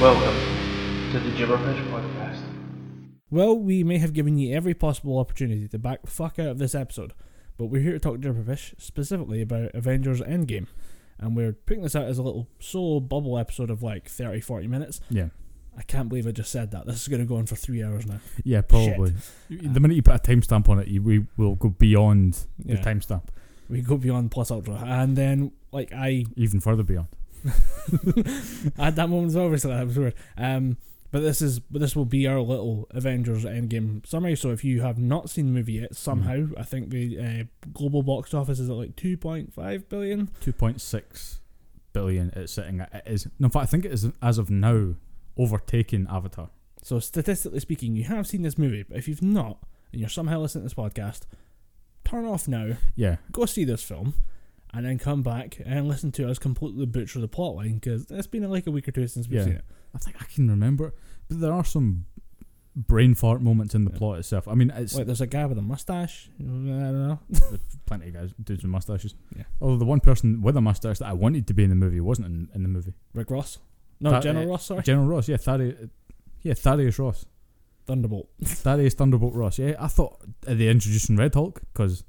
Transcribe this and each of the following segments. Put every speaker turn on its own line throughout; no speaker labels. Welcome to the Gibberfish Podcast.
Well, we may have given you every possible opportunity to back the fuck out of this episode, but we're here to talk Jibberfish specifically about Avengers Endgame. And we're putting this out as a little solo bubble episode of like 30, 40 minutes.
Yeah,
I can't believe I just said that. This is going to go on for three hours now.
yeah, probably. The minute you put a timestamp on it, you, we will go beyond
Yeah.
the timestamp,
We go beyond Plus Ultra. And then, like, I
even further beyond.
I had that moment as well recently. That was weird. Um, but this is but this will be our little Avengers Endgame summary. So if you have not seen the movie yet, somehow I think the uh, global box office is at like two point five billion.
Two point six billion. It's sitting. At, it is. No, in fact, I think it is as of now overtaking Avatar.
So statistically speaking, you have seen this movie. But if you've not, and you're somehow listening to this podcast, turn off now.
Yeah,
Go see this film. And then come back and listen to us completely butcher the plotline because it's been like a week or two since we've
Yeah.
seen it.
I think I can remember, but there are some brain fart moments in the
Yeah.
plot itself. I mean, it's
Like there's a guy with a mustache. I don't know.
there's plenty of guys, dudes with mustaches.
Yeah.
Although the one person with a mustache that I wanted to be in the movie wasn't in, in the movie.
Rick Ross. No,
That-
General
uh,
Ross. Sorry.
General Ross. Yeah, Thaddeus. Yeah, Thaddeus Ross.
Thunderbolt.
Thaddeus Thunderbolt Ross. Yeah, I thought are they introducing Red Hulk because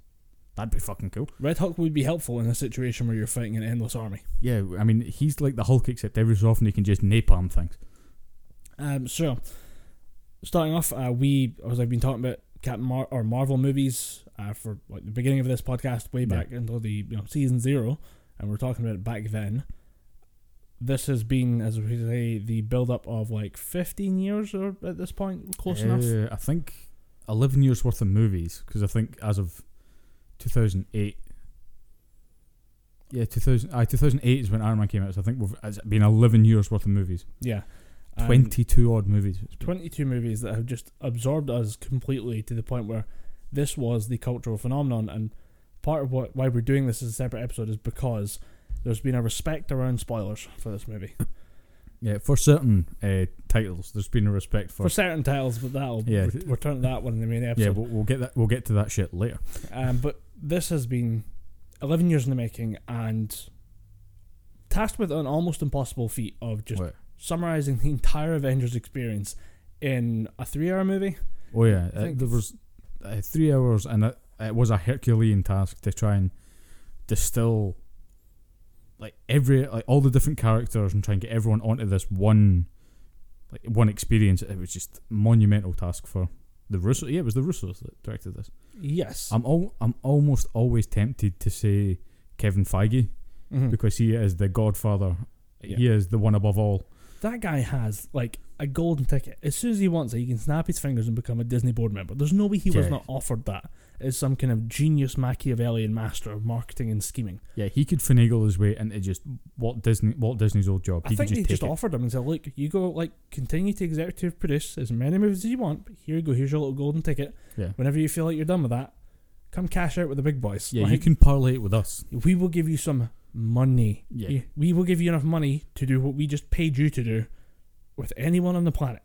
that'd be fucking cool.
Red Hulk would be helpful in a situation where you're fighting an endless army.
Yeah, I mean he's like the Hulk except every so often he can just napalm things.
Um, so, starting off, uh, we as I've been talking about Captain Mar- or Marvel movies uh, for like the beginning of this podcast, way
Yeah.
back until the you know, season zero, and we are talking about it back then. This has been, as we say, the build up of like 15 years or at this point, close enough.
Uh, I think eleven years worth of movies because I think as of two thousand eight. Yeah, 2000, aye, 2008 is when Iron Man came out, so I think we've, it's been 11 years worth of movies.
Yeah. Um,
22 odd movies.
22 movies that have just absorbed us completely to the point where this was the cultural phenomenon and part of what why we're doing this as a separate episode is because there's been a respect around spoilers for this movie
Yeah, for certain uh, titles, there's been a respect for.
for certain titles but that'll
Yeah.
we're, we're turning to that one in the main
yeah,
episode
we'll, we'll get that. We'll get to that shit later.
um, but this has been 11 years in the making and tasked with an almost impossible feat of just
Wait.
summarizing the entire Avengers experience in a three hour movie
Oh yeah,
I
uh,
think
there was uh, three hours, and it, it was a Herculean task to try and distill like every like all the different characters and try and get everyone onto this one like one experience. It was just monumental task for the Russo. Yeah, it was the Russos that directed this.
yes
I'm all I'm almost always tempted to say Kevin Feige
Mhm.
because he is the Godfather. He
Yeah.
is the one above all.
That guy has like a golden ticket. As soon as he wants it, he can snap his fingers and become a Disney board member. There's no way he was
Yeah.
not offered that as some kind of genius Machiavellian master of marketing and scheming.
Yeah, he could finagle his way into just Walt Disney Walt Disney's old job.
I
he
think
could
they
just take
just
it.
offered him and said, "Look, you go like continue to executive produce as many movies as you want. But here you go. Here's your little golden ticket.
Yeah.
Whenever you feel like you're done with that, come cash out with the big boys.
Yeah, you
Like,
can parlay it with us.
We will give you some money.
Yeah.
You- We will give you enough money to do what we just paid you to do with anyone on the planet.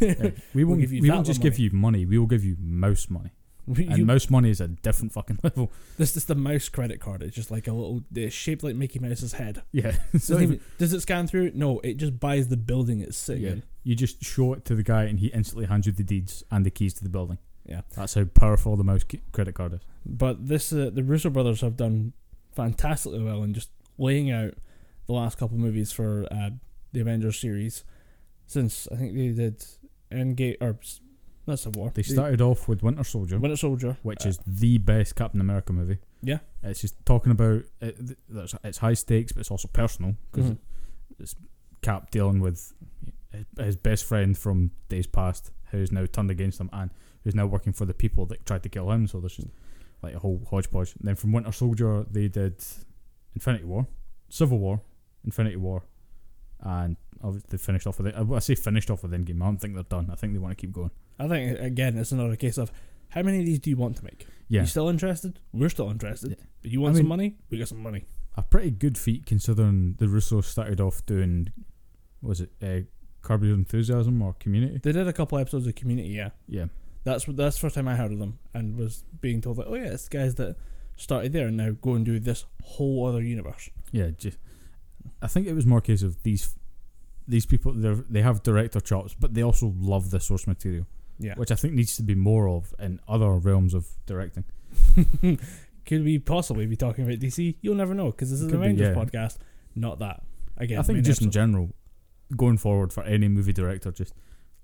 We
We'll
won't,
give you
we
that
won't just
one
give you money. We will give you mouse money. and
You-
mouse money is a different fucking level.
This is the mouse credit card. It's just like a little it's shaped like Mickey Mouse's head.
Yeah.
Does,
So
even, does it scan through? No, it just buys the building it's sitting
yeah,
in.
you just show it to the guy and he instantly hands you the deeds and the keys to the building.
Yeah.
That's how powerful the mouse c- credit card is.
But this uh, the Russo brothers have done fantastically well in just laying out the last couple movies for uh, the Avengers series. Since I think they did Endgame or s- not Civil War.
They started off with Winter Soldier,
Winter Soldier,
which
uh,
is the best Captain America movie.
Yeah.
It's just talking about it, th- there's- it's high stakes, but it's also personal because
Mhm.
it's Cap dealing with his best friend from days past, who's now turned against him and who's now working for the people that tried to kill him. So there's just like a whole hodgepodge. And then from Winter Soldier, they did Infinity War, Civil War, Infinity War, and obviously they finished off with it. I I say finished off with Endgame. I don't think they're done. I think they want to keep going.
I think again it's another case of how many of these do you want to make?
Yeah,
You still interested? We're still interested.
Yeah.
You want
I
some
mean-
money? We got some money.
a pretty good feat considering the Russos started off doing, what was it uh, Curb Your Enthusiasm or Community?
They did a couple episodes of Community, yeah.
Yeah,
That's what that's the first time I heard of them and was being told that oh yeah, it's the guys that started there and now go and do this whole other universe.
yeah. Just, I think it was more a case of these these people they they have director chops, but they also love the source material,
Yeah.
which I think needs to be more of in other realms of directing.
Could we possibly be talking about DC? You'll never know because this is
Could
an
be,
Avengers
yeah.
podcast, not that. Again,
I think
main
just in
episode.
general, going forward for any movie director, just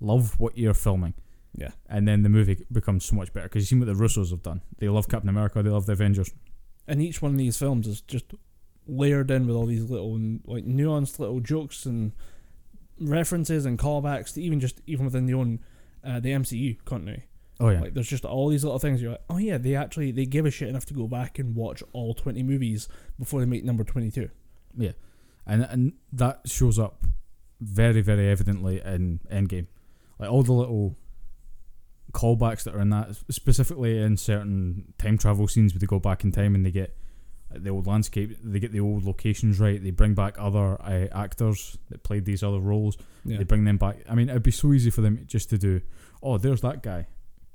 love what you're filming.
Yeah.
and then the movie becomes so much better because you seen what the Russos have done. They love Captain America. They love the Avengers.
and each one of these films is just layered in with all these little like nuanced little jokes and references and callbacks to even just even within the own uh, the MCU continuity.
Oh yeah,
Like there's just all these little things you're like, oh yeah, they actually they give a shit enough to go back and watch all twenty movies before they make number twenty two.
yeah, and and that shows up very very evidently in Endgame. Like all the little callbacks that are in that, specifically in certain time travel scenes where they go back in time and they get like, the old landscape, they get the old locations right. They bring back other uh, actors that played these other roles.
Yeah.
They bring them back. I mean, it'd be so easy for them just to do. Oh, there's that guy.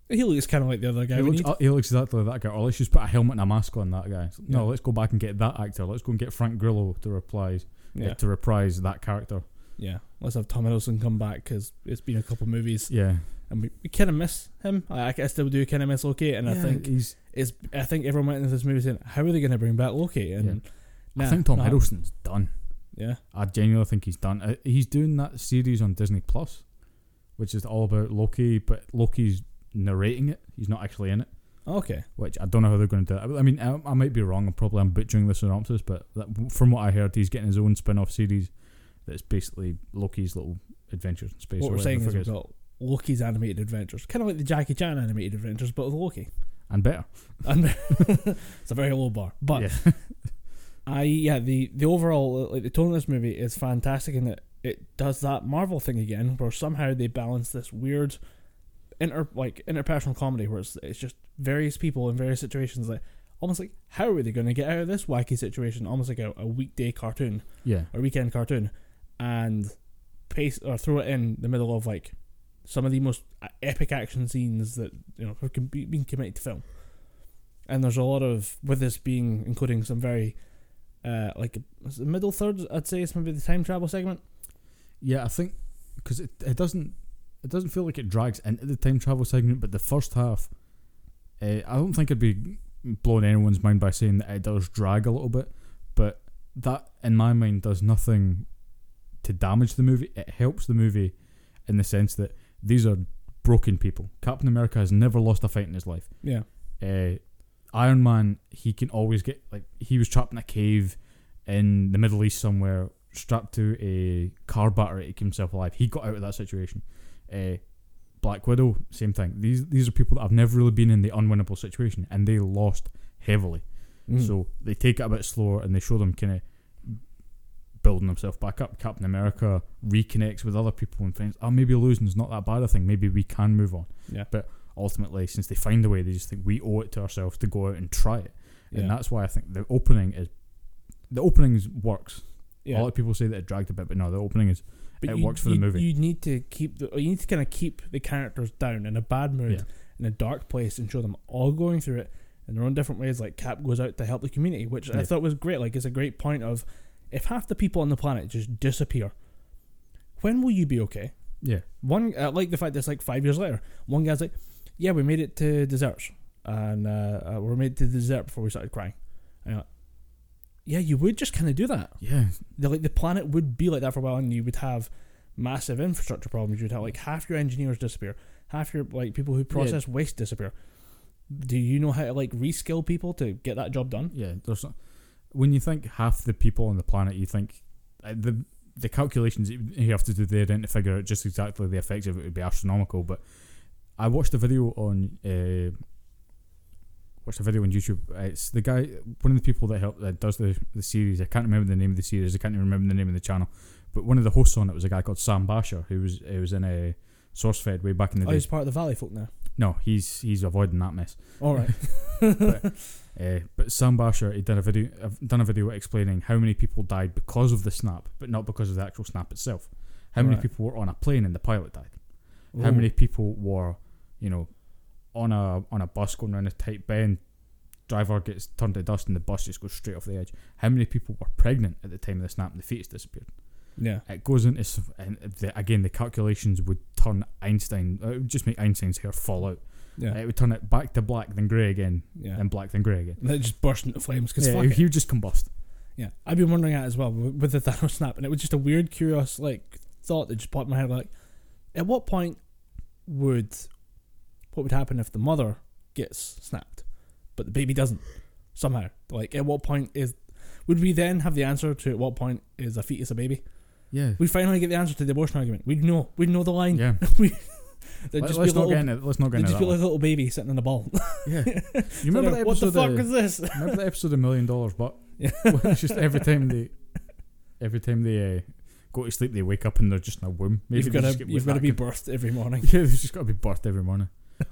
He looks kind of like the other guy.
he,
we
looks,
need.
uh, he looks exactly like that guy. Or let's just put a helmet and a mask on that guy. It's like, No,
Yeah.
let's go back and get that actor. Let's go and get Frank Grillo to reprise eh,
yeah,
to reprise that character.
yeah. Let's have Tom Hiddleston come back because it's been a couple movies
Yeah,
and we, we kind of miss him. I, I still do kind of miss Loki, and I
Yeah,
think
he's.
it's I think everyone went into this movie saying, "How are they going to bring back Loki?" And
I
nah,
think Tom
nah.
Hiddleston's done.
Yeah,
I genuinely think he's done. Uh, He's doing that series on Disney Plus, which is all about Loki, but Loki's narrating it. He's not actually in it.
okay.
Which I don't know how they're going to do it. I mean, I, I might be wrong. I'm probably I'm butchering the synopsis, but that, from what I heard, he's getting his own spin-off series that's basically Loki's little adventures in space.
what
or
we're
whatever
saying
the
is
fuck it
we've got Loki's animated adventures, kind of like the Jackie Chan animated adventures, but with Loki.
and better.
And it's a very low bar, but
yeah,
I yeah the the overall uh, like the tone of this movie is fantastic in that it does that Marvel thing again where somehow they balance this weird inter like interpersonal comedy where it's, it's just various people in various situations like almost like how are they going to get out of this wacky situation almost like a, a weekday cartoon
yeah,
or weekend cartoon and paste or throw it in the middle of like some of the most e-, epic action scenes that you know have been been committed to film. And there's a lot of with this being including some very uh like is it middle third I'd say it's maybe the time travel segment.
yeah. I think because it, it doesn't it doesn't feel like it drags into the time travel segment, but the first half, uh, I don't think it'd be blowing anyone's mind by saying that it does drag a little bit, but that in my mind does nothing to damage the movie. It helps the movie in the sense that these are broken people. Captain America has never lost a fight in his life.
Yeah.
uh, Iron Man, he can always get like he was trapped in a cave in the Middle East somewhere, strapped to a car battery to keep himself alive. He got out of that situation. Uh, Black Widow, same thing. These these are people that have never really been in the unwinnable situation, and they lost heavily.
So
So they take it a bit slower and they show them kind of building themselves back up. Captain America reconnects with other people and friends. Oh, maybe losing's not that bad a thing. Maybe we can move on.
Yeah.
But ultimately, since they find a way, they just think we owe it to ourselves to go out and try it.
Yeah.
And that's why I think the opening is the openings works. A
yeah.
lot of people say that it dragged a bit, but no, the opening is
But
it
you-
works for the
you-
movie.
You need to keep the you need to kind of keep the characters down in a bad mood,
Yeah.
in a dark place, and show them all going through it in their own different ways. Like Cap goes out to help the community, which I
Yeah.
thought was great. Like it's a great point of if half the people on the planet just disappear, when will you be okay?
yeah,
One, uh, I like the fact that it's like five years later. One guy's like, "Yeah, we made it to desserts, and uh, uh, we made it to dessert before we started crying." And you're like, yeah, you would just kind of do that
yeah,
the like the planet would be like that for a while, and you would have massive infrastructure problems. You'd have
Mm.
like half your engineers disappear, half your like people who process waste disappear. Do you know how to like reskill people to get that job done?
yeah. There's some- when you think half the people on the planet, you think uh, the the calculations you you have to do there then to figure out just exactly the effects of it would be astronomical. But I watched a video on uh, watched a video on YouTube. Uh, It's the guy, one of the people that helped that does the the series. I can't remember the name of the series. I can't even remember the name of the channel. But one of the hosts on it was a guy called Sam Basher, who was who was in a SourceFed way back in the
Oh,
day.
he's part of the Valley folk now.
No, he's he's avoiding that mess.
All right.
Uh, but Sam Basher he done a video I've done a video explaining how many people died because of the snap, but not because of the actual snap itself. How many
Right.
people were on a plane and the pilot died? How many people were, you know, on a on a bus going around a tight bend, driver gets turned to dust and the bus just goes straight off the edge. How many people were pregnant at the time of the snap and the fetus disappeared?
Yeah.
It goes into s- and the, again the calculations would turn Einstein. It would just make Einstein's hair fall out.
Yeah.
It would turn it back to black, then grey again,
Yeah.
then black, then grey again.
And it just burst into flames because
Yeah,
fuck
he,
it.
he would just combust.
Yeah, I've been wondering that as well w- with the Thanos snap, and it was just a weird, curious like thought that just popped in my head. Like, at what point would what would happen if the mother gets snapped, but the baby doesn't somehow? Like, at what point is would we then have the answer to at what point is a fetus a baby?
Yeah.
We finally get the answer to the abortion argument. We'd know. We'd know the line.
Yeah.
There'd
Let,
just
us
be a
not
little.
get into, let's not get
There'd
into
just
that.
be like
one.
a little baby sitting in a ball.
Yeah. You
They're
remember
like,
that
what the
episode
fuck
of-
is this?
Remember the episode of Million Dollars But? it's just every time they, every time they uh, go to sleep, they wake up and they're just in a womb. Maybe
You've got
they just
to.
get
You've got
with
to
that
be
con-
birthed every morning.
yeah, they've just got to be birthed every morning.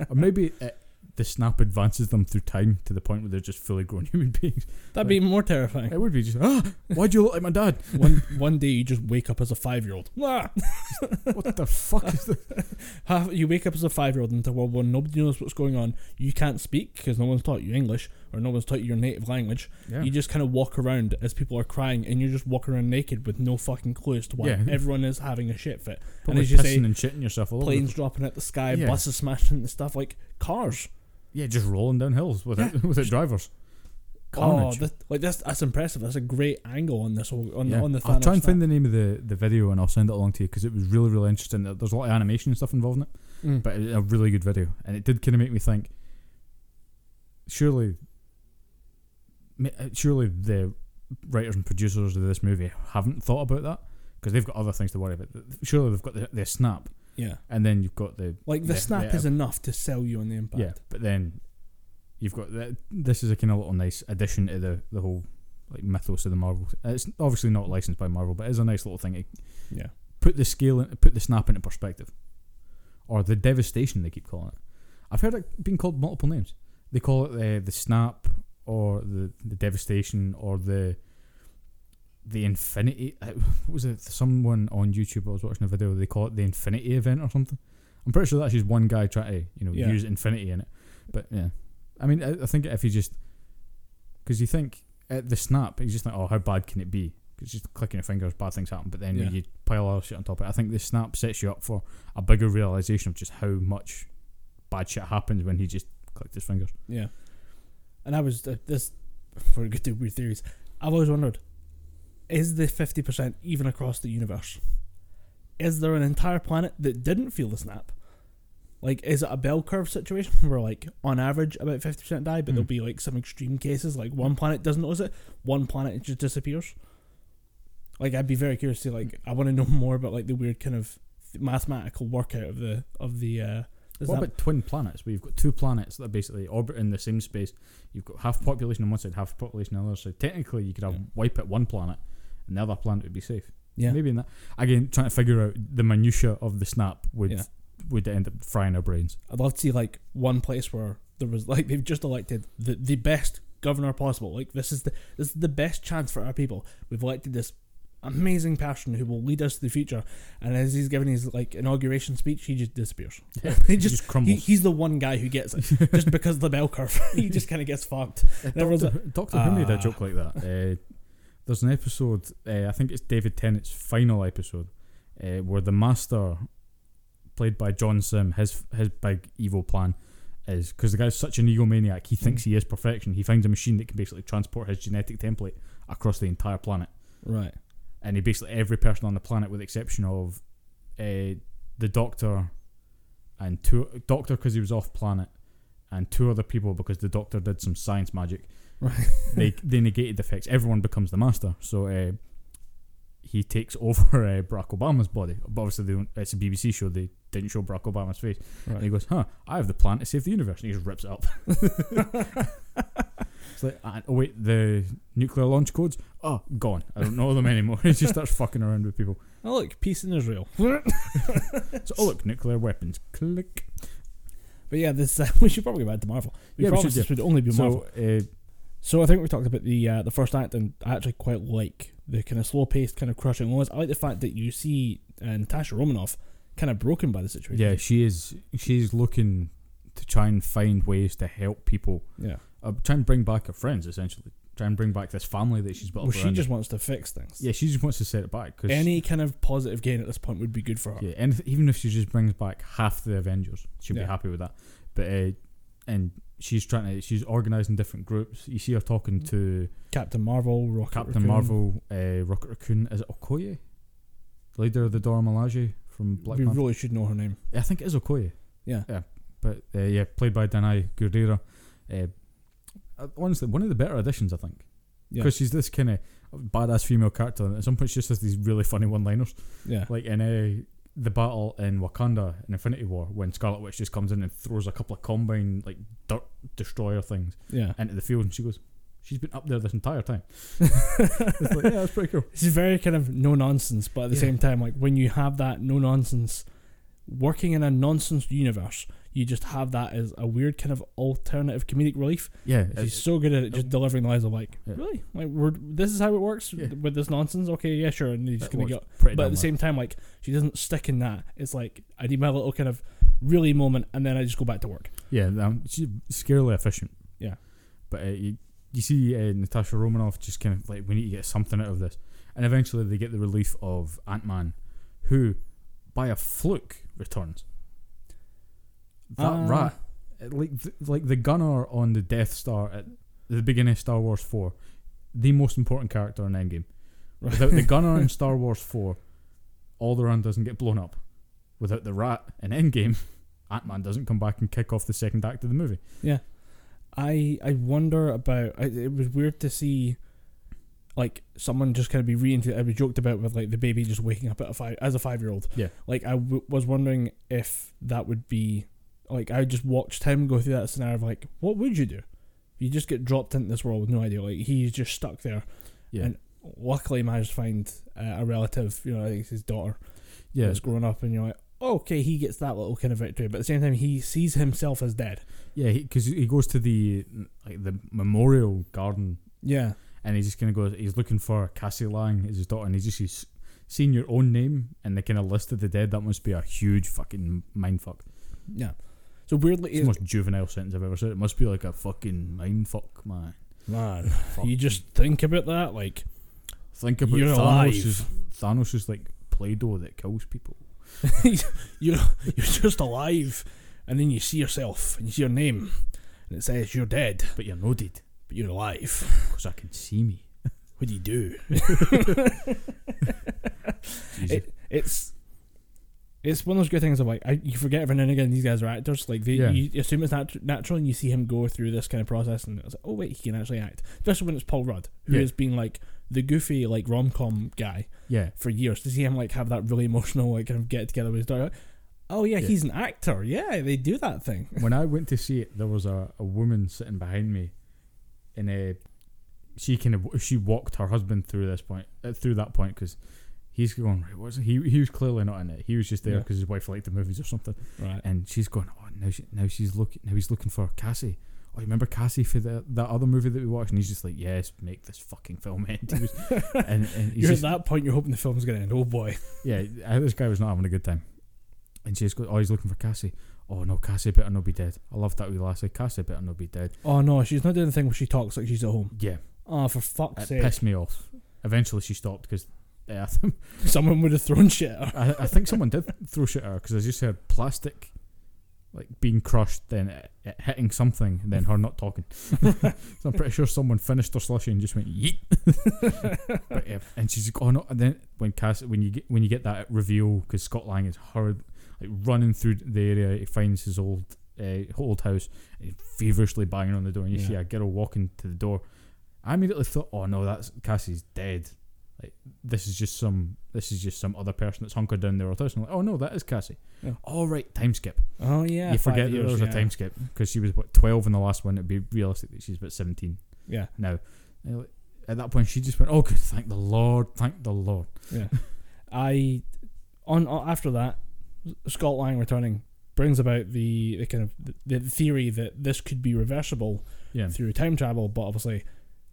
or maybe it, the snap advances them through time to the point where they're just fully grown human beings.
That'd be more terrifying.
It would be just ah, why do you look like my dad?
one one day you just wake up as a five year old.
What the fuck is this?
you wake up as a five year old into World War. Nobody knows what's going on. You can't speak because no one's taught you English or no one's taught you your native language.
Yeah.
You just kind of walk around as people are crying, and you just walk around naked with no fucking clue as to why
Yeah.
everyone is having a shit fit.
Probably
as you
pissing
say,
and shitting yourself all over. the-
Planes dropping at the sky,
Yeah.
buses smashing into stuff like cars.
Yeah, just rolling down hills without without drivers. Carnage.
Oh, that, like that's that's impressive. That's a great angle on this whole on,
Yeah.
the on the.
I'll
Thanos
try and
snap.
find the name of the, the video and I'll send it along to you because it was really really interesting. There- There's a lot of animation and stuff involved in it,
Mm.
but it, a really good video, and it did kind of make me think. Surely, ma- uh, surely the writers and producers of this movie haven't thought about that because they've got other things to worry about. Surely they've got the, the snap,
yeah,
and then you've got the
like the
Yeah,
snap
yeah.
is enough to sell you on the impact.
yeah, but then you've got the, this is a kind of little nice addition to the the whole like mythos of the Marvel. It's obviously not licensed by Marvel, but it's a nice little thing. to
yeah.
put the scale in, put the snap into perspective, or the devastation they keep calling it. I've heard it being called multiple names. They call it eh, the the snap, or the the devastation, or the the infinity. uh, What was it? Someone on YouTube I was watching a video. They call it the infinity event or something. I'm pretty sure that's just one guy trying to you know
Yeah.
use infinity in it. But yeah, I mean, I, I think if you just because you think at the snap, you just think, oh, how bad can it be? Because just clicking your fingers, bad things happen. But then
Yeah.
you pile all shit on top of it. I think the snap sets you up for a bigger realization of just how much bad shit happens when he just clicked his fingers.
Yeah. And I was uh, this for a good to weird theories. I've always wondered: is the fifty percent even across the universe? Is there an entire planet that didn't feel the snap? Like, is it a bell curve situation where, like, on average, about fifty percent die, but
Hmm.
there'll be like some extreme cases, like one planet doesn't notice it, one planet it just disappears. Like, I'd be very curious to like, I want to know more about like the weird kind of mathematical workout of the of the. uh the
What
snap.
about twin planets? Where you've got two planets that are basically orbiting the same space. You've got half population on one side, half population on the other side. Technically, you could have
Yeah.
wipe at one planet, and the other planet would be safe.
yeah,
Maybe in that again, trying to figure out the minutia of the snap would
Yeah.
would end up frying our brains.
I'd love to see like one place where there was like they've just elected the, the best governor possible. Like this is the this is the best chance for our people. We've elected this amazing person who will lead us to the future. And as he's giving his like inauguration speech, he just disappears. he
It
just,
just
he,
crumbles.
he's the one guy who gets it just because of the bell curve. he just kind of gets fucked.
Uh,
And everyone's
Doctor, Doctor Who made
"Ah."
a joke like that. Uh, there's an episode, uh, I think it's David Tennant's final episode, uh, where the Master, played by John Sim, his his big evil plan is because the guy's such an egomaniac, he thinks
Mhm.
he is perfection. He finds a machine that can basically transport his genetic template across the entire planet,
Right.
and he basically every person on the planet, with the exception of uh, the Doctor and two Doctor because he was off planet, and two other people because the Doctor did some science magic
Right.
they they negated the effects. Everyone becomes the master. So uh, he takes over uh, Barack Obama's body. But obviously, they don't, it's a BBC show. They didn't show Barack Obama's face. And he
Right.
goes, "Huh, I have the plan to save the universe." And he just rips it up. it's like, "Ah, oh wait, the nuclear launch codes. Oh, gone. I don't know them anymore. he just starts fucking around with people.
Oh look, peace in Israel.
So, oh look, nuclear weapons. Click.
But yeah, this uh, we should probably go back to Marvel. We
Yeah, we
promised
should, yeah.
this would only be Marvel.
So uh,
So I think we talked about the uh, the first act, and I actually quite like the kind of slow paced, kind of crushing moments. I like the fact that you see uh, Natasha Romanoff kind of broken by the situation.
yeah, she is she's looking to try and find ways to help people
yeah,
uh, try and bring back her friends essentially try and bring back this family that she's built.
Well,
up
she
around
just
her.
wants to fix things.
yeah, she just wants to set it back because
Any kind of positive gain at this point would be good for her.
Yeah, and if- even if she just brings back half the Avengers, she'll
Yeah.
be happy with that. But uh, and she's trying to she's organising different groups. You see her talking to
Captain Marvel, Mm. Rocket
Captain
Raccoon.
Marvel, uh, Rocket Raccoon. Is it Okoye? Leader of the Dora Milaje from Black
we
Panther.
really should know her name.
I think it is Okoye.
Yeah.
Yeah. But uh, yeah, played by Danai Gurira. Uh, uh, honestly, one of the better additions, I think.
Yeah.
Because she's this kind of badass female character, and at some point she just has these really funny one liners.
Yeah.
Like in uh, the battle in Wakanda in Infinity War, when Scarlet Witch just comes in and throws a couple of combine, like dirt destroyer things
Yeah.
into the field, and she goes, She's been up there this entire time. It's like, yeah, that's pretty cool.
It's very kind of no nonsense, but at the
Yeah.
same time, like when you have that no nonsense, working in a nonsense universe, you just have that as a weird kind of alternative comedic relief.
Yeah,
She's so good at it, just delivering the lines of like,
Yeah.
really, like we're, this is how it works
Yeah.
with this nonsense. Okay, yeah, sure, and you just
That
gonna
works
go.
pretty
But at
damn
the
well.
same time, like she doesn't stick in that. It's like I need my little kind of really moment, and then I just go back to work.
Yeah, um, she's scarily efficient.
Yeah.
but uh, you, you see uh, Natasha Romanoff just kind of like we need to get something out of this, and eventually they get the relief of Ant Man, who by a fluke returns. That
Ah.
rat, uh, like th- like the gunner on the Death Star at the beginning of Star Wars Four, the most important character in Endgame.
Right.
Without the gunner in Star Wars Four, Alderaan doesn't get blown up. Without the rat in Endgame, Ant Man doesn't come back and kick off the second act of the movie.
I I wonder about. I, it was weird to see, like someone just kind of be reintroduced. I was joked about with like the baby just waking up at a five as a five year old.
Yeah.
Like I w- was wondering if that would be, like I just watched him go through that scenario of like, what would you do? You just get dropped into this world with no idea. Like he's just stuck there.
Yeah.
And luckily managed to find uh, a relative. You know, I think it's his daughter.
yeah,
That's grown up, and you're like. Okay, he gets that little kind of victory, but at the same time, he sees himself as dead.
yeah, because he, goes to the like the memorial garden
Yeah,
and he's just gonna go. He's looking for Cassie Lang as his daughter, and he's just he's seeing your own name and the kind of list of the dead. That must be a huge fucking mindfuck.
yeah. So weirdly,
It's the most juvenile sentence I've ever said. It must be like a fucking mindfuck, man.
Man,
Fuck.
you just think about that, like
think about
You're
Thanos. Is, Thanos is like Play-Doh that kills people.
you you're just alive, and then you see yourself and you see your name, and it says you're dead,
But you're no dead
but you're alive.
because I can see me.
What do you do?
Jesus.
It- it's it's one of those good things of like I, you forget every now and again these guys are actors. Like they,
Yeah.
you assume it's nat- natural, and you see him go through this kind of process, and it's like, oh wait, he can actually act. Especially when it's Paul Rudd, who
Yeah.
has been like the goofy like rom com guy
yeah,
for years. To see him like have that really emotional like kind of get together with his daughter. like, Oh yeah,
Yeah.
he's an actor. Yeah, they do that thing.
when I went to see it, there was a, a woman sitting behind me, and uh, she kind of she walked her husband through this point uh, through that point because he's going right. What's he? He was clearly not in it. He was just there
Yeah.
because his wife liked the movies or something.
Right.
And she's going. Oh, now she, now she's looking. Now he's looking for Cassie. Oh, you remember Cassie for the, that other movie that we watched? And he's just like, yes, make this fucking film end. He was, and, and he's
You're
just,
at that point. You're hoping the film's going to end. Oh boy.
yeah, I, this guy was not having a good time. And she's going, oh, he's looking for Cassie. Oh no, Cassie better not be dead. I love that wee lassie. Cassie better not be dead.
Oh no, she's not doing the thing where she talks like she's at home.
Yeah,
Oh, for fuck's
it
sake!
pissed me off. Eventually, she stopped because I, th-
Someone would have thrown shit. At her.
I, I think someone did throw shit at her because I just heard plastic, like being crushed, then it, it hitting something, and then her not talking. so I'm pretty sure someone finished her slushy and just went yeet. but, yeah, and she's like, oh no! And then when Cass, when you get when you get that reveal, because Scott Lang is hurried, like running through the area, he finds his old uh, old house, and he's feverishly banging on the door, and you
Yeah.
see a girl walking to the door. I immediately thought, oh no, that's Cassie's dead. Like this is just some this is just some other person that's hunkered down there with us. And I'm like, oh no, that is Cassie.
Yeah.
All right, time skip.
Oh yeah.
you
five
forget that there
years,
was
yeah.
a time skip because she was what twelve in the last one. It'd be realistic that she's about seventeen
Yeah,
now. And, like, At that point, she just went, "Oh, good, thank the Lord, thank the Lord."
yeah. I on, on after that, Scott Lang returning brings about the, the kind of the, the theory that this could be reversible
Yeah,
through time travel, but obviously.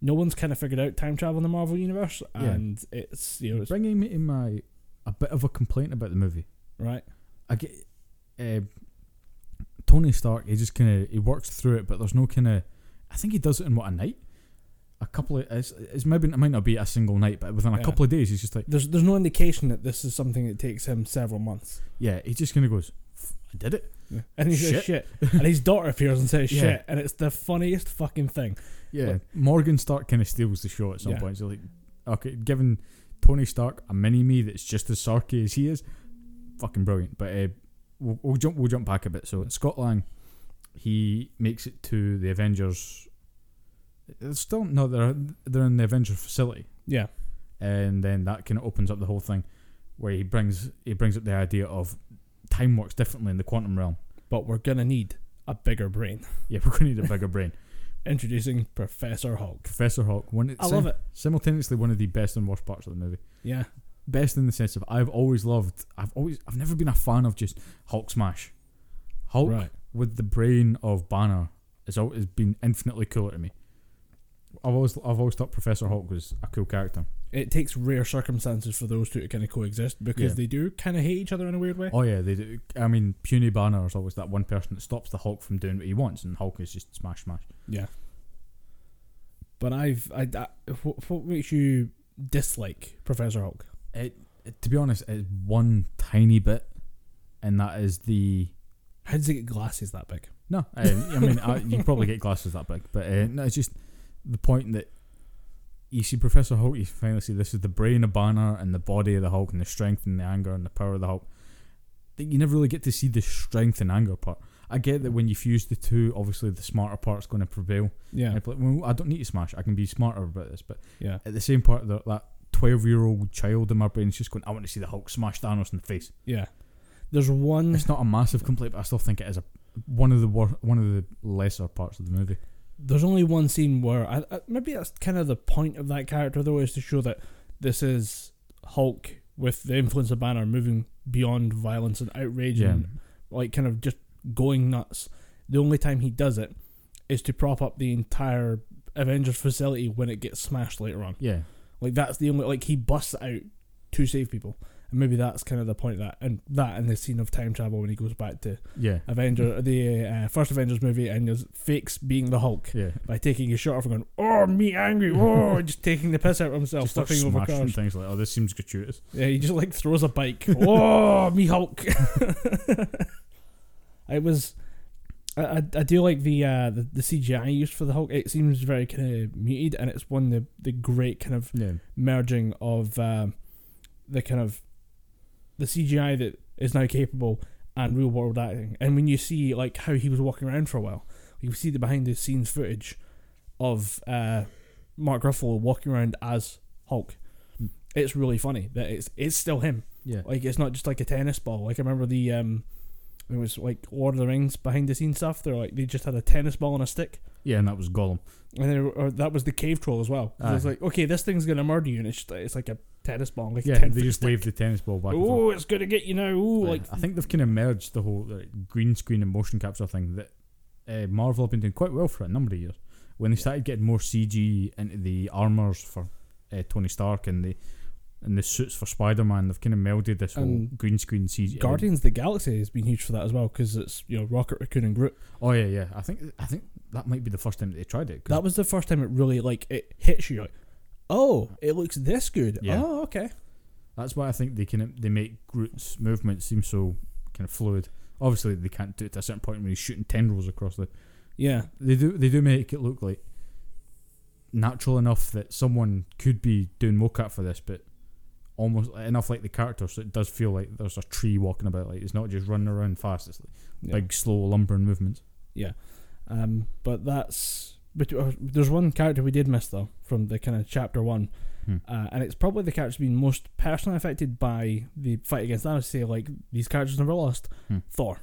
No one's kind of figured out time travel in the Marvel universe,
Yeah.
and it's you know it's,
bringing me in my a bit of a complaint about the movie.
right,
I get uh, Tony Stark. He just kind of he works through it, but there's no kind of. I think he does it in what a night. a couple of it's, it's maybe it might not be a single night, but within a
Yeah.
couple of days, he's just like,
There's there's no indication that this is something that takes him several months.
yeah, he just kind of goes, "F- I did it.
And he says shit. And his daughter appears and says
Yeah.
shit. And it's the funniest fucking thing.
Yeah,
Like-
Morgan Stark kind of steals the show at some
Yeah.
point. So like, okay, giving Tony Stark a mini me that's just as sarky as he is, fucking brilliant. But uh, we'll, we'll jump we'll jump back a bit. So Scott Lang, he makes it to the Avengers. It's still no, they're they're in the Avengers facility,
Yeah.
and then that kind of opens up the whole thing, where he brings he brings up the idea of time works differently in the quantum realm.
But we're going to need a bigger brain.
Yeah, we're gonna need a bigger brain.
Introducing Professor Hulk.
Professor Hulk, one
I love it.
simultaneously one of the best and worst parts of the movie.
Yeah.
best in the sense of I've always loved. I've always. I've never been a fan of just Hulk smash. Hulk
Right.
with the brain of Banner has always been infinitely cooler to me. I've always. I've always thought Professor Hulk was a cool character.
It takes rare circumstances for those two to kind of coexist because
Yeah.
they do kind of hate each other in a weird way.
Oh yeah, they do. I mean, puny Banner is always that one person that stops the Hulk from doing what he wants, and Hulk is just smash smash.
Yeah. But I've I, I what, what makes you dislike Professor Hulk?
It, it. To be honest, it's one tiny bit, and that is the
How does he get glasses that big?
No, um, I mean I, you probably get glasses that big, but uh, no, it's just the point that you see Professor Hulk. You finally see this is the brain of Banner and the body of the Hulk and the strength and the anger and the power of the Hulk. That you never really get to see the strength and anger part. I get that when you fuse the two, obviously the smarter part's going to prevail.
Yeah,
And it's like, well, I don't need to smash. I can be smarter about this. But
yeah,
at the same part, that that twelve-year-old child in my brain's just going, I want to see the Hulk smash Thanos in the face.
yeah. There's one
It's not a massive complaint, but I still think it is a one of the wor- one of the lesser parts of the movie.
there's only one scene where I, I, maybe that's kind of the point of that character though is to show that this is Hulk with the influence of Banner moving beyond violence and outrage and like kind of just going nuts. The only time he does it is to prop up the entire Avengers facility when it gets smashed later on.
Yeah.
Like that's the only like he busts out to save people. And maybe that's kind of the point of that and that and the scene of time travel when he goes back to
Yeah.
Avenger the uh, first Avengers movie and just fakes being the Hulk
Yeah.
by taking his shirt off and going, "Oh, me angry!" Oh, and just taking the piss out of himself,
Just like
flipping over
smashing
cars.
things like, oh, this seems gratuitous.
Yeah, he just like throws a bike. oh, me Hulk! it was. I, I, I do like the, uh, the the CGI used for the Hulk. It seems very kind of muted, and it's one of the the great kind of
Yeah.
merging of um, the kind of the CGI that is now capable and real world acting. And when you see like how he was walking around for a while, you see the behind the scenes footage of uh, Mark Ruffalo walking around as Hulk.
Hmm.
It's really funny that it's it's still him.
Yeah.
Like it's not just like a tennis ball. Like I remember the um, it was like Lord of the Rings behind the scenes stuff. They're like they just had a tennis ball and a stick.
Yeah, and that was Gollum.
And then, or that was the cave troll as well. It was
Aye.
like, okay, this thing's gonna murder you, and it's just, it's like a tennis ball, like a
Yeah,
ten
they
foot
just
stick.
waved the tennis ball back. and forth.
Oh, it's gonna get you now. Ooh,
Yeah.
like
I think they've kind of merged the whole like, green screen and motion capture thing that uh, Marvel have been doing quite well for a number of years. When they started getting more CG into the armors for uh, Tony Stark and the and the suits for Spider Man, they've kind of melded this whole
And
green screen eh, CG.
Guardians of the Galaxy has been huge for that as well because it's you know Rocket Raccoon and Groot.
Oh yeah, yeah. I think I think that might be the first time that they tried it. 'cause
That was the first time it really like it hits you. Like, oh, it looks this good.
Yeah.
Oh, okay.
That's why I think they can they make Groot's movement seem so kind of fluid. Obviously, they can't do it to a certain point when he's shooting tendrils across the.
Yeah,
They do they do make it look like natural enough that someone could be doing mocap for this, but almost enough like the character, so it does feel like there's a tree walking about. Like it's not just running around fast. It's like
yeah.
big, slow, lumbering movements.
Um, but that's but uh, there's one character we did miss though from the kind of chapter one,
Hmm.
uh, and it's probably the character's been most personally affected by the fight against Thanos. Say like these characters never lost.
Hmm.
Thor,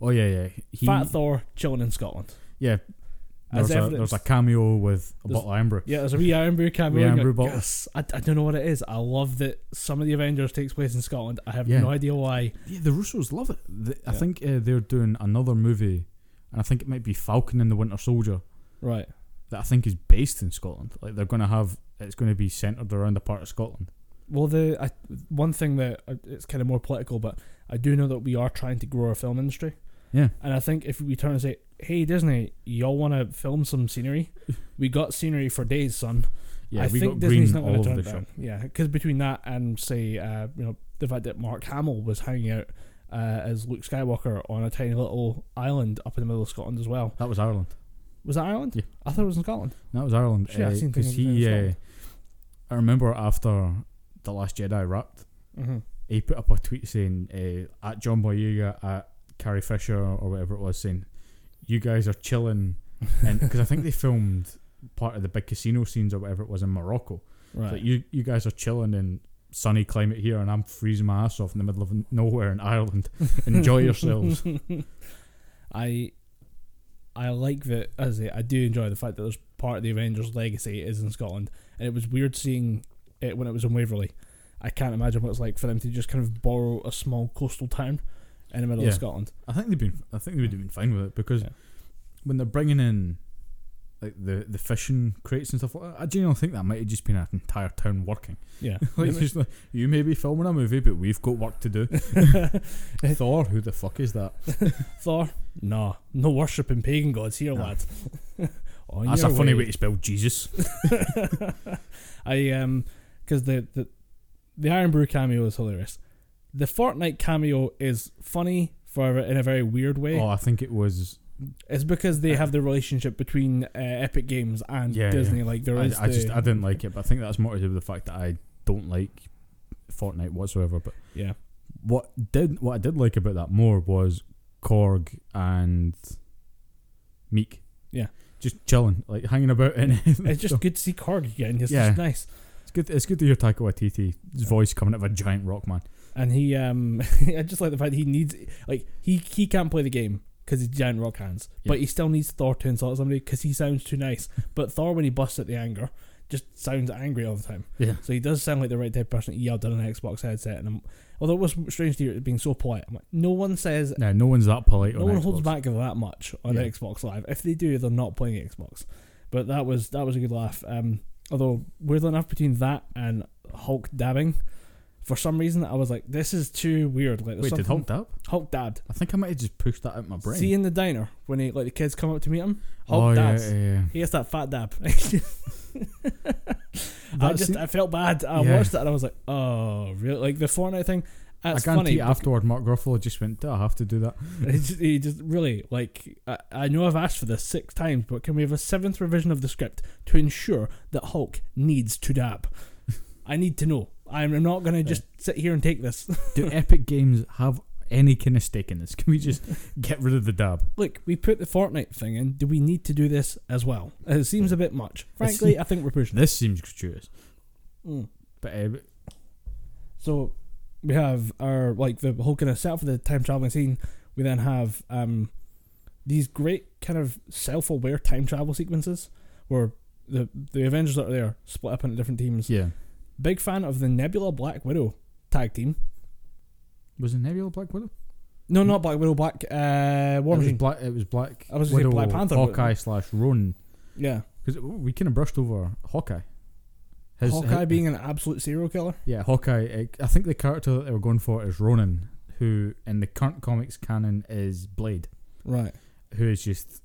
Oh yeah, yeah. He,
fat Thor, chilling in Scotland.
Yeah.
As
There's a,
evidence-
there's a cameo with a
There's-
bottle of amber.
Yeah, there's a wee Iron Brew cameo.
Wee
and
Iron
you're
Brew
like,
bottle.
"Yes." I, I don't know what it is. I love that some of the Avengers takes place in Scotland. I have
Yeah.
no idea why.
Yeah, the Russos love it. The, I
Yeah.
think uh, they're doing another movie, and I think it might be Falcon and the Winter Soldier
Right.
that I think is based in Scotland. Like they're gonna have it's gonna be centered around a part of Scotland.
Well, the I, uh, one thing that it's kind of more political, but I do know that we are trying to grow our film industry.
Yeah.
And I think if we turn and say, "Hey Disney, y'all want to film some scenery? We got scenery for days, son."
Yeah,
I
we
think
got
Disney's
green
not going
all
to turn
over the
it
shop.
down. Yeah, because between that and say, uh, you know, the fact that Mark Hamill was hanging out uh, as Luke Skywalker on a tiny little island up in the middle of Scotland as well.
That was Ireland.
Was that Ireland?
Yeah.
I thought it was in Scotland.
That was Ireland.
Shit, I've seen
Because
things in
he, uh,
Scotland.
I remember after the Last Jedi wrapped,
Mm-hmm.
he put up a tweet saying uh, at John Boyega at Carrie Fisher or whatever it was saying, "You guys are chilling," and because I think they filmed part of the big casino scenes or whatever it was in Morocco.
Right.
It's like, you you guys are chilling in sunny climate here, and I'm freezing my ass off in the middle of nowhere in Ireland. Enjoy yourselves.
I I like that as I, say, I do enjoy the fact that there's part of the Avengers legacy is in Scotland, and it was weird seeing it when it was in Waverley. I can't imagine what it's like for them to just kind of borrow a small coastal town in the middle
Yeah.
of Scotland.
I think they've been. I think they would have been fine with it because
Yeah.
when they're bringing in like the the fishing crates and stuff, like that, I genuinely think that might have just been an entire town working.
Yeah,
Like, it's just like, you may be filming a movie, but we've got work to do. Thor, who the fuck is that?
Thor, nah, no worshipping pagan gods here,
No.
lad. On
That's a
your
funny way to spell Jesus.
I um because the, the the Iron Brew cameo is hilarious. The Fortnite cameo is funny for in a very weird way.
Oh, I think it was.
It's because they have the relationship between uh, Epic Games and
Yeah,
Disney. Like there
I,
is,
I just
the-
I didn't like it, but I think that's more to do with the fact that I don't like Fortnite whatsoever. But
yeah,
what did what I did like about that more was Korg and Meek.
Yeah.
just chilling, like hanging about, and
it's just good to see Korg again. It's
Yeah.
just nice.
it's good. It's good to hear Taika Waititi's voice coming out of a giant rock man.
And he, um, I just like the fact he needs like he he can't play the game because he's giant rock hands,
Yeah.
but he still needs Thor to insult somebody because he sounds too nice. but Thor, when he busts at the anger, just sounds angry all the time.
Yeah,
So he does sound like the right type of person. He yelled at an Xbox headset, and I'm, although it was strange to hear it being so polite, I'm like, no one says
no, no one's that polite.
no
on
one
Xbox.
holds back that much on
Yeah.
Xbox Live. If they do, they're not playing Xbox. But that was that was a good laugh. Um, although weirdly enough, between that and Hulk dabbing, for some reason I was like, this is too weird. Like, there's
Wait, did
something-
Hulk up?
Hulk dabbed.
I think I might have just pushed that out my brain.
See in the diner when he like the kids come up to meet him. Hulk
oh yeah,
dabs.
yeah, yeah.
He gets that fat dab. I
That
just
scene-
I felt bad. I
Yeah.
watched that and I was like, oh, really? Like the Fortnite thing. That's
I guarantee
funny.
afterward, Mark Ruffalo just went, "Do I have to do that?"
He just, he just really like I, I know I've asked for this six times, but can we have a seventh revision of the script to ensure that Hulk needs to dab? I need to know. I'm not going to just sit here and take this.
Do Epic Games have any kind of stake in this? Can we just get rid of the dab?
Look, we put the Fortnite thing in. Do we need to do this as well? It seems a bit much. Frankly, I think we're pushing it.
This seems gratuitous.
Mm.
But uh,
So we have our like the whole kind of setup for the time traveling scene. We then have um these great kind of self-aware time travel sequences where the the Avengers that are there split up into different teams.
yeah,
Big fan of the Nebula Black Widow tag team.
was it Nebula Black Widow?
No, not Black Widow, Black uh, War
it was
Machine.
Black. It was Black.
I was gonna say
Widow,
Black Panther, but-
Hawkeye slash Ronin.
yeah,
Because we kind of brushed over Hawkeye. His-
Hawkeye
his-
being an absolute serial killer.
yeah, Hawkeye. uh, I think the character that they were going for is Ronin, who in the current comics canon is Blade,
Right.
who is just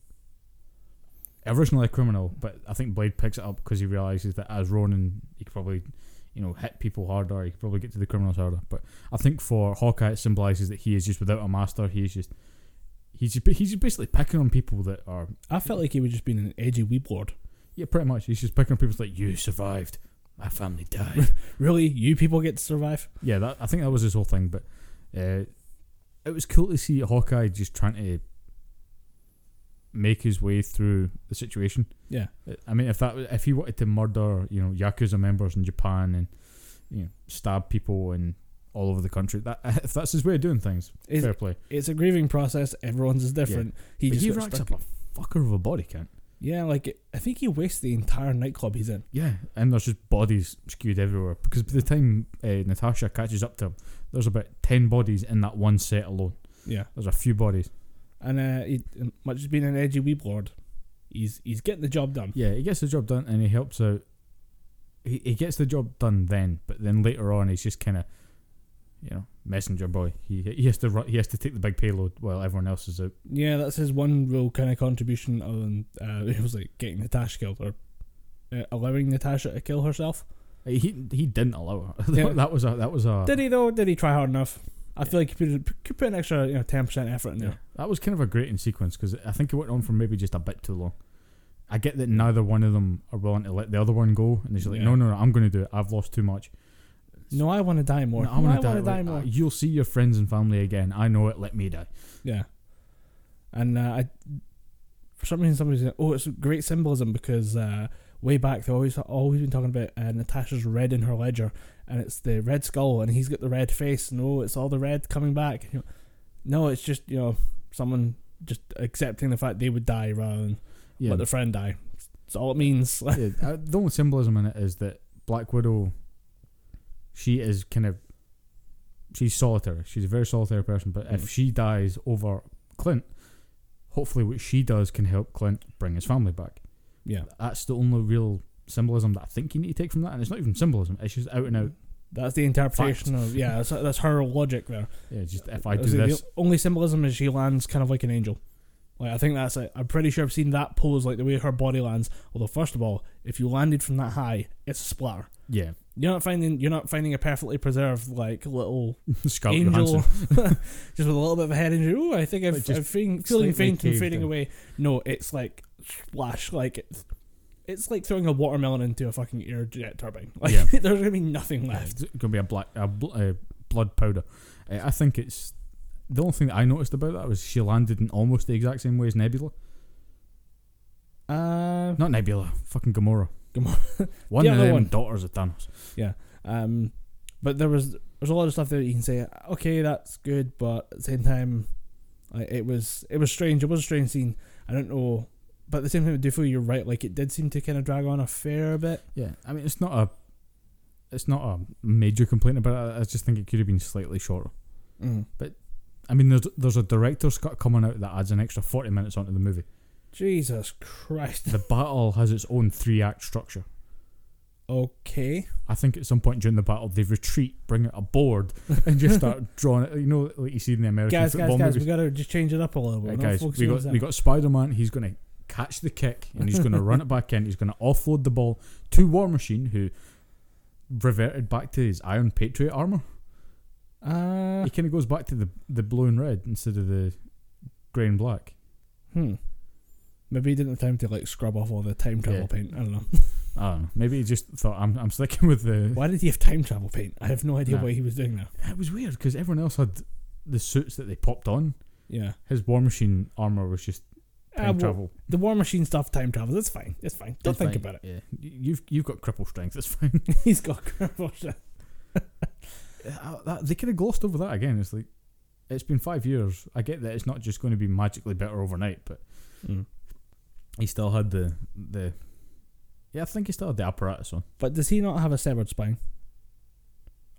originally a criminal, but I think Blade picks it up because he realizes that as Ronin, he could probably, you know, hit people harder. He could probably get to the criminals harder. But I think for Hawkeye, it symbolizes that he is just without a master. He is just. He's just, he's just basically picking on people that are
I felt like he was just being an edgy weeb lord.
yeah pretty much he's just picking on people like you survived my family died
Really, you people get to survive?
yeah that I think that was his whole thing but uh, it was cool to see Hawkeye just trying to make his way through the situation Uh,
Yeah.
I mean, if that was- if he wanted to murder, you know, yakuza members in Japan and you know stab people and all over the country, that if that's his way of doing things,
It's,
fair play.
it's a grieving process. Everyone's is different. He
but
just
he
got
racks
stuck-
up a fucker of a body count.
Yeah, like I think he wastes the entire nightclub he's in.
Yeah, and there's just bodies skewed everywhere because by the time uh, Natasha catches up to him, there's about ten bodies in that one set alone.
Yeah,
There's a few bodies.
and uh, he, much as being an edgy weeb lord, he's he's getting the job done.
Yeah, he gets the job done and he helps out. He, he gets the job done then, but then later on, he's just kind of you know, messenger boy. He he has to ru- he has to take the big payload while everyone else is out.
Yeah, that's his one real kind of contribution. Other than uh, it was like getting Natasha killed or uh, allowing Natasha to kill herself.
He he didn't allow her.
Yeah.
that was a that was a
Did he though? Did he try hard enough? I
Yeah.
feel like he could, could put an extra you know ten percent effort in
yeah.
there.
That was kind of a great in sequence because I think it went on for maybe just a bit too long. I get that neither one of them are willing to let the other one go, and they're just like,
Yeah.
no, no, no, I'm going to do it. I've lost too much.
No, I want to die more.
No,
No,
I want to
wanna
die. like, uh, you'll see your friends and family again. I know it. Let me die.
Yeah. And uh, I, for some reason, somebody's like, oh, it's great symbolism because uh, way back they always always been talking about uh, Natasha's red in her ledger, and it's the red skull, and he's got the red face, and oh, it's all the red coming back. You know, no, it's just you know someone just accepting the fact they would die rather than
Yeah,
let their friend die. That's all it means.
yeah, uh, the only symbolism in it is that Black Widow, she is kind of, she's solitary. She's a very solitary person. But if
Mm.
she dies over Clint, hopefully what she does can help Clint bring his family back.
yeah,
That's the only real symbolism that I think you need to take from that. And it's not even symbolism. It's just out and out.
That's the interpretation of yeah. That's, that's her logic there.
Yeah, just if
That
I do
was the- the
this,
only symbolism is she lands kind of like an angel. Like I think that's it. I'm pretty sure I've seen that pose, like the way her body lands. Although, first of all, if you landed from that high, it's a splatter.
yeah,
You're not finding you're not finding a perfectly preserved like little
Scarlett
angel,
Johansson.
just with a little bit of a head injury. Oh, I think I've,
Like, just
I'm feeling, feeling
slightly
faint and
caved
fading
in.
away. No, it's like splash, like it's, it's like throwing a watermelon into a fucking air jet turbine. Like
Yeah.
there's gonna be nothing
Yeah,
left.
It's gonna be a black a, bl- a blood powder. Uh, I think it's the only thing that I noticed about that was she landed in almost the exact same way as Nebula.
Uh,
Not Nebula, fucking Gamora. One
The
of
other
them
one.
daughters of Thanos.
Um, but there was there's a lot of stuff that you can say, okay, that's good, but at the same time, like, it was it was strange. It was a strange scene. I don't know, but at the same time, I do feel you're right. Like it did seem to kind of drag on a fair bit.
Yeah, I mean it's not a, it's not a major complaint about it. I just think it could have been slightly shorter. Mm. I mean, there's there's a director's cut coming out that adds an extra forty minutes onto the movie.
Jesus Christ.
The battle has its own three act structure.
Okay.
I think at some point during the battle they retreat, bring it aboard, and just start drawing it. You know, like you see in the American
guys, guys,
football
guys,
movies.
we gotta just change it up a little bit.
Right,
We're not
guys, we
focusing on
got
that.
we got Spider Man. He's going to catch the kick and he's going to run it back in. He's going to offload the ball to War Machine, who reverted back to his Iron Patriot armor.
Uh,
He kind of goes back to the the blue and red instead of the grey and black.
hmm. Maybe he didn't have time to like scrub off all the time travel
Yeah.
paint. I don't know.
I don't know. Maybe he just thought I'm I'm sticking with the.
Why did he have time travel paint? I have no idea
Nah.
why he was doing that.
It was weird because everyone else had the suits that they popped on.
Yeah.
His War Machine armor was just time
Ah, well,
travel.
The War Machine stuff time travels. It's fine. It's fine. Don't
It's
think
fine.
about it.
Yeah, You- you've you've got cripple strength. It's fine.
He's got corruption.
Uh, that, they could have glossed over that again. It's like it's been five years. I get that it's not just going to be magically better overnight, but Mm. he still had the the. Yeah, I think he still had the apparatus on.
But does he not have a severed spine?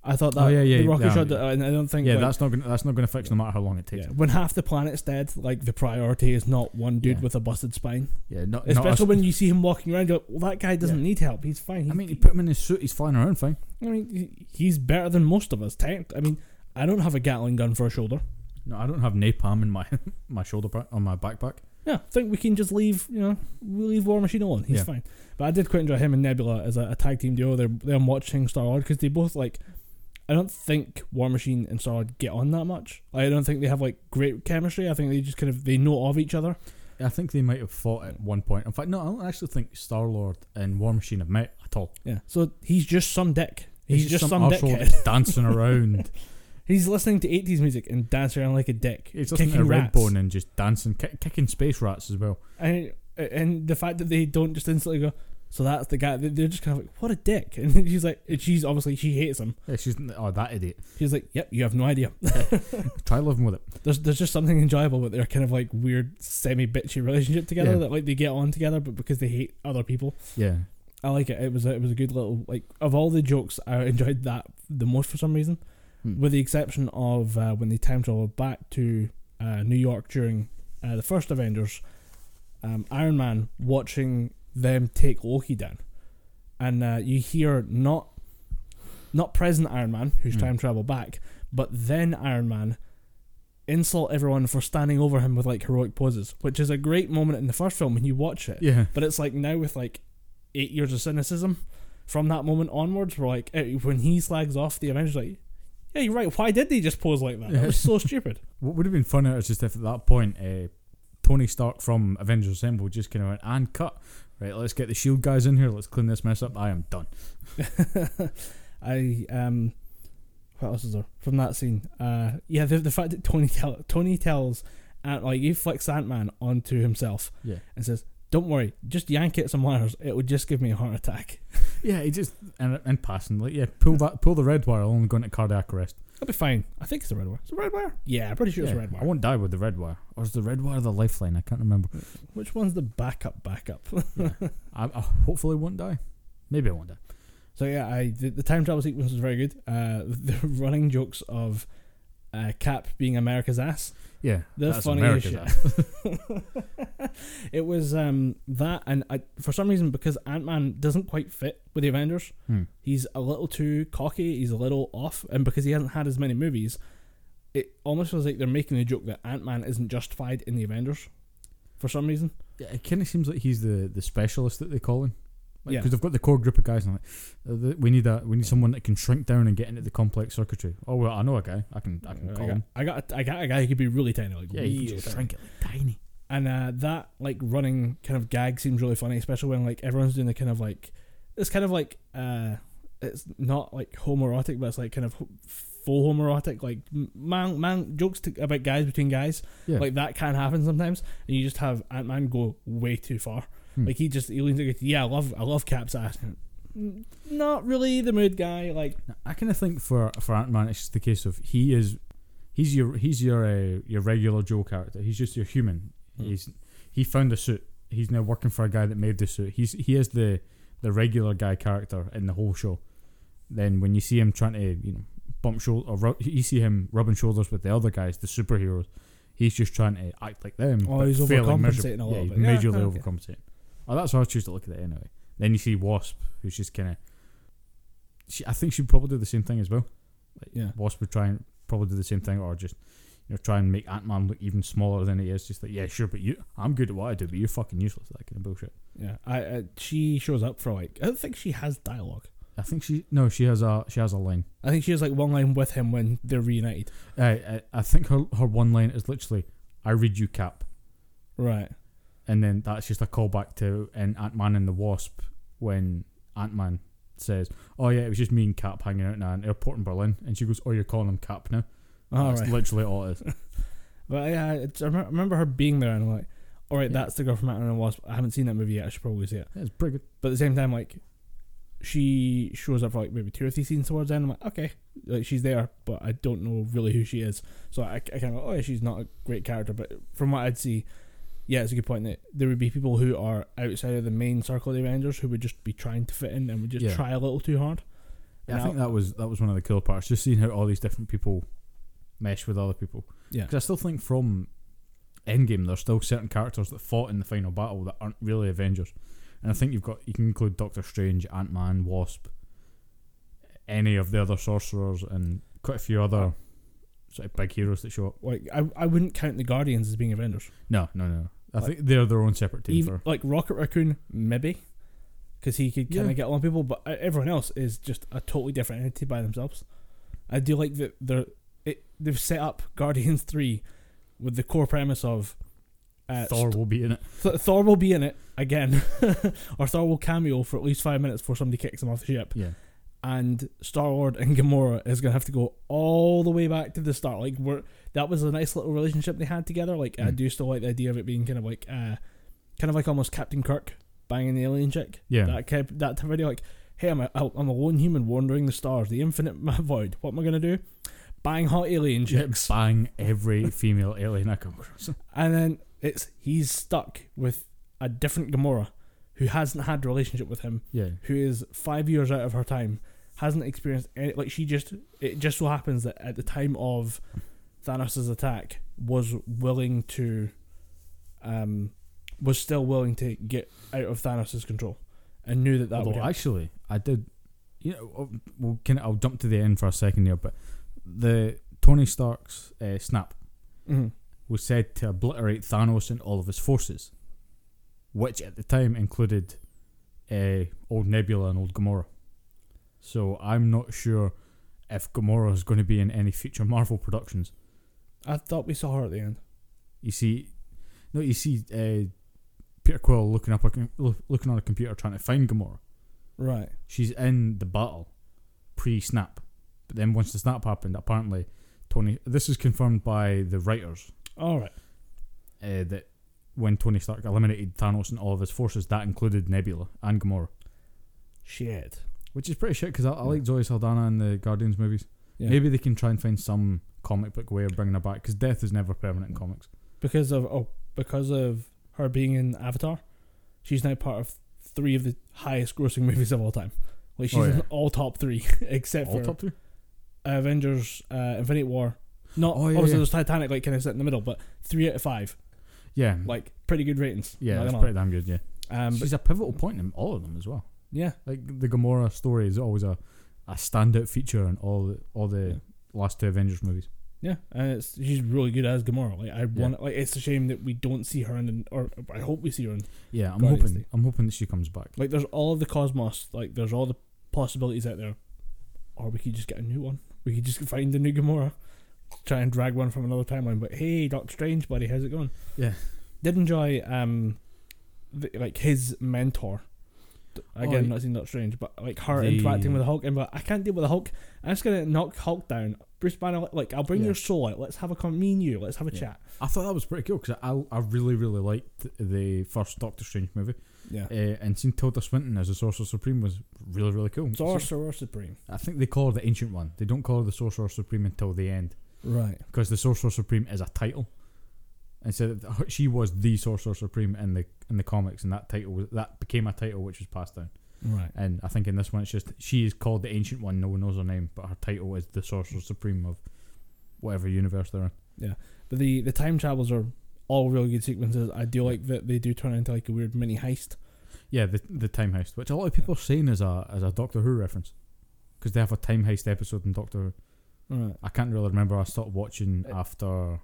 I thought that.
Oh, yeah, yeah,
The rocket
yeah.
shot. that- and I don't think.
Yeah,
like-
that's not gonna that's not gonna fix no matter how long it takes.
yeah, when half the planet's dead, like the priority is not one dude
Yeah.
with a busted spine.
Yeah, not, not
Especially
us-
when you see him walking around, you're like, well, that guy doesn't
Yeah.
need help. He's fine.
I mean,
he,
you put him in his suit. He's flying around fine.
I mean, he- he's better than most of us. Technically, I mean, I don't have a Gatling gun for a shoulder.
No, I don't have napalm in my my shoulder pack on my backpack.
Yeah, I think we can just leave. You know, we leave War Machine alone. He's
Yeah.
fine. But I did quite enjoy him and Nebula as a, a tag team duo. They're they're watching Star Lord because they both like. I don't think War Machine and Star Lord get on that much. I don't think they have like great chemistry. I think they just kind of they know of each other.
I think they might have fought at one point. In fact, no, I don't actually think Star Lord and War Machine have met at all.
Yeah. So he's just some dick. He's, just some,
arsehole
dickhead.
dancing around.
He's listening to eighties music and dancing around like a dick.
He's listening to
kicking rats.
Redbone and just dancing, kick, kicking space rats as well.
And and the fact that they don't just instantly go. So that's the guy. They're just kind of like, what a dick. And she's like, she's obviously she hates him.
Yeah, she's oh that idiot.
She's like, yep, you have no idea.
Try living with it.
there's there's just something enjoyable about their kind of like weird semi bitchy relationship together
Yeah.
that like they get on together, but because they hate other people,
Yeah,
I like it. It was a, it was a good little like of all the jokes, I enjoyed that the most for some reason,
Hmm.
with the exception of uh, when they time travel back to uh, New York during uh, the first Avengers, um, Iron Man watching them take Loki down, and uh, you hear not not present Iron Man who's
Hmm.
time travel back, But then Iron Man insult everyone for standing over him with like heroic poses, which is a great moment in the first film when you watch it.
Yeah.
But it's like now with like eight years of cynicism from that moment onwards, we're like eh, when he slags off the Avengers, like yeah, you're right. Why did they just pose like that? That was so stupid.
What would have been funnier is just if at that point uh, Tony Stark from Avengers Assemble just kind of went and cut. Right, let's get the shield guys in here. Let's clean this mess up. I am done.
I um, what else is there from that scene? Uh, yeah, the, the fact that Tony tell Tony tells, Ant, like he flicks Ant Man onto himself
Yeah,
and says, "Don't worry, just yank at some wires. It would just give me a heart attack.
yeah. He just and and passing like yeah, pull that, pull the red wire. I'll only go into cardiac arrest.
I'll be fine. I think it's a red wire. It's a red wire. Yeah, I'm pretty sure it's
Yeah,
a red
I
wire.
won't die with the red wire. Or is the red wire the lifeline? I can't remember.
Which one's the backup? Backup.
I, I hopefully won't die. Maybe I won't die.
so yeah, I the, the time travel sequence was very good. Uh, the running jokes of uh, Cap being America's ass.
Yeah,
The
that's
funniest
America's
shit.
ass.
it was um, that, and I, for some reason, because Ant Man doesn't quite fit with the Avengers,
Hmm.
he's a little too cocky, he's a little off, and because he hasn't had as many movies, it almost feels like they're making the joke that Ant Man isn't justified in the Avengers for some reason.
Yeah, it kind of seems like he's the, the specialist that they call him. Because
Yeah.
they've got the core group of guys, and like, uh, th- we need that. We need someone that can shrink down and get into the complex circuitry. Oh well, I know a guy. I can. I can
I
call
got,
him.
I got I got a guy who could be really tiny, like
Yeah,
really
you can just
tiny.
shrink it like tiny.
And uh, that like running kind of gag seems really funny, especially when like everyone's doing the kind of like it's kind of like uh, it's not like homoerotic, but it's like kind of ho- full homoerotic, like m- man man jokes to, about guys between guys.
Yeah.
Like that can happen sometimes, and you just have Ant Man go way too far.
Hmm.
Like he just he leans like yeah, I love I love Cap's ass. Mm, Not really the mood guy. Like
Now, I kind of think for for Ant Man, it's just the case of he is, he's your he's your uh, your regular Joe character. He's just your human.
Hmm.
He's he found a suit. He's now working for a guy that made the suit. He's he is the the regular guy character in the whole show. Then when you see him trying to you know bump shoulder or rub, you see him rubbing shoulders with the other guys, the superheroes. He's just trying to act like them.
Oh,
but
he's
failing
overcompensating
miserably.
a little
yeah, he's
bit. Yeah,
majorly
okay.
overcompensating. Oh, that's how I choose to look at it anyway. Then you see Wasp, who's just kind of. She, I think she'd probably do the same thing as well.
yeah,
Wasp would try and probably do the same thing, or just you know try and make Ant Man look even smaller than he is. Just like yeah, sure, but you, I'm good at what I do, but you're fucking useless. That kind of bullshit.
yeah. I uh, she shows up for like I don't think she has dialogue.
I think she no, she has a she has a line.
I think she has like one line with him when they're reunited.
I I, uh, I think her her one line is literally, "I read you cap,"
Right.
and then that's just a callback to in Ant Man and the Wasp when Ant Man says, "Oh yeah, it was just me and Cap hanging out in an airport in Berlin," and she goes, "Oh, you're calling him Cap now."
All right.
that's literally all it is.
But yeah, it's, I remem- remember her being there, and I'm like, all right,
Yeah.
that's the girl from Ant Man and the Wasp. I haven't seen that movie yet. I should probably see it.
Yeah, it's pretty good.
But at the same time, like, she shows up for like maybe two or three scenes towards the end. I'm like, okay, like she's there, but I don't know really who she is. So I, I kind of go, oh yeah, she's not a great character. But from what I'd see, yeah, it's a good point that there would be people who are outside of the main circle of the Avengers who would just be trying to fit in and would just
Yeah.
try a little too hard.
Yeah, I
And
think that was that was one of the cool parts, just seeing how all these different people mesh with other people.
Yeah.
Because I still think from Endgame, there's still certain characters that fought in the final battle that aren't really Avengers, and I think you've got you can include Doctor Strange, Ant Man, Wasp, any of the other sorcerers, and quite a few other sort of big heroes that show up.
Like I, I wouldn't count the Guardians as being Avengers.
No, no, no. I
Like-
think they're their own separate team.
Even,
for,
like Rocket Raccoon, maybe, because he could kind of
Yeah.
get along with people, but uh, everyone else is just a totally different entity by themselves. I do like that they're it, they've set up Guardians three with the core premise of uh,
Thor will be in it.
Th- Thor will be in it again, or Thor will cameo for at least five minutes before somebody kicks him off the ship,
Yeah.
and Star Lord and Gamora is gonna have to go all the way back to the start. Like we're that was a nice little relationship they had together. Like I
Mm.
do still like the idea of it being kind of like uh, kind of like almost Captain Kirk banging the alien chick.
Yeah.
That kind of, that type of idea. Like hey, I'm a I'm a lone human wandering the stars, the infinite void. What am I gonna do? Bang hot alien
Yeah,
chicks.
bang every female alien I come across.
And then it's he's stuck with a different Gamora who hasn't had a relationship with him,
Yeah.
who is five years out of her time, hasn't experienced any like she just it just so happens that at the time of Thanos' attack was willing to um was still willing to get out of Thanos' control and knew that that
Although
would happen.
actually, I did. You know, oh, well, can I'll jump to the end for a second here, but the Tony Stark's uh, snap
Mhm.
was said to obliterate Thanos and all of his forces, which at the time included uh, old Nebula and old Gamora. So I'm not sure if Gamora is going to be in any future Marvel productions.
I thought we saw her at the end.
You see, no, you see uh, Peter Quill looking up a com- loo- looking on a computer trying to find Gamora.
Right.
She's in the battle pre-snap, but then once the snap happened, apparently Tony. This is confirmed by the writers
All right.
uh, that when Tony Stark eliminated Thanos and all of his forces, that included Nebula and Gamora,
Shit.
which is pretty shit because I, I like Zoe Saldana in the Guardians movies.
Yeah.
Maybe they can try and find some comic book way of bringing her back because death is never permanent in comics.
because of oh because of her being in Avatar, she's now part of three of the highest grossing movies of all time. Like she's
Oh, yeah.
in all top three except
All
for
top two.
Avengers, uh, Infinite War. Not
Oh, yeah,
obviously
yeah.
there's Titanic like kind of set in the middle, but three out of five,
Yeah,
like pretty good ratings.
Mm. yeah,
Not
that's
gonna
pretty damn good. Yeah.
lie. Um, but
she's a pivotal point in all of them as well.
yeah,
Like the Gamora story is always a, a standout feature in all the, all the
Yeah.
last two Avengers movies.
yeah, and it's she's really good as Gamora. Like I want, like it's a shame that we don't see her in, an, or I hope we see her in
Yeah, I'm
Guardians
hoping
Day.
I'm hoping that she comes back.
Like there's all of the cosmos, like there's all the possibilities out there. Or we could just get a new one. We could just find a new Gamora. Try and drag one from another timeline. But hey, Doctor Strange, buddy, how's it going?
Yeah.
Did enjoy um the, like his mentor. D- Again,
Oh,
not seeing Doctor Strange, but like her
the-
interacting with the Hulk and but I can't deal with the Hulk. I'm just gonna knock Hulk down. Bruce Banner, like I'll bring
Yeah.
your soul out. Let's have a con- me and you. Let's have a
Yeah.
chat.
I thought that was pretty cool because I I really really liked the first Doctor Strange movie,
Yeah.
uh, and seeing Tilda Swinton as the Sorcerer Supreme was really really cool.
Sorcerer Supreme.
I think they call her the Ancient One. They don't call her the Sorcerer Supreme until the end
Right.
because the Sorcerer Supreme is a title, and so that her- she was the Sorcerer Supreme in the in the comics, and that title was, that became a title which was passed down.
Right.
And I think in this one, it's just she is called the Ancient One. No one knows her name, but her title is the Sorcerer Supreme of whatever universe they're in.
But the the time travels are all really good sequences. I do like that they do turn into like a weird mini heist.
Yeah, the the time heist, which a lot of people are saying is a is a Doctor Who reference, because they have a time heist episode in Doctor Who.
Right.
I can't really remember. I stopped watching
Uh,
after.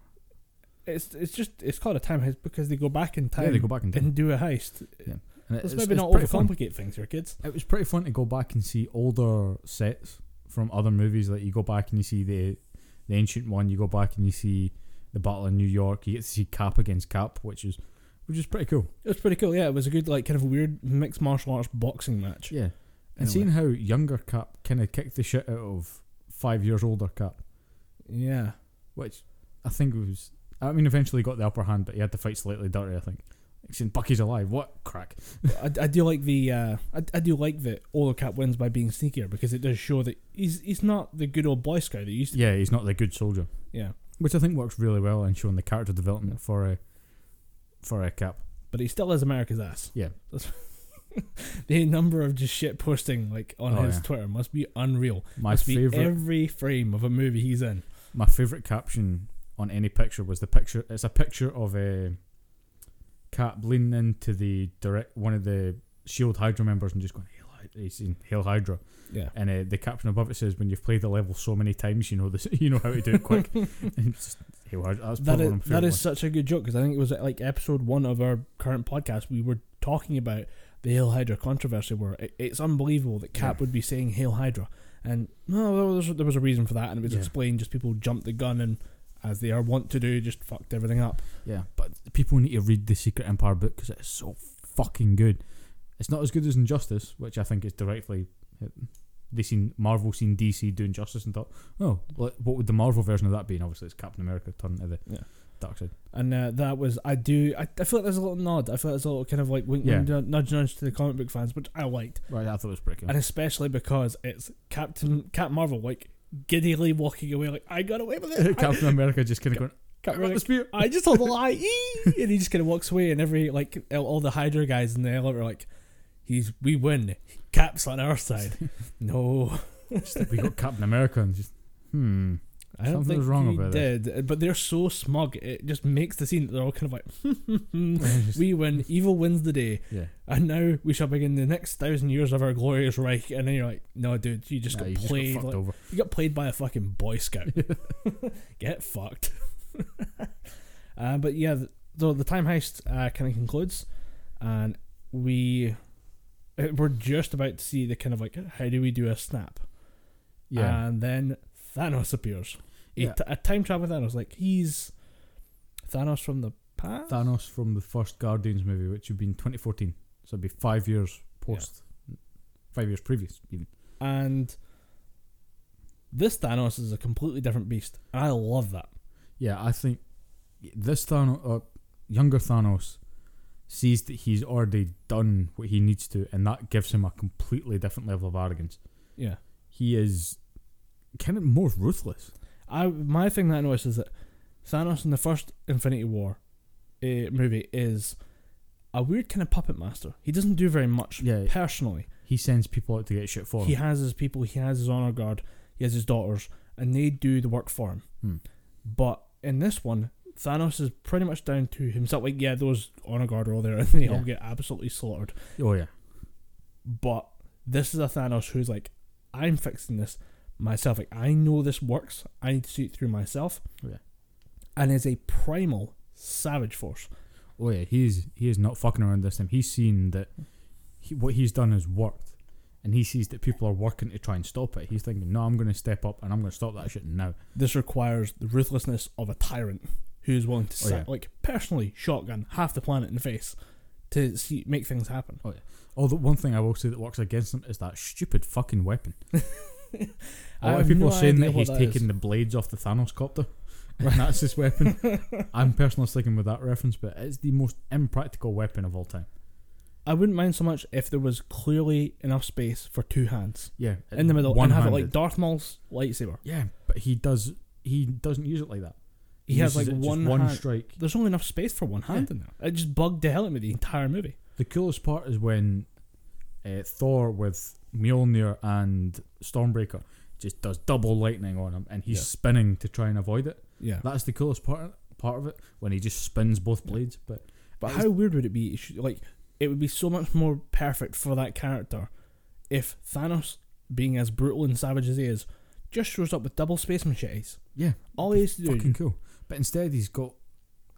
It's it's just it's called a time heist because they go back in time
Yeah, they go back in time.
and do a heist.
Yeah. And it-
Let's
it's-
maybe
it's
not
pretty fun.
overcomplicate things here, kids.
It was pretty fun to go back and see older sets from other movies. Like you go back and you see the the ancient one. You go back and you see the Battle in New York. You get to see Cap against Cap, which is which is pretty cool.
It was pretty cool. Yeah, it was a good like kind of weird mixed martial arts boxing match.
Yeah.
in
And
a
seeing
way.
how younger Cap kind of kicked the shit out of five years older Cap,
yeah,
which I think was. I mean, eventually he got the upper hand, but he had to fight slightly dirty, I think. Like saying, Bucky's alive, what? Crack.
But I, I do like the uh, I, I do like that older Cap wins by being sneakier because it does show that he's he's not the good old boy scout that he used to.
Yeah, he's not the good soldier.
be. Yeah,
Which I think works really well in showing the character development for a for a Cap.
but he still is America's ass.
Yeah.
That's- the number of just shit posting like on
Oh,
his
yeah.
Twitter must be unreal.
My
must be
favourite
every frame of a movie he's in.
my favourite caption on any picture was the picture. It's a picture of a Cap leaning into the direct one of the Shield Hydra members and just going, "Hail Hydra!" He's saying, "Hail Hydra!"
Yeah.
and uh, the caption above it says, "When you've played the level so many times, you know this, you know how to do it quick." and it's just, hey, well, that's
That
probably
is,
one of my
that
favourite
is such a good joke because I think it was like episode one of our current podcast. We were talking about the Hail Hydra controversy where it, it's unbelievable that Cap
Yeah.
would be saying Hail Hydra. And no, there was, there was a reason for that, and it was
Yeah.
explained just people jumped the gun and, as they are wont to do, just fucked everything up.
ones. yeah, but people need to read the Secret Empire book because it's so fucking good. It's not as good as Injustice, which I think is directly uh, they seen Marvel seen DC doing Justice and thought, oh, what what would the Marvel version of that be? And obviously, it's Captain America turning to the
Yeah.
dark side.
And uh, that was I do I, I feel like there's a little nod. I feel like there's a little kind of like wink, wink, nudge nudge to the comic book fans, which I liked.
Right, I thought it was pretty cool.
and especially because it's Captain Cap Marvel like giddily walking away like I got away with it. I,
Captain America just kind of going,
Cap
"I'm on
Marvel,
the
like,
spear."
I just told a lie, ee! and he just kind of walks away. And every like all- all the Hydra guys in the elevator are like, he's we win. Cap's on our side. no,
Just like, we got Captain America and just hmm.
I don't
Something
think
was wrong
you
about
did,
this.
but they're so smug. It just makes the scene that they're all kind of like, "We win, evil wins the day,
yeah.
and now we shall begin the next thousand years of our glorious Reich." And then you're like, "No, dude, you just
Nah,
got
you just
played.
fucked
like,
over.
you got played by a fucking boy scout. Get fucked." uh, but yeah, th- so the time heist uh, kind of concludes, and we uh, we're just about to see the kind of like, how do we do a snap?
Yeah.
And then Thanos appears. He
Yeah.
t- a time travel Thanos. Like, he's Thanos from the past?
Thanos from the first Guardians movie, which would be in 2014. So it'd be five years post, five years previous, even.
and this Thanos is a completely different beast. And I love that.
Yeah, I think this Thanos, uh, younger Thanos, sees that he's already done what he needs to, and that gives him a completely different level of arrogance.
Yeah.
He is kind of more ruthless.
I My thing that I noticed is that Thanos in the first Infinity War uh, movie is a weird kind of puppet master. He doesn't do very much
Yeah.
personally.
He sends people out to get shit for
He
him.
has his people, he has his honor guard, he has his daughters, and they do the work for him.
Hmm.
But in this one, Thanos is pretty much down to himself. Like, yeah, those honor guard are all there, and they all
Yeah.
get absolutely slaughtered.
Oh yeah,
But this is a Thanos who's like, I'm fixing this myself. Like, I know this works. I need to see it through myself.
Oh, yeah.
And is a primal savage force.
oh yeah. He is he is not fucking around this time. He's seen that he, what he's done has worked, and he sees that people are working to try and stop it. He's thinking, no, I'm going to step up and I'm going to stop that shit now.
This requires the ruthlessness of a tyrant who is willing to,
Oh,
sa-
yeah.
like, personally shotgun half the planet in the face to see make things happen.
Although one thing I will say that works against him is that stupid fucking weapon. A
I
lot
have
of people
no
are saying
idea
that
what
he's
that
taking
is.
the blades off the Thanos copter. and that's his weapon. I'm personally sticking with that reference, but it's the most impractical weapon of all time.
I wouldn't mind so much if there was clearly enough space for two hands
Yeah,
in the middle and have it like
one-handed.
Darth Maul's lightsaber.
yeah, but he does. He doesn't use it like that.
He, has like
uses it just
one,
one
hand.
strike.
There's only enough space for one hand in there. It just bugged the hell out of me the entire movie.
The coolest part is when uh, Thor with Mjolnir and Stormbreaker just does double lightning on him, and he's
Yeah.
spinning to try and avoid it.
Yeah.
That's the coolest part part of it when he just spins both
Yeah.
blades. But
but how weird would it be? if you- Like, it would be so much more perfect for that character if Thanos, being as brutal and savage as he is, just shows up with double space machetes.
yeah,
All he has to do
fucking cool. But instead, he's got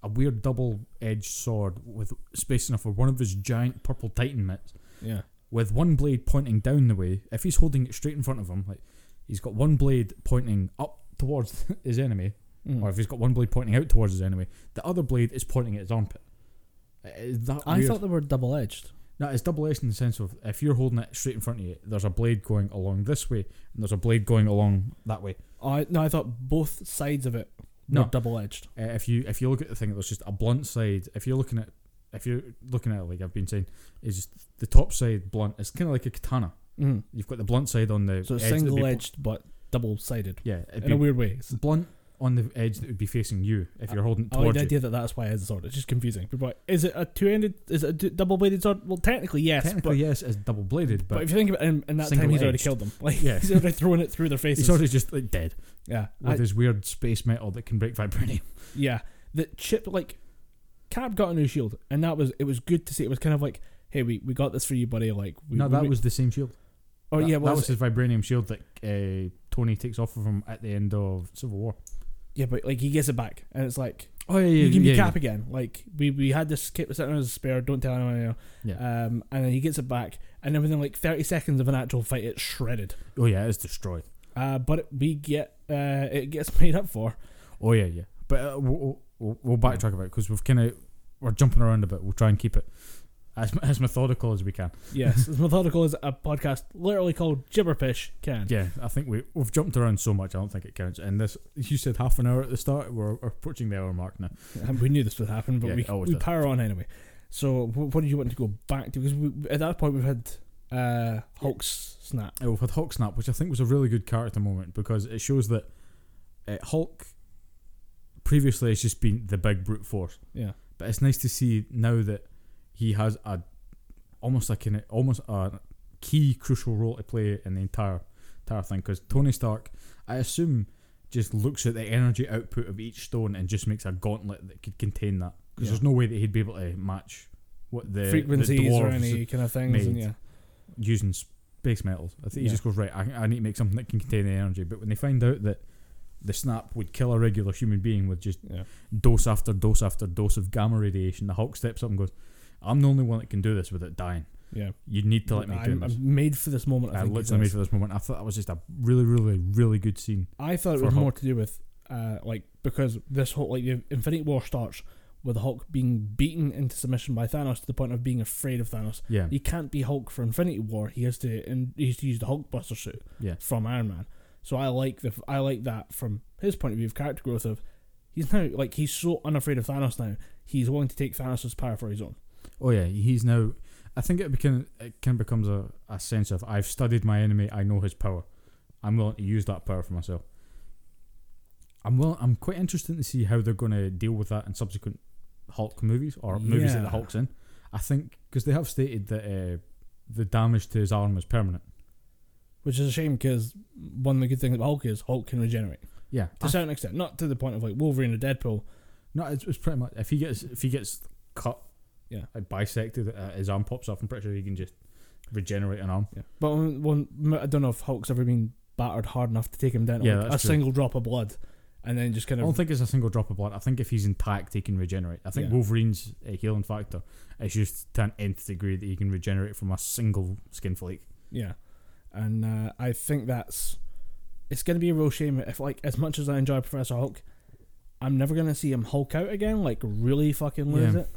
a weird double-edged sword with space enough for one of his giant purple titan mitts,
Yeah.
with one blade pointing down the way. If he's holding it straight in front of him, like he's got one blade pointing up towards his enemy,
Mm.
or if he's got one blade pointing out towards his enemy, the other blade is pointing at his armpit. Is that
I
weird?
thought they were double edged.
No, it's double edged in the sense of if you're holding it straight in front of you, there's a blade going along this way, and there's a blade going along that way.
I no, I thought both sides of it were
No.
double edged.
Uh, if you if you look at the thing, there's just a blunt side. If you're looking at if you're looking at it, like I've been saying, is just the top side blunt. It's kind of like a katana.
Mm.
You've got the blunt side on the
So
edge
it's
that'd be
single
bl-
edged but double sided
Yeah, it'd
in
be
a weird way. It's,
blunt on the edge that would be facing you if you're holding it
I like
towards
Oh, the
you.
idea that that's why it's a sword. It's just confusing. People are like, is it a two ended? Is it a double bladed sword? Well, technically yes,
Technically,
but,
yes, it's double bladed,
but
but,
if you think about it, in, in that time, he's already
Single-edged.
killed them. Like
Yeah.
he's already thrown it through their faces.
he's already just like dead
yeah,
with
I-
his weird space metal that can break vibranium.
yeah. The chip like Cap got a new shield, and that was it was good to see. It was kind of like, hey, we, we got this for you, buddy. Like we
no,
we-
that
we-
was the same shield.
oh
that,
yeah,
that
well,
was his vibranium shield that uh, Tony takes off of him at the end of Civil War.
yeah, but like he gets it back, and it's like
Oh yeah, yeah,
you can be
yeah,
Cap again. Like we we had this kit sitting as a spare. Don't tell anyone. You know.
Yeah.
Um, and then he gets it back, and then within like thirty seconds of an actual fight, it's shredded.
Oh yeah, it's destroyed.
Uh, but it, we get uh, it gets made up for.
Oh yeah, yeah. But uh, we'll, we'll, we'll backtrack about it because we've kind of we're jumping around a bit. We'll try and keep it as as methodical as we can.
Yes, as methodical as a podcast literally called Gibberpish can.
Yeah, I think we we've jumped around so much. I don't think it counts. And this, you said half an hour at the start. We're approaching the hour mark now.
And we knew this would happen, but
Yeah,
we
it always
we
does.
power on anyway. So wh- what did you want to go back to? Because we, at that point we've had uh, Hulk's snap.
Uh, we've had Hulk snap, which I think was a really good character moment because it shows that uh, Hulk previously has just been the big brute force.
Yeah.
but it's nice to see now that he has a almost like an almost a key crucial role to play in the entire entire thing because Tony Stark I assume just looks at the energy output of each stone and just makes a gauntlet that could contain that. Because
Yeah.
there's no way that he'd be able to match what the the
frequencies or
dwarves
any kind of things. And
made.
yeah,
using space metals. I think he
Yeah.
just goes right. I, I need to make something that can contain the energy. But when they find out that the snap would kill a regular human being with just
yeah,
dose after dose after dose of gamma radiation, the Hulk steps up and goes, "I'm the only one that can do this without dying.
yeah.
You need to let me do
I'm,
this."
I'm made for this moment. I,
I
think he
literally made
says.
for this moment. I thought that was just a really, really, really good scene.
I thought it
for
was
Hulk.
more to do with uh, like because this whole like the Infinity War starts with the Hulk being beaten into submission by Thanos to the point of being afraid of Thanos.
Yeah,
He can't be Hulk for Infinity War. He has to and he has to use the Hulk Buster suit
Yeah.
from Iron Man. So I like the I like that from his point of view of character growth of he's now like he's so unafraid of Thanos now he's willing to take Thanos' power for his own.
Oh yeah, he's now. I think it became it kind of becomes a, a sense of I've studied my enemy. I know his power. I'm willing to use that power for myself. I'm willing, I'm quite interested to see how they're going to deal with that in subsequent Hulk movies or movies that the
Yeah.
Hulk's in. I think because they have stated that uh, the damage to his arm is permanent.
Which is a shame because one of the good things about Hulk is Hulk can regenerate
Yeah,
to a certain extent, not to the point of like Wolverine or Deadpool.
No, it's, it's pretty much if he gets if he gets cut,
Yeah.
like bisected, uh, his arm pops off. I'm pretty sure he can just regenerate an arm.
Yeah. But when, when, I don't know if Hulk's ever been battered hard enough to take him down to
Yeah,
like, a
that's true.
single drop of blood, and then just kind
I
of
don't think it's a single drop of blood. I think if he's intact, he can regenerate. I think
Yeah.
Wolverine's uh, healing factor is just to an nth degree that he can regenerate from a single skin flake.
Yeah, and uh, I think that's it's going to be a real shame if like as much as I enjoy Professor Hulk, I'm never going to see him Hulk out again. Like really fucking lose
Yeah.
it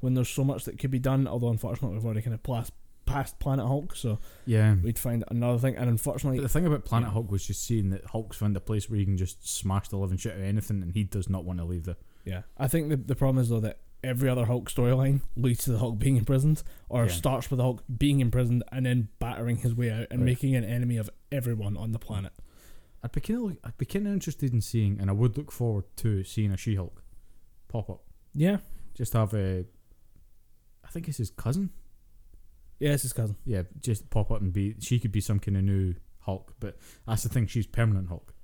when there's so much that could be done. Although unfortunately we've already kind of plas- past Planet Hulk, so
Yeah.
we'd find another thing. And unfortunately,
But the thing about Planet
Yeah.
Hulk was just seeing that Hulk's found a place where he can just smash the living shit out of anything, and he does not want to leave there.
Yeah, I think the the problem is though that every other Hulk storyline leads to the Hulk being imprisoned, or
Yeah.
starts with the Hulk being imprisoned and then battering his way out and
Right.
making an enemy of everyone on the planet.
I'd be kind of I'd be kind of interested in seeing, and I would look forward to seeing a She Hulk pop up.
Yeah,
Just have a, I think it's his cousin.
yeah, it's his cousin.
Yeah, just pop up and be. She could be some kind of new Hulk, but that's the thing. She's permanent Hulk.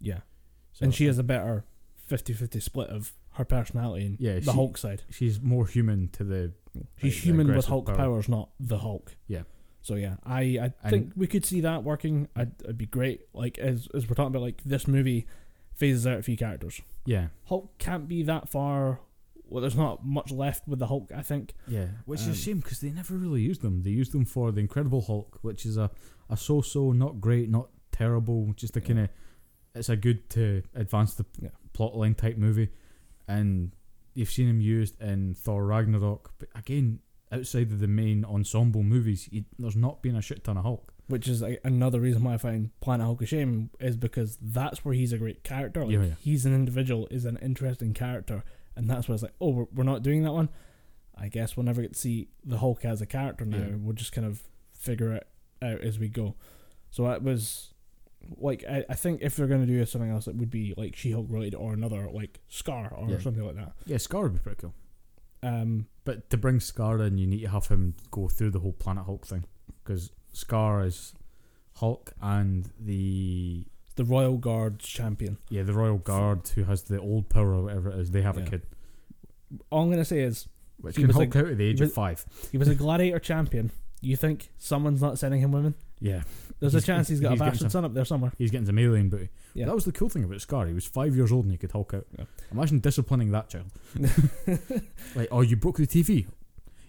Yeah,
So
and she has a better 50-50 split of her personality and
Yeah,
the
she-
Hulk side.
she's more human to the
She's
like the
human with
aggressive
Hulk
power.
powers, not the Hulk.
Yeah.
So yeah, I, I
And-
think we could see that working. I'd, it'd be great. Like as as we're talking about, like this movie phases out a few characters.
yeah
Hulk can't be that far. Well, there's not much left with the Hulk, I think.
yeah which is
Um,
a shame because they never really used them they used them for the incredible hulk which is a, a so so not great not terrible just a
Yeah.
kind of it's a good to advance the
Yeah.
plot line type movie and you've seen him used in thor ragnarok but again outside of the main ensemble movies he, there's not been a shit ton of hulk
Which is like, another reason why I find Planet Hulk a shame is because that's where he's a great character. Like,
Yeah, yeah.
He's an individual, is an interesting character, and that's where it's like, oh, we're, we're not doing that one. I guess we'll never get to see the Hulk as a character now.
Yeah.
We'll just kind of figure it out as we go. So that was like I, I think if they're gonna do something else, it would be like She Hulk related or another like Scar or
Yeah.
something like that.
yeah scar would be pretty cool
Um,
But to bring Scar in, you need to have him go through the whole Planet Hulk thing because Scar is Hulk and the
the Royal Guards champion.
yeah the Royal Guard who has the old power or whatever it is. They have
Yeah.
a kid
All I'm gonna say is
which
He
can
was
Hulk out at the age
he
of five.
he was a gladiator champion. You think someone's not sending him women?
Yeah,
There's
He's-
a chance he's got
he's
a
getting
bastard son up there somewhere.
he's getting some alien booty.
Yeah.
That was the cool thing about Scar. He was five years old and he could Hulk out.
Yeah.
Imagine disciplining that child. like, oh, you broke the TV.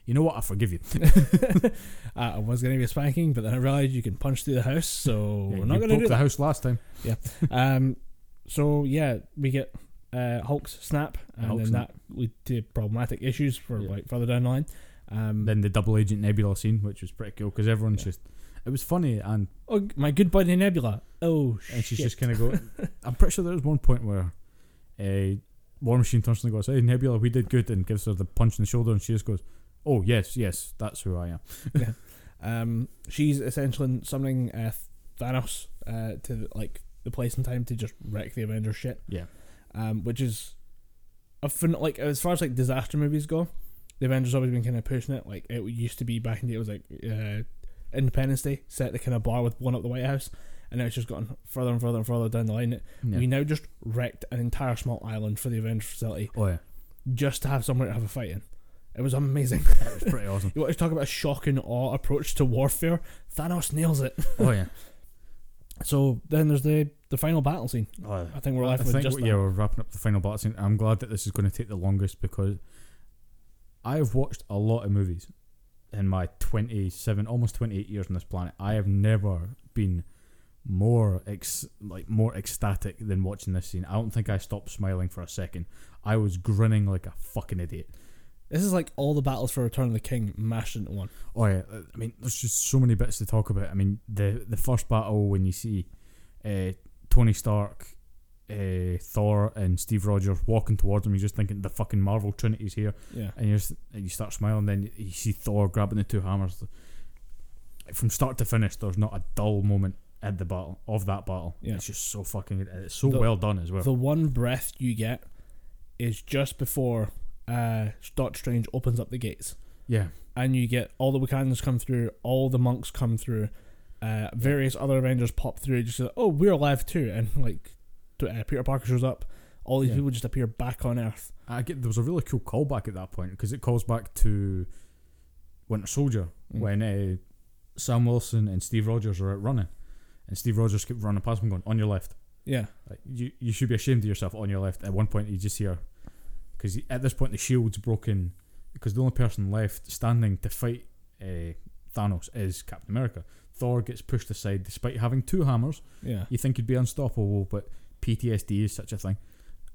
You know what? I forgive you.
uh, I was gonna be a spanking, but then I realized you can punch through the house, so
Yeah,
we're not
you
gonna
broke
do
the
that.
house last time.
Um, so yeah, we get uh, Hulk's snap, and
Hulk
then
snap.
that lead to problematic issues for
Yeah.
like further down the line. Um,
Then the double agent Nebula scene, which was pretty cool because everyone's
Yeah.
just. It was funny and
oh, g- my good buddy Nebula. Oh,
and she's
shit.
just kind of going. I'm pretty sure there was one point where uh, War Machine turns to her and goes, "Hey Nebula, we did good," and gives her the punch in the shoulder, and she just goes, "Oh yes, yes, that's who I am."
Um, she's essentially summoning uh, Thanos uh, to like the place and time to just wreck the Avengers shit.
Yeah.
Um, which is a fin- like as far as like disaster movies go, the Avengers always been kind of pushing it. Like it used to be back in the day, it was like uh, Independence Day set the kind of bar with blowing up the White House, and now it's just gotten further and further and further down the line. It-
Yeah.
We now just wrecked an entire small island for the Avengers facility
oh yeah,
just to have somewhere to have a fight in. It was amazing.
that was pretty awesome.
You want to talk about a shock and awe approach to warfare? Thanos nails it.
Oh yeah,
So then there's the the final battle scene.
oh, yeah.
I think we're left
I
with
think
just
we- yeah, we're wrapping up the final battle scene. I'm glad that this is going to take the longest because I have watched a lot of movies in my 27, almost 28 years on this planet. I have never been more ex- like more ecstatic than watching this scene. I don't think I stopped smiling for a second. I was grinning like a fucking idiot.
that. This is like all the battles for Return of the King mashed into one.
Oh yeah, uh, I mean, there's just so many bits to talk about. I mean, the the first battle when you see uh, Tony Stark, uh, Thor, and Steve Rogers walking towards him, you're just thinking the fucking Marvel Trinity's here,
Yeah.
and you're s- and you start smiling. Then you- you see Thor grabbing the two hammers. From start to finish, there's not a dull moment at the battle of that battle.
Yeah.
It's just so fucking good. and It's so
The-
well done as well.
The one breath you get is just before uh, Doctor Strange opens up the gates.
yeah,
and you get all the Wakandans come through, all the monks come through, uh, various other Avengers pop through, just like, oh, we're alive too, and like t- uh, Peter Parker shows up, all these
Yeah.
people just appear back on Earth.
I get there was a really cool callback at that point because it calls back to Winter Soldier
Mm.
when uh, Sam Wilson and Steve Rogers are out running, and Steve Rogers kept running past him, going on your left.
Yeah,
Like, you you should be ashamed of yourself on your left. At one point, you just hear because at this point the shield's broken because the only person left standing to fight uh, Thanos is Captain America. Thor gets pushed aside despite having two hammers.
yeah.
You think he'd be unstoppable, but PTSD is such a thing.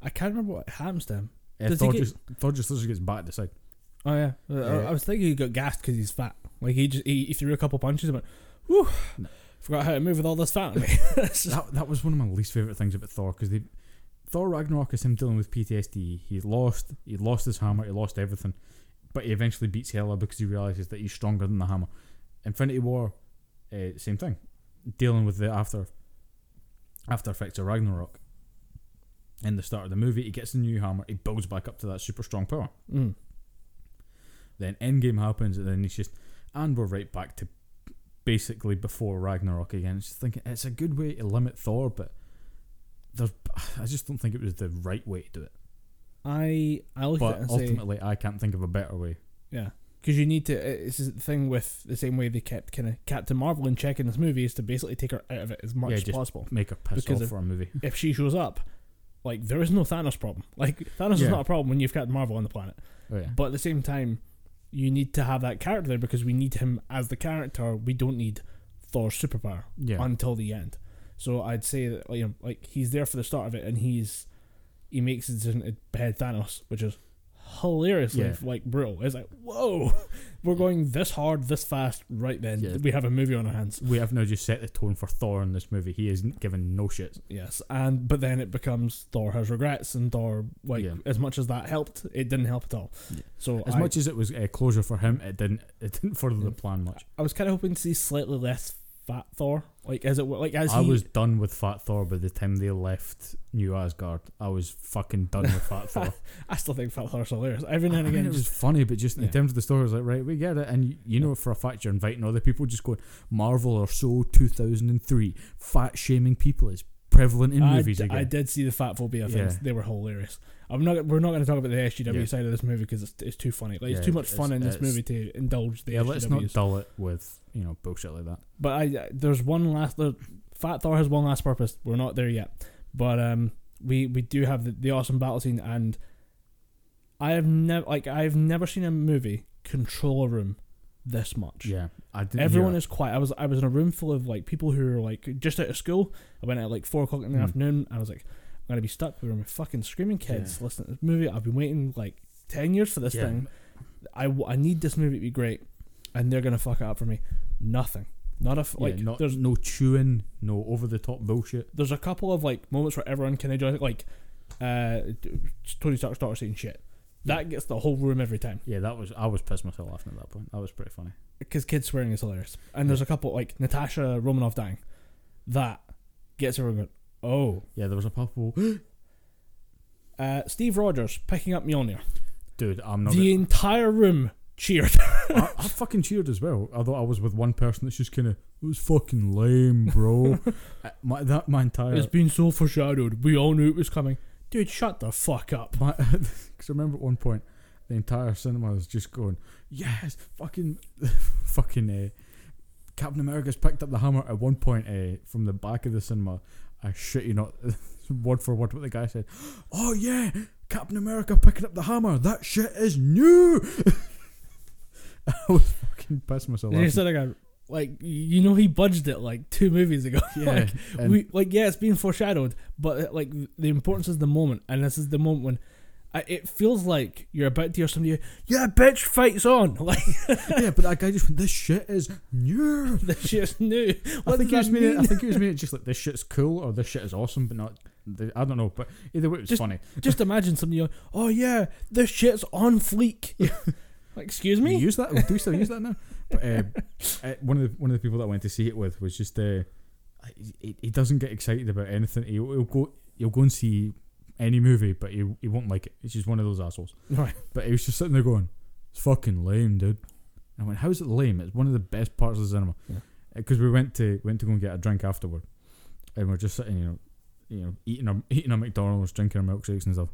I can't remember what happens to him.
Uh,
Does he
Thor,
get-
just, Thor just literally gets batted aside.
Oh yeah, I- I,
Yeah.
was thinking he got gassed because he's fat. Like he just he, he threw a couple punches and went, whew,
No.
forgot how to move with all this fat on me. It's just-
that, that was one of my least favorite things about Thor because they Thor Ragnarok is him dealing with PTSD. He's lost. He lost his hammer. He lost everything, but he eventually beats Hela because he realizes that he's stronger than the hammer. Infinity War, uh, same thing, dealing with the after after effects of Ragnarok. In the start of the movie, he gets the new hammer. He builds back up to that super strong power.
Mm.
Then Endgame happens, and then it's just, and we're right back to basically before Ragnarok again. It's just thinking it's a good way to limit Thor, but there's, I just don't think it was the right way to do it.
I I look at it
But
and say,
ultimately, I can't think of a better way.
Yeah, because you need to. It's the thing with the same way they kept kind of Captain Marvel in check in this movie is to basically take her out of it as much
Yeah,
as
just-
possible.
Make her piss
Because
off
of-
for a movie.
If she shows up, like there is no Thanos problem. Like Thanos is
Yeah.
not a problem when you've Captain Marvel on the planet.
Oh, yeah.
But at the same time, you need to have that character there because we need him as the character. We don't need Thor's superpower
Yeah.
until the end. So I'd say that like, you know, like he's there for the start of it, and he's he makes his decision to behead Thanos, which is hilariously
Yeah.
like brutal. It's like whoa, we're going this hard, this fast, right then.
Yeah.
We have a movie on our hands.
we have now just set the tone for Thor in this movie. He is given no shits.
Yes, and but then it becomes Thor has regrets, and Thor like
Yeah.
as much as that helped, it didn't help at all.
Yeah.
So
As
I,
much as it was uh, closure for him, it didn't. It didn't further the plan much.
I was kind of hoping to see slightly less fat Thor, like as it were, like as
I
he,
was done with Fat Thor by the time they left New Asgard. I was fucking done with Fat Thor.
I still think Fat Thor's hilarious. Every now and
I mean,
again,
it
just
was funny, but just in
Yeah.
terms of the story, I was like, right, we get it, and you, you know for a fact you're inviting other people. Just going, Marvel or so 2003, fat shaming people is prevalent in
I
movies
d-
again.
I did see the fat phobia things.
Yeah.
They were hilarious. I'm not. We're not going to talk about the SGW
Yeah.
side of this movie because it's, it's too funny. Like
Yeah,
it's too much
it's-
fun in this
it's-
movie to indulge the
yeah,
SGWs.
let's not dull it with you know bullshit like that.
but I, I- there's one last. There, fat Thor has one last purpose. We're not there yet, but um, we we do have the, the awesome battle scene, and I have never like I've never seen a movie control a room this much.
Yeah, I didn't.
Everyone
hear
is quiet. I was I was in a room full of like people who are like just out of school. I went out at like four o'clock in the
Hmm.
afternoon. I was like, I'm gonna be stuck. We were my fucking screaming kids
Yeah.
listening to this movie. I've been waiting like ten years for this
Yeah.
thing. I, w- I need this movie to be great, and they're gonna fuck it up for me. Nothing. Not if
yeah,
like
not,
there's
no chewing, no over the top bullshit.
there's a couple of like moments where everyone can enjoy it. Like, uh, Tony Stark's daughter saying shit. That gets the whole room every time.
Yeah, that was I was pissed myself laughing at that point. That was pretty funny.
because kids swearing is hilarious. And there's a couple like Natasha Romanoff dying, that gets everyone going. Oh,
Yeah, there was a couple.
uh, Steve Rogers picking up Mjolnir.
Dude, I'm not.
the entire room cheered.
I, I fucking cheered as well. Although I was with one person that's just kind of, it was fucking lame, bro. Uh, my, that my entire.
It's been so foreshadowed. We all knew it was coming. Dude, shut the fuck up.
My, cause I remember at one point, the entire cinema was just going, "Yes, fucking, fucking." Uh, Captain America's picked up the hammer at one point uh, from the back of the cinema. I shit you not, word for word what the guy said. Oh yeah, Captain America picking up the hammer. That shit is new. I was fucking pissed myself.
And you
laughing.
said again, like you know, he budged it like two movies ago.
yeah,
like,
and-
we like yeah, it's been foreshadowed, but like the importance is the moment, and this is the moment when. I, it feels like you're about to hear somebody. Yeah, bitch, fights on. Like
yeah, but that guy just went, "This shit is new."
this shit's new. What
I think he
does
was
that
meaning. I
mean?
think he was meaning just like this shit's cool or this shit is awesome, but not. The, I don't know, but either way, it was
Just-
funny.
Just imagine somebody going, "Oh yeah, this shit's on fleek." like, excuse
Do you
me.
use that? Do we still use that now? But uh, uh, one of the one of the people that I went to see it with was just uh, he, he doesn't get excited about anything. He'll, he'll go he'll go and see any movie, but he, he won't like it. He's just one of those assholes.
Right.
But he was just sitting there going, "It's fucking lame, dude." And I went, "How is it lame? It's one of the best parts of the cinema."
Yeah.
Because we went to went to go and get a drink afterward, and we're just sitting, you know, you know, eating our eating our McDonald's, drinking our milkshakes and stuff.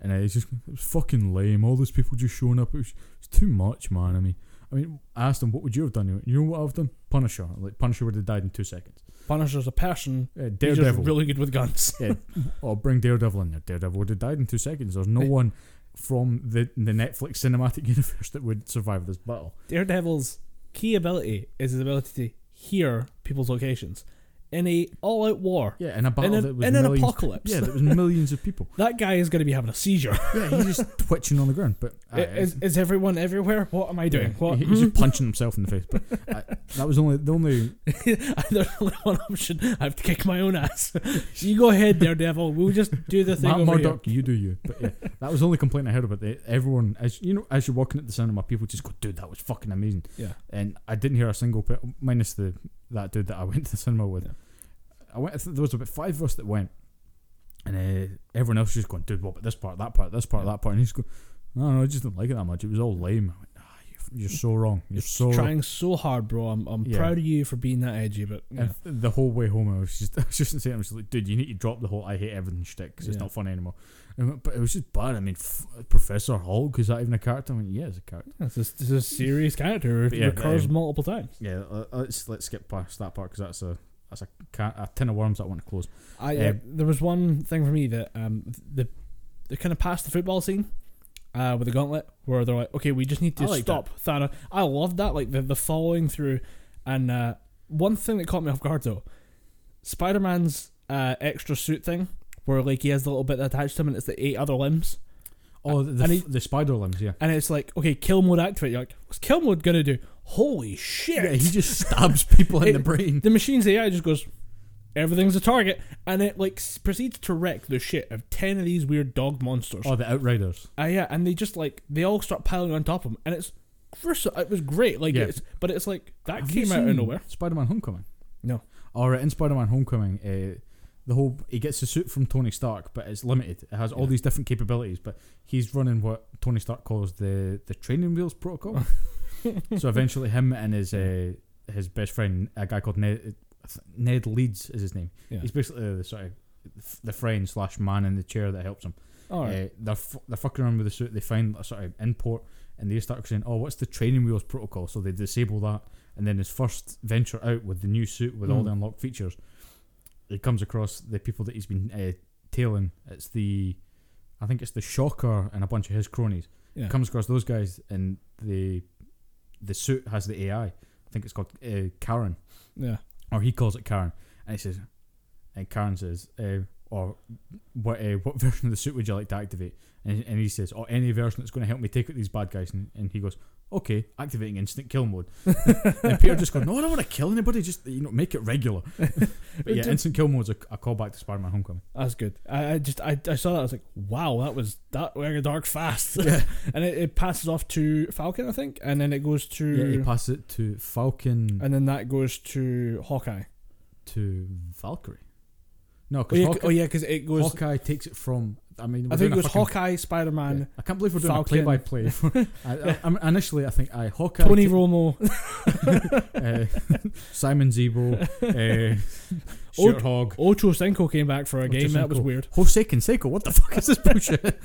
And it's just it was fucking lame. All those people just showing up. It was, it's too much, man. I mean, I mean, I asked him, "What would you have done?" He went, "You know what I've done? Punisher. Like Punisher would have died in two seconds.
Punisher's a person.
Uh,
He's
Daredevil.
just really good with guns.
I'll bring Daredevil in there. Daredevil would have died in two seconds. There's no
Right.
one from the the Netflix cinematic universe that would survive this battle.
Daredevil's key ability is his ability to hear people's locations in a all-out war,
Yeah, in a battle
in, an-
that was
in an
millions.
apocalypse.
yeah, that was millions of people.
That guy is going to be having a seizure.
Yeah, he's just twitching on the ground. But aye,
is, is everyone everywhere? What am I doing?
Ah, yeah,
What?
he- He's just punching himself in the face. But aye, that was only the only.
There's only one option. I have to kick my own ass. you go ahead, Daredevil. We'll just do the thing
Matt
over
Murdock, you do you. But yeah, that was the only complaint I heard about it. Everyone, as you know, as you're walking at the cinema, people just go, "Dude, that was fucking amazing."
here. Yeah.
and I didn't hear a single pe- minus the that dude that I went to the cinema with.
Yeah.
I went. I think there was about five of us that went, and uh, everyone else was just going, "Dude, what about this part, that part, this part,
Yeah.
that part?" And he's going, "No, no, I just didn't like it that much. It was all lame." I went, ah, you're, "You're so wrong. You're so." wrong."
trying so hard, bro. I'm, I'm
Yeah.
proud of you for being that edgy, but yeah.
And th- the whole way home, I was just, I was just saying, I was just like, "Dude, you need to drop the whole I hate everything shtick because it's
Yeah.
not fun anymore." And I went, but it was just bad. I mean, f- Professor Hulk is that even a character? I went, "Yeah, it's a character."
this, is, this is a serious character. It
But yeah,
recurs
um,
multiple times.
Yeah, uh, let's let's skip past that part because that's a that's a, can- a tin of worms that I want to close.
I uh,
Um,
there was one thing for me that um the they kind of passed the football scene uh, with the gauntlet where they're like, okay, we just need to
I like
stop Thanos. I loved that, like the the following through, and uh, one thing that caught me off guard though, Spider Man's uh, extra suit thing where like he has the little bit that attached to him and it's the eight other limbs,
Oh, the,
And
the,
he-
the spider limbs, yeah.
and it's like, okay, kill mode activate. You're like, what's kill mode gonna do? Holy shit!
Yeah, he just stabs people in
It-
the brain.
the machine's AI just goes, everything's a target, and it like s- proceeds to wreck the shit of ten of these weird dog monsters.
Oh, the Outriders.
Ah, yeah, and they just like they all start piling on top of him, and it's gruesome. It was great, like
Yeah.
it's, but it's like that
Have you
came out of
seen
nowhere.
Spider-Man: Homecoming.
No.
All right, in Spider-Man: Homecoming, uh, the whole he gets the suit from Tony Stark, but it's limited. It has all
Yeah.
these different capabilities, but he's running what Tony Stark calls the the training wheels protocol. so eventually, him and his uh, his best friend, a guy called Ned Ned Leeds, is his name.
Yeah.
He's basically the sort of the friend slash man in the chair that helps him.
All right,
Uh, they're, f- they're fucking around with the suit. They find a sort of import and they start saying, oh, what's the training wheels protocol? So they disable that. And then his first venture out with the new suit with all the
Mm.
unlocked features, he comes across the people that he's been uh, tailing. It's the, I think it's the Shocker and a bunch of his cronies.
yeah.
Comes across those guys and the, the suit has the AI. I think it's called uh, Karen
yeah,
or he calls it Karen, and he says, and Karen says, uh, or what uh, what version of the suit would you like to activate? And, and he says, oh, any version that's going to help me take out these bad guys. And, and he goes, okay, activating instant kill mode. and Peter just goes, no, I don't want to kill anybody. Just you know, make it regular. but yeah, instant kill mode's a, a callback to Spider-Man: Homecoming.
that's good. I, I just I, I saw that I was like, wow, that was that went dark fast. and it, it passes off to Falcon, I think, and then it goes to
Yeah, he passes it to Falcon
Mm. and then that goes to Hawkeye.
to Valkyrie. No,
Oh
because
yeah,
Hawkeye,
oh yeah, because it goes.
Hawkeye takes it from I mean, we're
I think
doing
it
a
was
fucking-
Hawkeye, Spider Man,
Yeah. I can't believe we're doing
Falcon.
a play-by-play. For, I, I, I'm- initially, I think I Hawkeye,
Tony Romo,
uh, Simon Zebo, uh,
Old-
Shirt Hog,
Ocho Cinco came back for a
Ocho
game. That was
Cinco.
weird.
Jose Canseco. What the fuck is this bullshit?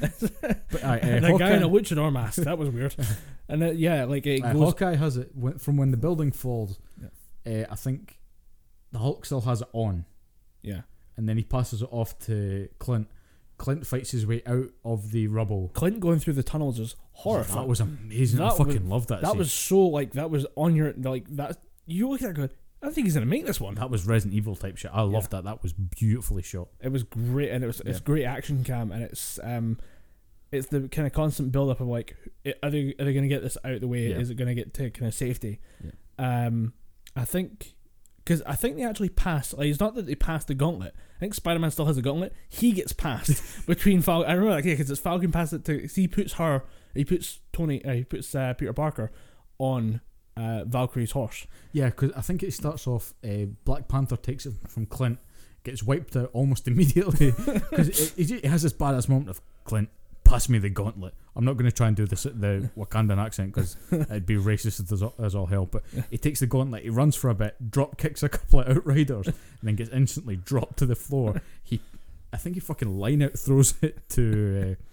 but, aye, uh,
that guy
Hawkeye-
in a luchador mask. That was weird. And it, yeah, like it
Uh,
goes.
Hawkeye has it when, from when the building falls. Uh, I think the Hulk still has it on,
yeah,
and then he passes it off to Clint. Clint fights his way out of the rubble.
Clint going through the tunnels is horrifying.
That was amazing. I
That was-
fucking love that.
that
scene.
was so like that was on your like that. You look at that going. I think he's gonna make this one.
that was Resident Evil type shit. I loved that. That was beautifully shot.
It was great, and it was it's
Yeah.
great action cam, and it's um, it's the kind of constant build up of like, i- are they are they going to get this out of the way?
Yeah.
Is it going to get to kind of safety? Um, I think because I think they actually pass. Like, it's not that they pass the gauntlet. I think Spider Man still has a gauntlet. He gets passed between Falcon. I remember that yeah, because it's Falcon passed it to. He puts her. He puts Tony. Uh, he puts uh, Peter Parker on uh, Valkyrie's horse.
Yeah, because I think it starts off. Uh, Black Panther takes it from Clint, gets wiped out almost immediately because it, it, it has this badass moment of Clint, pass me the gauntlet. I'm not going to try and do this the Wakandan accent because it'd be racist as all, as all hell. But he takes the gauntlet, he runs for a bit, drop kicks a couple of outriders, and then gets instantly dropped to the floor. He, I think he fucking line out throws it to. Uh,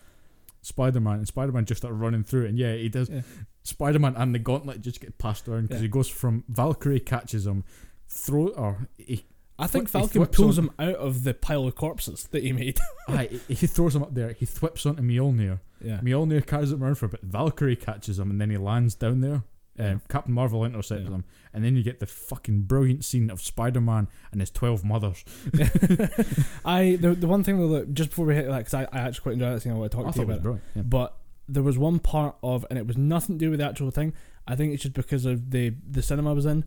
Spider Man and Spider Man just started running through it, and yeah, he does.
Yeah.
Spider Man and the gauntlet just get passed around because
Yeah.
he goes from Valkyrie catches him, throw or he,
I think
Fli- he
Falcon
flips
pulls
on-
him out of the pile of corpses that he made.
aye, he throws him up there. He thwips onto Mjolnir.
yeah.
Mjolnir carries him around for a bit. Valkyrie catches him, and then he lands down there. Um, Captain Marvel intercepts
Yeah.
him, and then you get the fucking brilliant scene of Spider Man and his twelve mothers.
I the, the one thing though that just before we hit that because I, I actually quite enjoyed that scene I want to
I
talk to
thought
you
it was
about it.
brilliant. Yeah.
but there was one part of and it was nothing to do with the actual thing I think it's just because of the the cinema I was in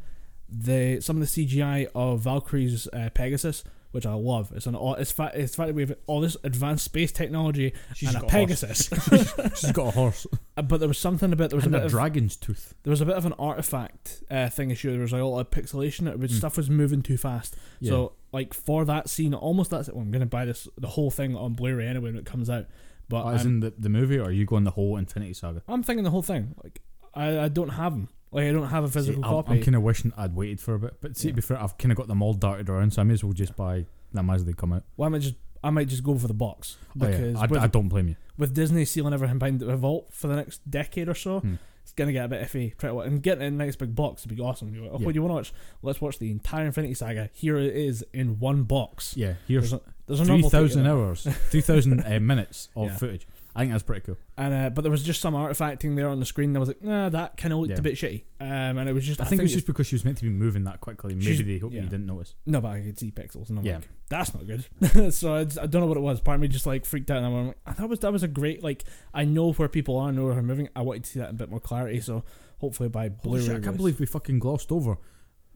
the some of the CGI of Valkyrie's uh, Pegasus which I love it's an all it's fact it's the fact that we have all this advanced space technology
She's
and a
got horse.
Pegasus
She's got a horse
Uh, but there was something about there was
and
a
a,
bit of,
dragon's tooth.
there was a bit of an artifact uh, thing issue there was like a lot of pixelation it was
Mm.
stuff was moving too fast
Yeah.
so like for that scene, almost that's it. Well, I'm gonna buy this the whole thing on Blu-ray anyway when it comes out. But
as
I'm,
in the, the movie, or are you going the whole Infinity Saga?
I'm thinking the whole thing. Like I, I don't have them. Like I don't have a physical
See, I'm-
copy.
I'm, kind of wishing I'd waited for a bit, but see,
Yeah.
before I've kind of got them all darted around, so I may as well just buy them as they come out.
Why am I just I might just go for the box
Oh, yeah,
because
I,
with,
I don't blame you.
with Disney sealing everything behind the vault for the next decade or so,
Hmm.
it's gonna get a bit iffy. Try to, and getting it in a nice big box would be awesome. You're like, oh,
Yeah.
what do you want to watch? Let's watch the entire Infinity Saga. Here it is in one box.
Yeah,
There's
here's
a, there's a
three
novelty to
thousand
that.
hours, three thousand uh, minutes of
Yeah.
footage. I think that's pretty cool.
And uh, but there was just some artifacting there on the screen. That I was like, nah, that kind of looked
Yeah.
a bit shitty. Um, and it was just,
I, think, it was
it's-
just because she was meant to be moving that quickly. Maybe
She's-
they hope
yeah.
you didn't notice.
no, but I could see pixels, and I'm
Yeah.
like, that's not good. so I, just- I don't know what it was. Part of me just like freaked out, and I'm like, "Ah, that was that was a great like. I know where people are, I know where I'm moving. I wanted to see that in a bit more clarity. So hopefully by
Holy
Blu-ray,
shit, I can't
release-
believe we fucking glossed over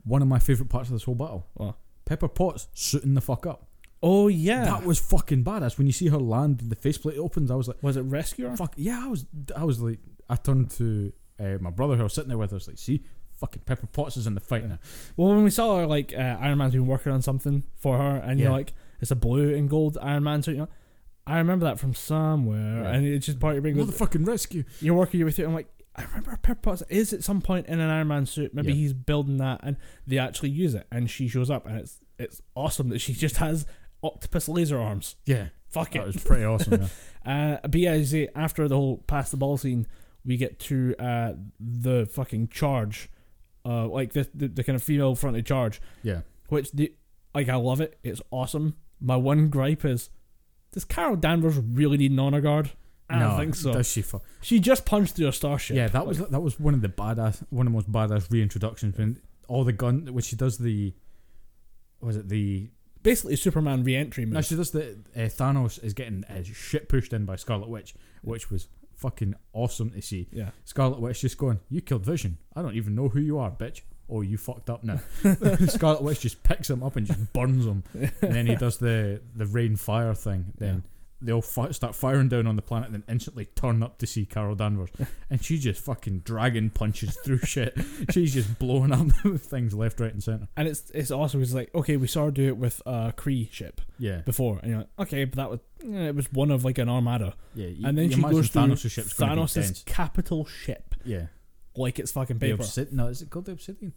one of my favorite parts of this whole battle.
What?
Pepper Potts shooting the fuck up.
Oh yeah,
That was fucking badass. When you see her land, the faceplate opens. I was like.
was it Rescuer?
Fuck yeah, I was I was like I turned to uh, my brother who I was sitting there with. I was like, see, fucking Pepper Potts is in the fight now.
Well, when we saw her, like uh, Iron Man's been working on something for her, and you're
Yeah.
like, it's a blue and gold Iron Man suit. You know, I remember that from somewhere,
Yeah.
and it's just part of your brain goes,
Motherfucking rescue.
you're working your way through. I'm like, I remember Pepper Potts is at some point in an Iron Man suit. Maybe
Yeah.
he's building that, and they actually use it, and she shows up, and it's it's awesome that she just has octopus laser arms.
Yeah,
Fuck
that
it.
was pretty awesome. Yeah.
Uh, but yeah, as I say, after the whole pass the ball scene, we get to uh, the fucking charge, uh, like the, the the kind of female fronted charge,
yeah.
which the like I love it. It's awesome. My one gripe is, does Carol Danvers really need an honor guard? I
no,
don't think so.
Does she? Fu-
She just punched through a starship.
yeah, that
Like,
was that was one of the badass, one of the most badass reintroductions when all the gun when she does the, was it the
basically Superman re-entry move.
no she does the uh, Thanos is getting uh, shit pushed in by Scarlet Witch, which was fucking awesome to see.
yeah,
Scarlet Witch just going, You killed Vision. I don't even know who you are, bitch. Oh, you fucked up now. Scarlet Witch just picks him up and just burns him. And then he does the, the rain fire thing. Then they all fi- start firing down on the planet, and then instantly turn up to see Carol Danvers, and she's just fucking dragging punches through shit. She's just blowing up things left, right, and center.
And it's it's awesome. It's like okay, we saw her do it with a Cree ship
Yeah,
before, and you're like, okay, but that was eh, it was one of like an armada,
yeah. you-
and then
you
she
imagine
goes through
Thanos' ship's gonna be
Thanos'
tense.
capital ship
Yeah,
like it's fucking
the
paper.
obsid- No, is it called the Obsidian?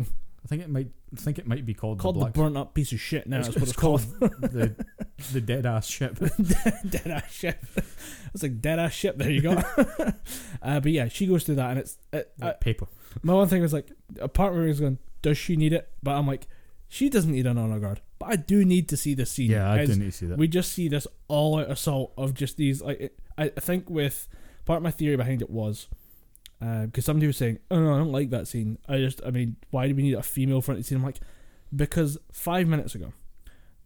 I think it might. I think it might be called,
called
the
the
Black.
burnt up piece of shit. Now
It's-
that's what it's,
it's
called. Uh,
the the dead ass ship.
dead ass ship. It's like dead ass ship. There you go. uh, but yeah, she goes through that, and it's it, I-
Like paper.
my one thing was like a part where he was going, does she need it? But I'm like, she doesn't need an honor guard. But I do need to see this scene.
Yeah, I
It's-
didn't see that.
We just see this all out assault of just these like it, I, I think with part of my theory behind it was because somebody was saying, oh no, I don't like that scene. I just I mean, why do we need a female fronted scene? I'm like, because five minutes ago,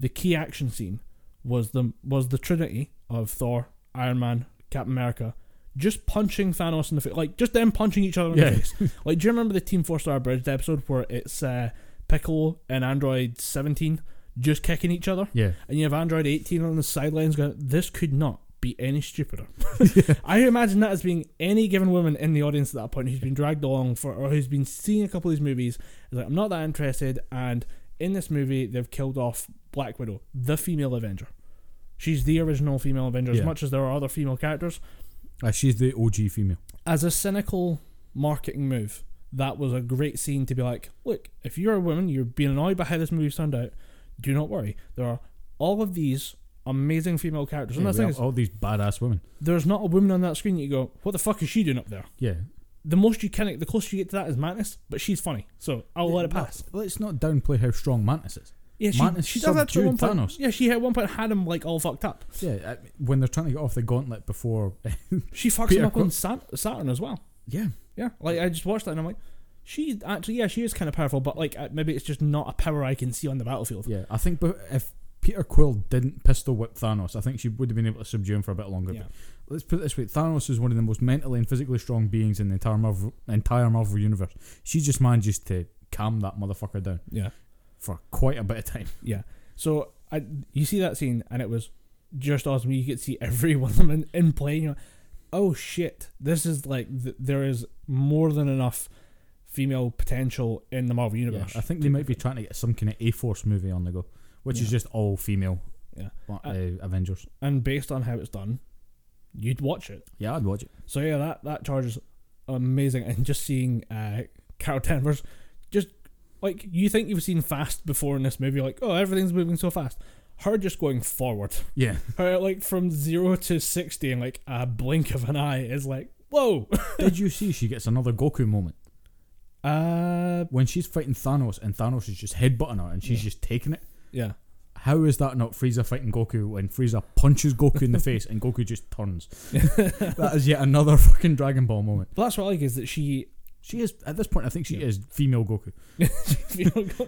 the key action scene was the was the Trinity of Thor, Iron Man, Captain America. Just punching Thanos in the face, like just them punching each other in the
Yeah.
face. Like, do you remember the Team Four Star Bridge episode where it's uh, Piccolo and Android 17 just kicking each other?
yeah.
And you have Android 18 on the sidelines going, this could not be any stupider. I imagine that as being any given woman in the audience at that point who's been dragged along for, or who's been seeing a couple of these movies, is like, I'm not that interested. And in this movie, they've killed off Black Widow, the female Avenger. She's the original female Avenger, as
Yeah.
much as there are other female characters
Uh, she's the OG female.
as a cynical marketing move, that was a great scene to be like, look, if you're a woman, you're being annoyed by how this movie's turned out, do not worry. There are all of these amazing female characters. And
Yeah,
the
we
thing
have
is,
all these badass women.
there's not a woman on that screen that you go, what the fuck is she doing up there?
Yeah.
The most you can, the closer you get to that is madness, but she's funny, so I'll let it pass.
Let's not downplay how strong Mantis is.
Yeah, she,
Madness
she does that to
subdued
one point.
Thanos.
Yeah, she at one point had him like all fucked up.
Yeah, I, when they're trying to get off the gauntlet before.
She fucks
Peter
him up
Qu-
on Sat- Saturn as well.
yeah.
Yeah, like I just watched that and I'm like, she actually, yeah, she is kind of powerful, but like uh, maybe it's just not a power I can see on the battlefield.
Yeah, I think bef- if Peter Quill didn't pistol whip Thanos, I think she would have been able to subdue him for a bit longer.
Yeah.
But let's put it this way: Thanos is one of the most mentally and physically strong beings in the entire Marvel, entire Marvel universe. She just manages to calm that motherfucker down
Yeah.
for quite a bit of time.
Yeah. So I, you see that scene, and it was just awesome. You could see every one of them in, in play. and You're like, oh shit, this is like th- there is more than enough female potential in the Marvel
Yeah,
universe.
I think they might be trying to get some kind of A Force movie on the go, which is
Yeah.
just all female
Yeah.
uh, Avengers.
and based on how it's done, you'd watch it.
Yeah, I'd watch it.
So yeah, that that charge is amazing, and just seeing uh, Carol Danvers, just like you think you've seen fast before in this movie, like oh everything's moving so fast. Her just going forward.
Yeah,
Her, like from zero to sixty in like a blink of an eye is like whoa.
did you see she gets another Goku moment
Uh,
when she's fighting Thanos and Thanos is just headbutting her and she's
Yeah.
just taking it?
yeah,
How is that not Frieza fighting Goku when Frieza punches Goku in the face and Goku just turns? that is yet another fucking Dragon Ball moment.
but that's what I like is that she.
She is at this point. I think she
Yeah.
is female Goku.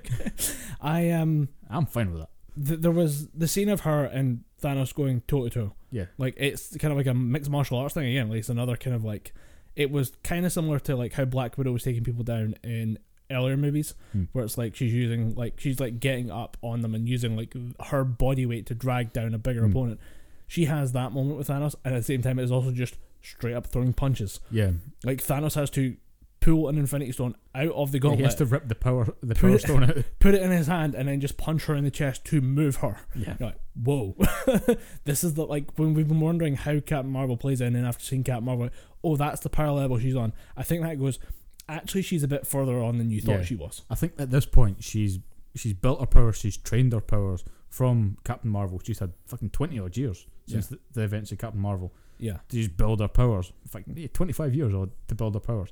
I um,
I'm fine with that.
th- there was the scene of her and Thanos going toe to toe.
Yeah,
Like it's kind of like a mixed martial arts thing again. Like it's another kind of like it was kind of similar to like how Black Widow was taking people down in earlier movies,
Hmm.
where it's like she's using like she's like getting up on them and using like her body weight to drag down a bigger
Hmm.
opponent. She has that moment with Thanos, and at the same time, it is also just straight up throwing punches.
yeah.
Like Thanos has to pull an Infinity Stone out of the
he
gauntlet,
has to rip the power the
Put
power
it-
stone out.
put it in his hand, and then just punch her in the chest to move her.
Yeah,
You're like, whoa, this is the like when we've been wondering how Captain Marvel plays in, and after seeing Captain Marvel, oh, that's the power level she's on. I think that goes. Actually, she's a bit further on than you thought
Yeah.
she was.
I think at this point she's she's built her powers. She's trained her powers from Captain Marvel. She's had fucking twenty odd years since the, the events of Captain Marvel.
Yeah,
to just build our powers. In fact, yeah, 25 years old to build our powers.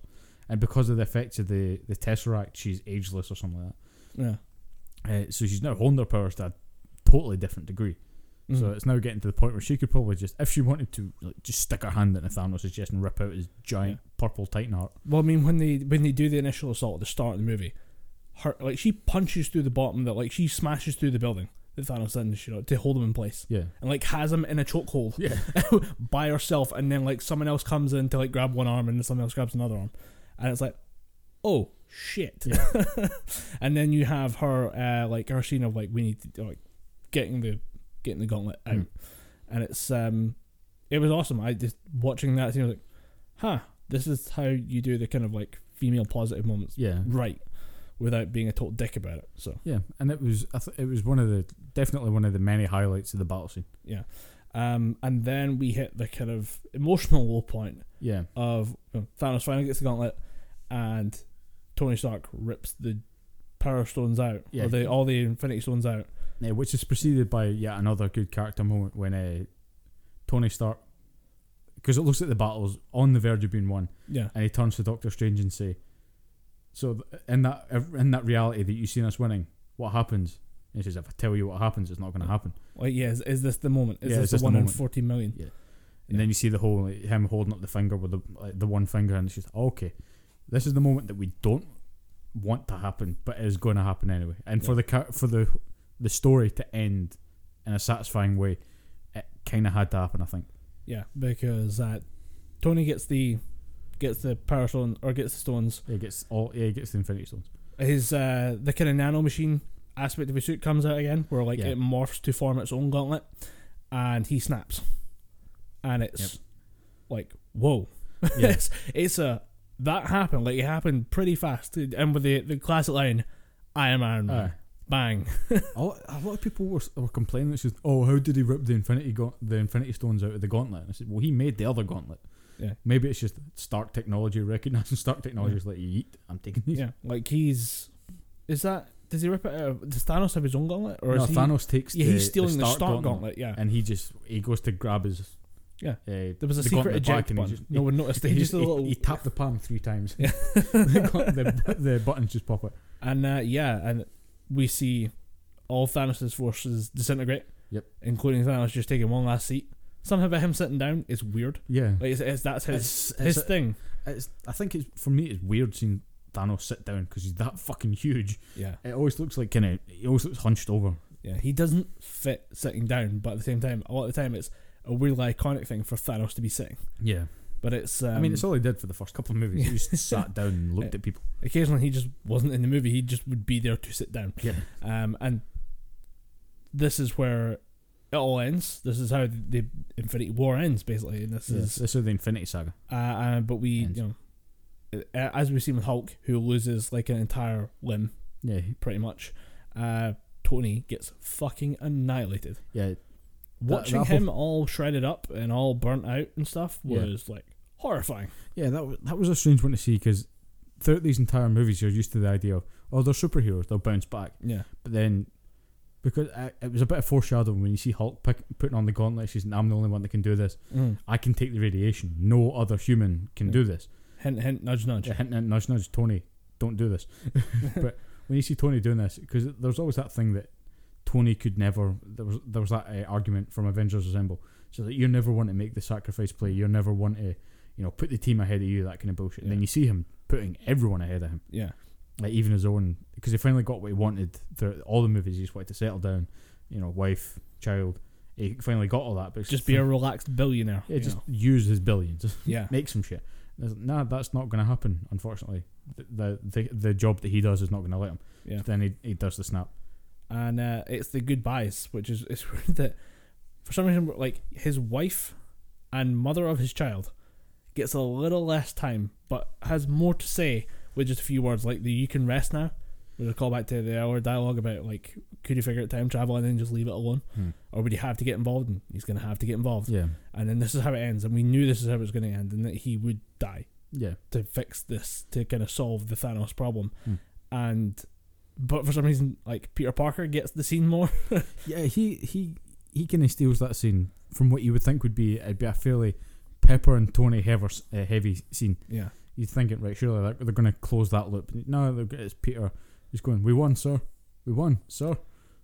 And because of the effects of the, the Tesseract, she's ageless or something like
yeah.
that. Uh, so she's now honed her powers to a totally different degree. So
Mhm.
it's now getting to the point where she could probably just, if she wanted to, like, just stick her hand in Thanos' chest and rip out his giant purple Titan heart.
well, I mean, when they when they do the initial assault at the start of the movie, her like she punches through the bottom that like she smashes through the building that Thanos in you know, to hold him in place.
Yeah.
And like has him in a chokehold
Yeah.
by herself, and then like someone else comes in to like grab one arm, and then someone else grabs another arm, and it's like, oh shit.
Yeah.
and then you have
Mm.
her uh, like her scene of like we need to like getting the getting the gauntlet out, and it's um, it was awesome. I just watching that scene, I was like, huh, this is how you do the kind of like female positive moments
Yeah.
right, without being a total dick about it. So
Yeah, and it was I th- it was one of the definitely one of the many highlights of the battle scene.
yeah, um, and then we hit the kind of emotional low point
Yeah,
of well, Thanos finally gets the gauntlet, and Tony Stark rips the power stones out,
Yeah.
or the, all the Infinity Stones out.
yeah which is preceded by yet another good character moment when uh, Tony Stark, because it looks like the battle's on the verge of being won,
Yeah,
and he turns to Doctor Strange and say, "So th- in that in that reality that you seen us winning, what happens?" And he says, "If I tell you what happens, it's not going to happen."
like yeah, is, is this the moment? Is
Yeah,
this
is
the
this the
one in
moment?
forty million?
And then you see the whole like, him holding up the finger with the like, the one finger, and it's just okay. This is the moment that we don't want to happen, but it is going to happen anyway. And for
Yeah.
the ca- for the the story to end in a satisfying way, it kind of had to happen. I think.
Yeah, because uh, Tony gets the gets the power stone or gets the stones.
He gets all. Yeah, he gets the Infinity Stones.
His uh, the kind of nano machine aspect of his suit comes out again, where like
Yeah.
it morphs to form its own gauntlet, and he snaps, and it's like whoa.
Yeah,
it's, it's a that happened like it happened pretty fast and with the the classic line i am iron man
Aye.
bang
a, lot, a lot of people were, were complaining. It's just, oh, how did he rip the Infinity gaunt- the Infinity Stones out of the gauntlet? And I said, well, he made the other gauntlet.
Yeah.
Maybe it's just Stark technology recognizing Stark technology is like, yeet, I'm taking these.
yeah like he's is that does he rip it out of, does thanos have his own gauntlet or
no,
is he
Thanos takes.
yeah
the,
he's stealing the
Stark gauntlet,
gauntlet, yeah
and he just he goes to grab his.
Yeah.
uh,
there was a
the
secret
gauntlet back
eject
and he
button
just-
no one noticed it
he,
he just
just
did a
he-
little
he tapped the palm three times.
Yeah.
the, gun- the, the buttons just pop out.
and uh, yeah and we see all thanos' forces disintegrate
Yep.
including thanos just taking one last seat something about him sitting down is weird
Yeah,
like it's, it's that's his
it's,
his
it's,
thing
it's- I think it's for me it's weird seeing Thanos sit down because he's that fucking huge.
yeah
It always looks like kind of he always looks hunched over.
Yeah, he doesn't fit sitting down, but at the same time, a lot of the time it's a weirdly iconic thing for Thanos to be sitting.
Yeah,
But it's um,
I mean it's all he did for the first couple of movies. He just sat down and looked at people.
occasionally he just wasn't in the movie. He just would be there to sit down.
Yeah,
Um, and this is where it all ends. This is how the Infinity War ends, basically. And this
this
is,
is the Infinity Saga.
uh, uh, but we,
Ends.
you know, uh, as we've seen with Hulk, who loses like an entire limb,
Yeah,
pretty much. Uh, Tony gets fucking annihilated.
yeah.
watching
that whole-
him all shredded up and all burnt out and stuff
Yeah.
was like horrifying.
Yeah, that was, that was a strange one to see because throughout these entire movies, you're used to the idea of oh, they're superheroes, they'll bounce back.
Yeah,
But then, because I, it was a bit of foreshadowing when you see Hulk pick, putting on the gauntlet, she's I'm the only one that can do this.
Mm.
I can take the radiation. No other human can do this.
hint, hint, nudge, nudge.
Yeah, hint, hint, nudge, nudge. Tony, don't do this. but when you see Tony doing this, because there's always that thing that Tony could never. There was there was that uh, argument from Avengers Assemble. So that you're never one to make the sacrifice play. You're never one to, you know, put the team ahead of you. That kind of bullshit. And then
Yeah.
you see him putting everyone ahead of him,
Yeah,
like even his own, because he finally got what he wanted. Through all the movies, he just wanted to settle down, you know, wife, child. He finally got all that, but it's
just be a relaxed billionaire.
yeah,
you
just
know.
use his billions
yeah,
make some shit. And it's like, nah, that's not going to happen. Unfortunately, the, the the the job that he does is not going to let him.
yeah.
Then he, he does the snap.
And uh, it's the goodbyes, which is it's weird that for some reason like his wife and mother of his child gets a little less time, but has more to say with just a few words like the "you can rest now," with a callback to the hour dialogue about like could you figure out time travel and then just leave it alone,
Hmm.
or would you have to get involved? And he's gonna have to get involved.
Yeah,
and then this is how it ends and we knew this is how it was going to end and that he would die
yeah,
to fix this to kind of solve the thanos problem
Hmm.
and but for some reason like peter parker gets the scene more
yeah. He he he kind of steals that scene from what you would think would be it'd be a fairly Pepper and Tony heavy, uh, heavy scene.
yeah
You're thinking, right? Surely they're, they're going to close that loop. No, they're, it's Peter. He's going. We won, sir. We won, sir.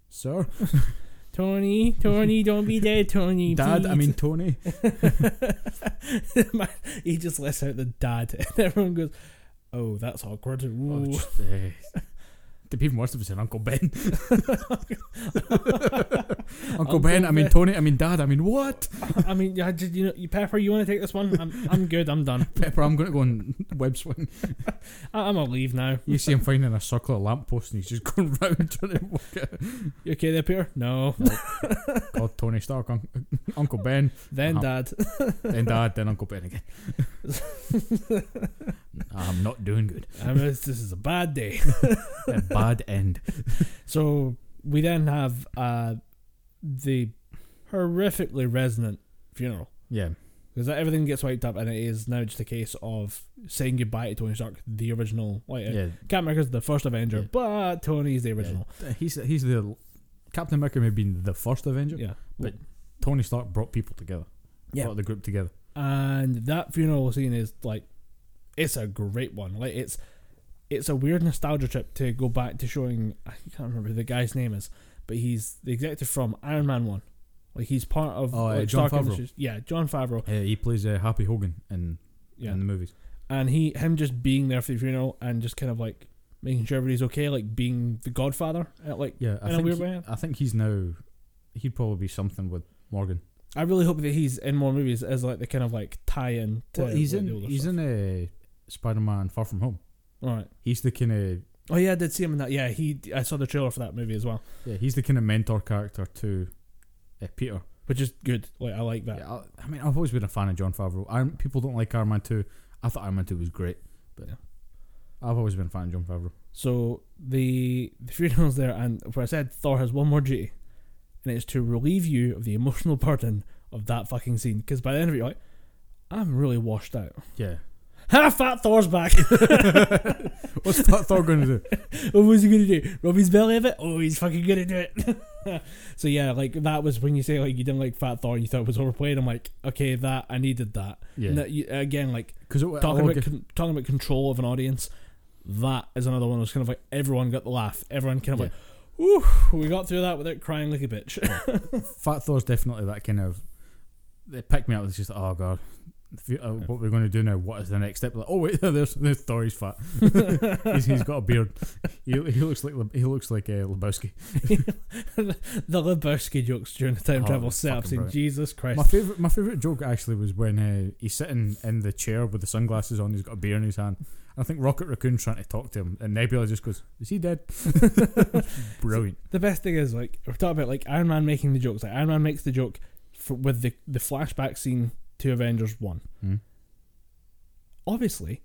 Sir,
tony tony don't be dead tony
Dad. I
please."
mean Tony.
he just lets out the dad and everyone goes oh that's awkward
Oh,
Ooh.
just, eh, To be even worse, if it's an Uncle Ben. Uncle,
Uncle
Ben, I mean
Ben.
Tony, I mean Dad, I mean what?
I mean, yeah, did you know, you Pepper, you want to take this one? I'm, I'm good. I'm done.
Pepper, I'm going to go on web swing.
I, I'm gonna leave now.
You see him finding a circular lamppost and he's just going round trying to work it.
You okay there, Peter? No.
Called Tony Stark, un- Uncle Ben,
Then
Uh-huh.
Dad.
then Dad, then Uncle Ben again. I'm not doing good.
I mean, this, this is a bad day.
A bad end.
So we then have uh, the horrifically resonant funeral
Yeah.
because everything gets wiped up, and it is now just a case of saying goodbye to Tony Stark, the original. Oh, Like,
Yeah.
Captain America's the first Avenger,
Yeah.
but Tony's the original.
Yeah. He's he's the Captain America may have been the first Avenger.
Yeah.
But- Tony Stark brought people together.
Yeah.
Brought the group together.
and that funeral scene is like it's a great one. Like it's it's a weird nostalgia trip to go back to showing I can't remember who the guy's name is, but he's the executive from Iron Man one. Like he's part of
Oh, uh,
like,
Jon
Stark
Favreau.
Industries. Yeah, John Favreau.
Uh, he plays uh, Happy Hogan in
Yeah.
in the movies.
and he him just being there for the funeral and just kind of like making sure everybody's okay, like being the godfather. uh, Like
Yeah, I
In a
think
weird
he-
way.
I think he's now he'd probably be something with Morgan.
I really hope that he's in more movies as like the kind of like tie in to
Well, he's
like, the
in
older
he's
stuff.
in a Spider-Man Far From Home.
All right.
He's the kind of
Oh yeah, I did see him in that. Yeah, he I saw the trailer for that movie as well.
yeah, he's the kind of mentor character to uh, Peter.
which is good. Like I like that.
Yeah, I, I mean, I've always been a fan of John Favreau. Iron, people don't like Iron Man two. I thought Iron Man two was great, but
Yeah.
I've always been a fan of John Favreau.
So the the funeral's there, and where I said Thor has one more duty, and it's to relieve you of the emotional burden of that fucking scene. Because by the end of it, you're like, I'm really washed out.
Yeah,
Ha! Fat Thor's back.
what's Thor, Thor going to do?
oh, what's he gonna do? Rub his belly of it? Oh, he's fucking gonna do it. so yeah, like that was when you say like you didn't like Fat Thor, and you thought it was overplayed. I'm like, okay, that I needed that.
Yeah.
And that you, again, like
Because
talking about con- talking about control of an audience, that is another one. that's kind of like everyone got the laugh. Everyone kind of like, "Ooh, we got through that without crying like a bitch."
Fat Thor's definitely that kind of. They picked me up. It's just oh god, the fu- uh, what we're going to do now? What is the next step? Like, oh wait, there's there's Thor. He's fat. he's, he's got a beard. He, he looks like Le- he looks like uh, Lebowski.
the Lebowski jokes during the time
Oh,
travel
it's
setup
fucking
scene.
brilliant.
Jesus Christ!
My favorite my favorite joke actually was when uh, he's sitting in the chair with the sunglasses on. He's got a beer in his hand. And I think Rocket Raccoon's trying to talk to him, and Nebula just goes, "Is he dead?" Brilliant.
the best thing is like we're talking about like Iron Man making the jokes. Like Iron Man makes the joke for, with the the flashback scene to Avengers One.
Hmm.
Obviously,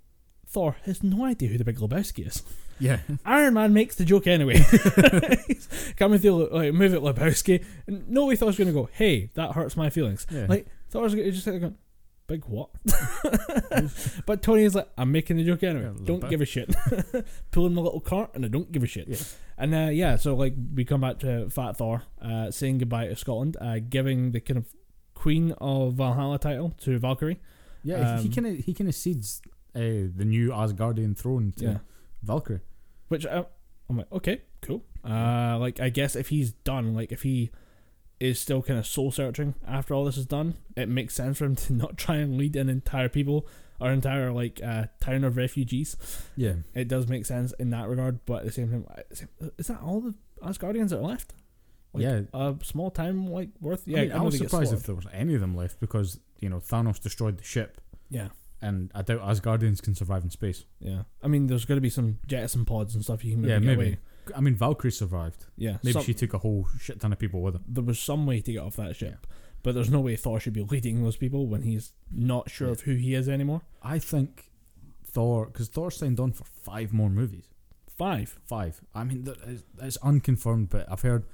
Thor has no idea who the Big Lebowski is.
Yeah,
Iron Man makes the joke anyway. He's Coming through, like, move it, Lebowski. And nobody thought was going to go, hey, that hurts my feelings.
yeah.
Like, thought was gonna, just like going, big what? but Tony is like, I'm making the joke anyway.
Yeah,
don't
Lebo-
give a shit. Pulling my little cart and I don't give a shit.
Yeah.
And uh, yeah, so like we come back to Fat Thor uh, saying goodbye to Scotland, uh, giving the kind of Queen of Valhalla title to Valkyrie.
yeah. he
um,
kind of he kind of cedes uh, the new Asgardian throne to
Yeah.
Valkyrie.
which I, I'm like, okay, cool. Uh, like I guess if he's done, like if he is still kind of soul searching after all this is done, it makes sense for him to not try and lead an entire people or entire like uh, town of refugees.
Yeah.
It does make sense in that regard, but at the same time, I- it's- is that all the Asgardians that are left? Like,
Yeah.
a small town like worth. Yeah,
I, mean, I
know
was
they get
surprised if
slaughtered.
there was any of them left because you know Thanos destroyed the ship,
Yeah,
and I doubt Asgardians can survive in space.
yeah. I mean, there's got to be some jettison pods and stuff you can maybe
yeah,
get
maybe.
away.
I mean, Valkyrie survived.
Yeah,
Maybe
some-
she took a whole shit ton of people with her.
there was some way to get off that ship. But there's no way Thor should be leading those people when he's not sure of who he is anymore.
I think Thor, because Thor signed on for five more movies.
Five.
Five. I mean, that is, that's unconfirmed, but I've heard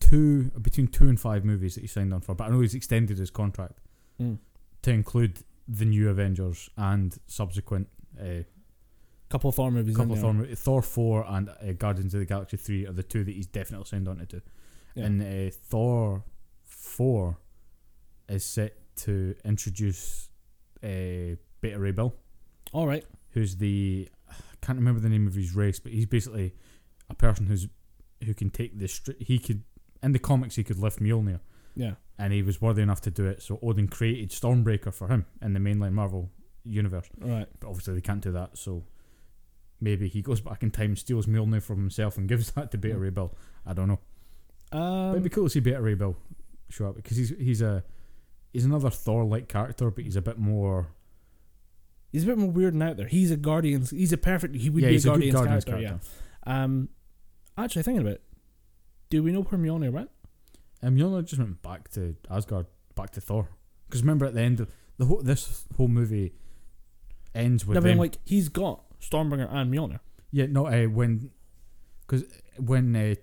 two between two and five movies that he signed on for. But I know he's extended his contract
Mm.
to include the new Avengers and subsequent uh,
Couple Thor movies. in
couple of
there.
Thor, mo- Thor four and uh, Guardians of the Galaxy three are the two that he's definitely signed on to do.
Yeah.
And uh, Thor four is set to introduce uh, Beta Ray Bill.
All right.
who's the I can't remember the name of his race, but he's basically a person who's who can take the str- he could in the comics he could lift Mjolnir,
Yeah.
and he was worthy enough to do it. So Odin created Stormbreaker for him in the mainline Marvel universe,
All right.
but obviously they can't do that. So maybe he goes back in time, steals Mjolnir from himself, and gives that to Beta Ray Bill. I don't know. But
Um,
it'd be cool to see Beta Ray Bill show up because he's he's a he's another Thor-like character, but he's a bit more.
he's a bit more weird and out there. He's a Guardians. He's a perfect. He would
yeah,
be a
he's a, good
Guardians,
Guardians
character,
character.
Yeah. Um, actually, thinking about it, do we know where Mjolnir went?
And Mjolnir just went back to Asgard, back to Thor. Because remember at the end of the whole this whole movie ends with
No, but I'm
them-
like he's got Stormbringer and Mjolnir.
yeah no uh, when because when uh,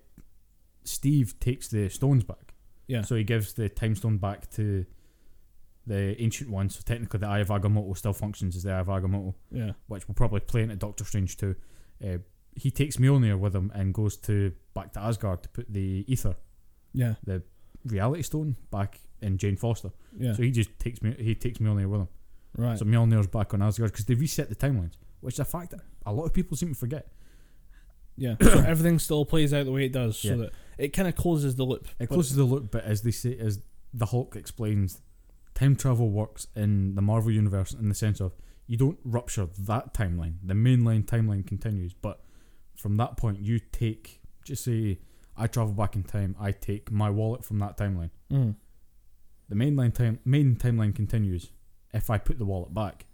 Steve takes the stones back
Yeah.
so he gives the time stone back to the ancient one so technically the Eye of Agamotto still functions as the Eye of Agamotto
Yeah.
which will probably play into Doctor Strange too. Uh, he takes Mjolnir with him and goes to back to Asgard to put the ether
Yeah.
reality stone back in Jane Foster.
Yeah.
So he just takes Mj- he takes Mjolnir with him.
right.
So Mjolnir's back on Asgard because they reset the timelines, which is a fact that a lot of people seem to forget.
yeah. So everything still plays out the way it does, so
Yeah.
that it kind of closes the loop. But-
It closes the loop, but as they say, as the Hulk explains, time travel works in the Marvel universe in the sense of you don't rupture that timeline. The mainline timeline continues, but from that point, you take just say I travel back in time. I take my wallet from that timeline.
Mm.
The mainline time main timeline continues. If I put the wallet back,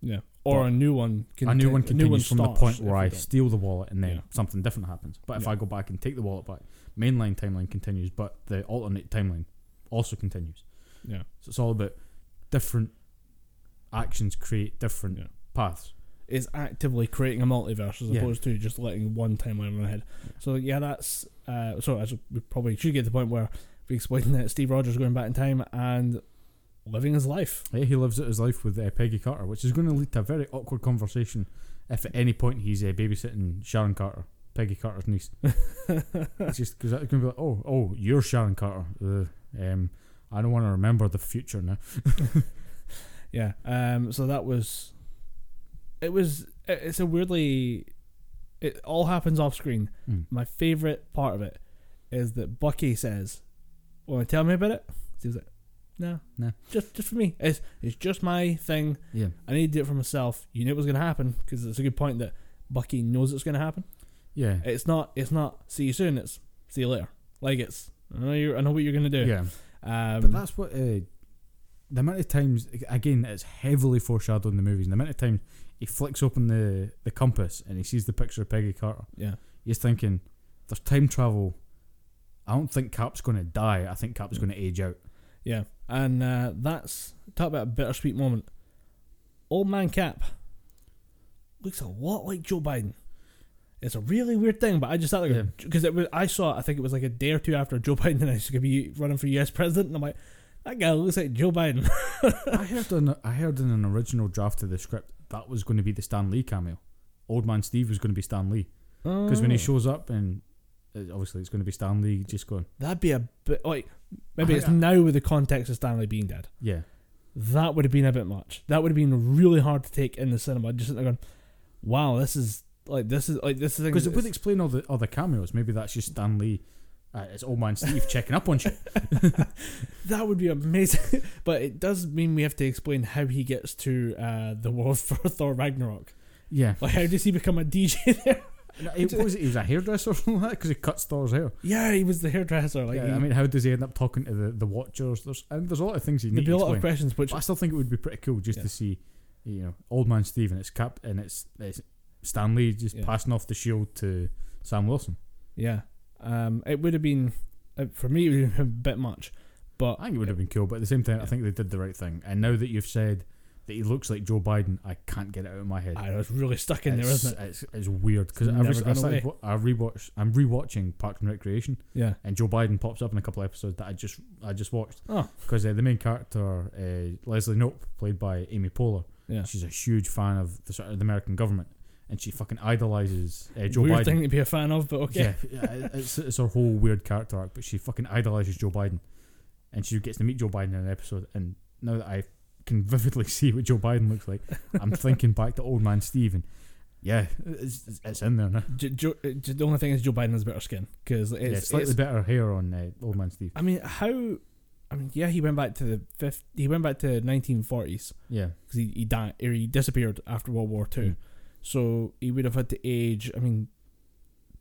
Yeah. Or
But
a new one. Can
a new one continues from the point where I
I.
steal the wallet and then
Yeah.
something different happens. But if
Yeah.
I go back and take the wallet back, mainline timeline continues, but the alternate timeline also continues.
Yeah.
So it's all about different actions create different
Yeah.
paths.
is actively creating a multiverse as
Yeah.
opposed to just letting one timeline run ahead. So yeah, that's uh, so as we probably should get to the point where we explain that Steve Rogers going back in time and living his life.
Yeah, he lives out his life with uh, Peggy Carter, which is going to lead to a very awkward conversation if at any point he's uh, babysitting Sharon Carter, Peggy Carter's niece. it's just because that's going to be like, oh, oh, you're Sharon Carter. Ugh. um, I don't want to remember the future now.
Yeah. Um. So that was. It was. it- It's a weirdly. It all happens off screen.
Mm.
My favorite part of it is that Bucky says, "Want to tell me about it?" He's like, "No,
No.
just just for me. It's it's just my thing.
Yeah.
I need to do it for myself. You knew it was going to happen because it's a good point that Bucky knows it's going to happen.
Yeah.
It's not. It's not. See you soon. It's see you later. Like it's. I know you. I know what you're going to do.
Yeah.
Um,
But that's what uh, the amount of times again it's heavily foreshadowed in the movies. And the amount of times he flicks open the the compass and he sees the picture of Peggy Carter,
yeah.
he's thinking, "There's time travel. I don't think Cap's going to die. I think Cap's going to age out."
Yeah. And uh, that's talk about a bittersweet moment. Old man Cap looks a lot like Joe Biden. It's a really weird thing, but I just thought
Yeah.
because it was I saw it. I think it was like a day or two after Joe Biden announced he's going to be running for U.S. president, and I'm like, that guy looks like Joe Biden.
I heard in I heard in an original draft of the script that was going to be the Stan Lee cameo. Old Man Steve was going to be Stan Lee because
Oh.
when he shows up and uh, obviously it's going to be Stan Lee just going,
That'd be a bit like maybe
I-
it's now with the context of Stanley being dead.
"Yeah,
That would have been a bit much. That would have been really hard to take in the cinema. Just sitting there going, "Wow, this is like this is like this is
Because it would explain all the other cameos. Maybe that's just Stan Lee. Uh, it's old man Steve checking up on you.
that would be amazing." but it does mean we have to explain how he gets to uh, the world for Thor Ragnarok.
Yeah.
Like, how does he become a DJ there?
It, was, it? he was a hairdresser or something like that because he cuts Thor's hair.
yeah, he was the hairdresser. Like,
yeah, I mean, how does he end up talking to the, the Watchers? There's and there's a lot of things he
there'd
needs
be
to
a lot of
explain.
questions. Which
But I still think it would be pretty cool just
Yeah.
to see, you know, old man Steve and it's Cap and it's, it's Stan Lee just
Yeah.
passing off the shield to Sam Wilson.
yeah, um, it would have been uh, for me it would have been a bit much. But
I think it would have been cool, but at the same time, I think they did the right thing. And now that you've said that he looks like Joe Biden, I can't get it out of my head.
I was really stuck in there,
it's,
isn't it?
It's, it's weird because
It's
I,
never
was- I,
gone
started wa- I rewatch. I'm rewatching Parks and Recreation,
Yeah.
and Joe Biden pops up in a couple of episodes that I just I just watched.
Oh.
because uh, the main character uh, Leslie Nope, played by Amy Poehler,
Yeah.
she's a huge fan of the sort of the American government, and she fucking idolizes uh, Joe
Weird
Biden.
thing to be a fan of, but okay.
Yeah, yeah, it's it's her whole weird character arc, but she fucking idolizes Joe Biden, and she gets to meet Joe Biden in an episode. And now that I can vividly see what Joe Biden looks like, I'm thinking back to old man Steven. Yeah, it's, it's- it's in there now.
Jo- Jo- uh, jo- the only thing is Joe Biden has better skin because it's,
yeah, slightly
it's-
better hair on uh, old man Steve.
I mean, how? I mean, yeah, he went back to the fifth. He went back to 1940s
Yeah,
because he, he died or he disappeared er, after World War Two.
Mm.
So he would have had to age, I mean,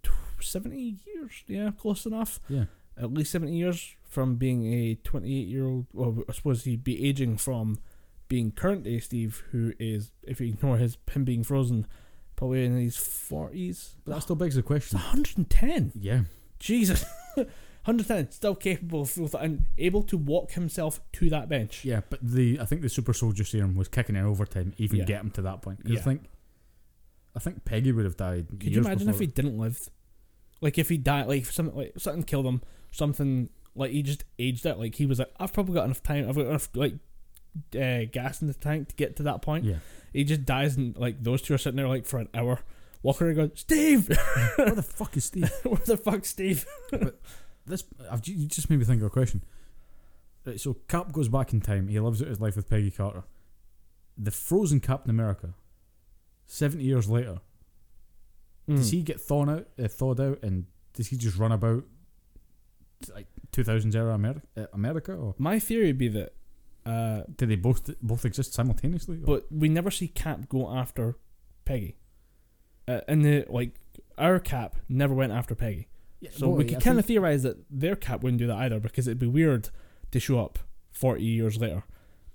tw- 70 years? Yeah, close enough.
Yeah.
At least 70 years from being a 28 year old. Well, I suppose he'd be aging from being current day Steve, who is, if you ignore his him being frozen, probably in his 40s.
But that still begs the
It's
question.
110.
Yeah.
Jesus. 110. Still capable of full- and able to walk himself to that bench.
Yeah, but the I think the super soldier serum was kicking in overtime, even
Yeah.
get him to that point. 'Cause
Yeah.
I think, I think Peggy would have died.
Could you
years
imagine if
before-
he didn't live? Like if he died, like something, like something killed him, something like he just aged out. Like he was like, I've probably got enough time. I've got enough like uh, gas in the tank to get to that point.
Yeah.
He just dies, and like those two are sitting there like for an hour. Walker going, Steve,
Where the fuck is Steve?
where the fuck, Steve?
this I've, ju- you just made me think of a question. Right, so Cap goes back in time. He lives out his life with Peggy Carter. The frozen Captain America, seventy years later, does
Hmm.
he get thawed out? Uh, thawed out, and does he just run about like two thousands era America? Uh, America, or
My theory would be that, uh,
do they both both exist simultaneously? or-
but we never see Cap go after Peggy. Uh, and the like, our Cap never went after Peggy.
Yeah,
So
boy,
we
I
could kind
think-
of theorize that their cap wouldn't do that either because it'd be weird to show up 40 years later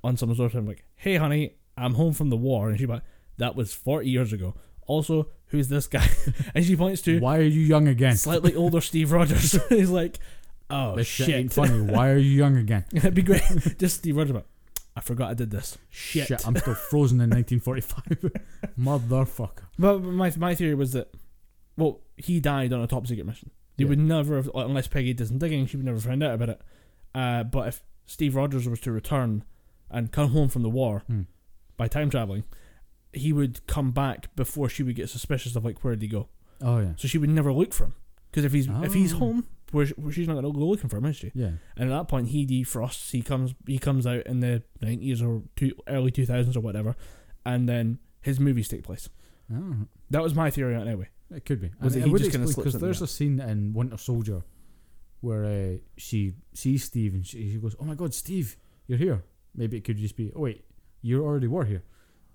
on someone's doorstep and be like, hey, honey, I'm home from the war. And she'd be like, that was 40 years ago. Also, who's this guy? and she points to
Why are you young again?
slightly older Steve Rogers. He's like, oh,
this shit
shit.
ain't funny. Why are you young again?
It'd be great. Just Steve Rogers, like, I forgot I did this. Shit.
I'm still frozen in 1945. Motherfucker.
But but my, my theory was that, well, he died on a top secret mission. They
Yeah.
would never have, like, unless Peggy did some digging, she would never find out about it. Uh, but if Steve Rogers was to return and come home from the war
Hmm.
by time traveling, he would come back before she would get suspicious of like where did he go.
Oh yeah,
So she would never look for him because if he's if he's
Oh.
home, where sh- where she's not going to go looking for him, is she?
yeah.
And at that point, he defrosts. He comes he comes out in the nineties or two, early two thousands or whatever, and then his movies take place.
Oh,
That was my theory on it anyway.
It could be.
Was
And
it
it
he
would
just kinda
explain-
slipped
Because
something
there's a scene in Winter Soldier where uh, she sees Steve and she, she goes, "Oh my God, Steve, you're here." Maybe it could just be, "Oh wait, you already were here."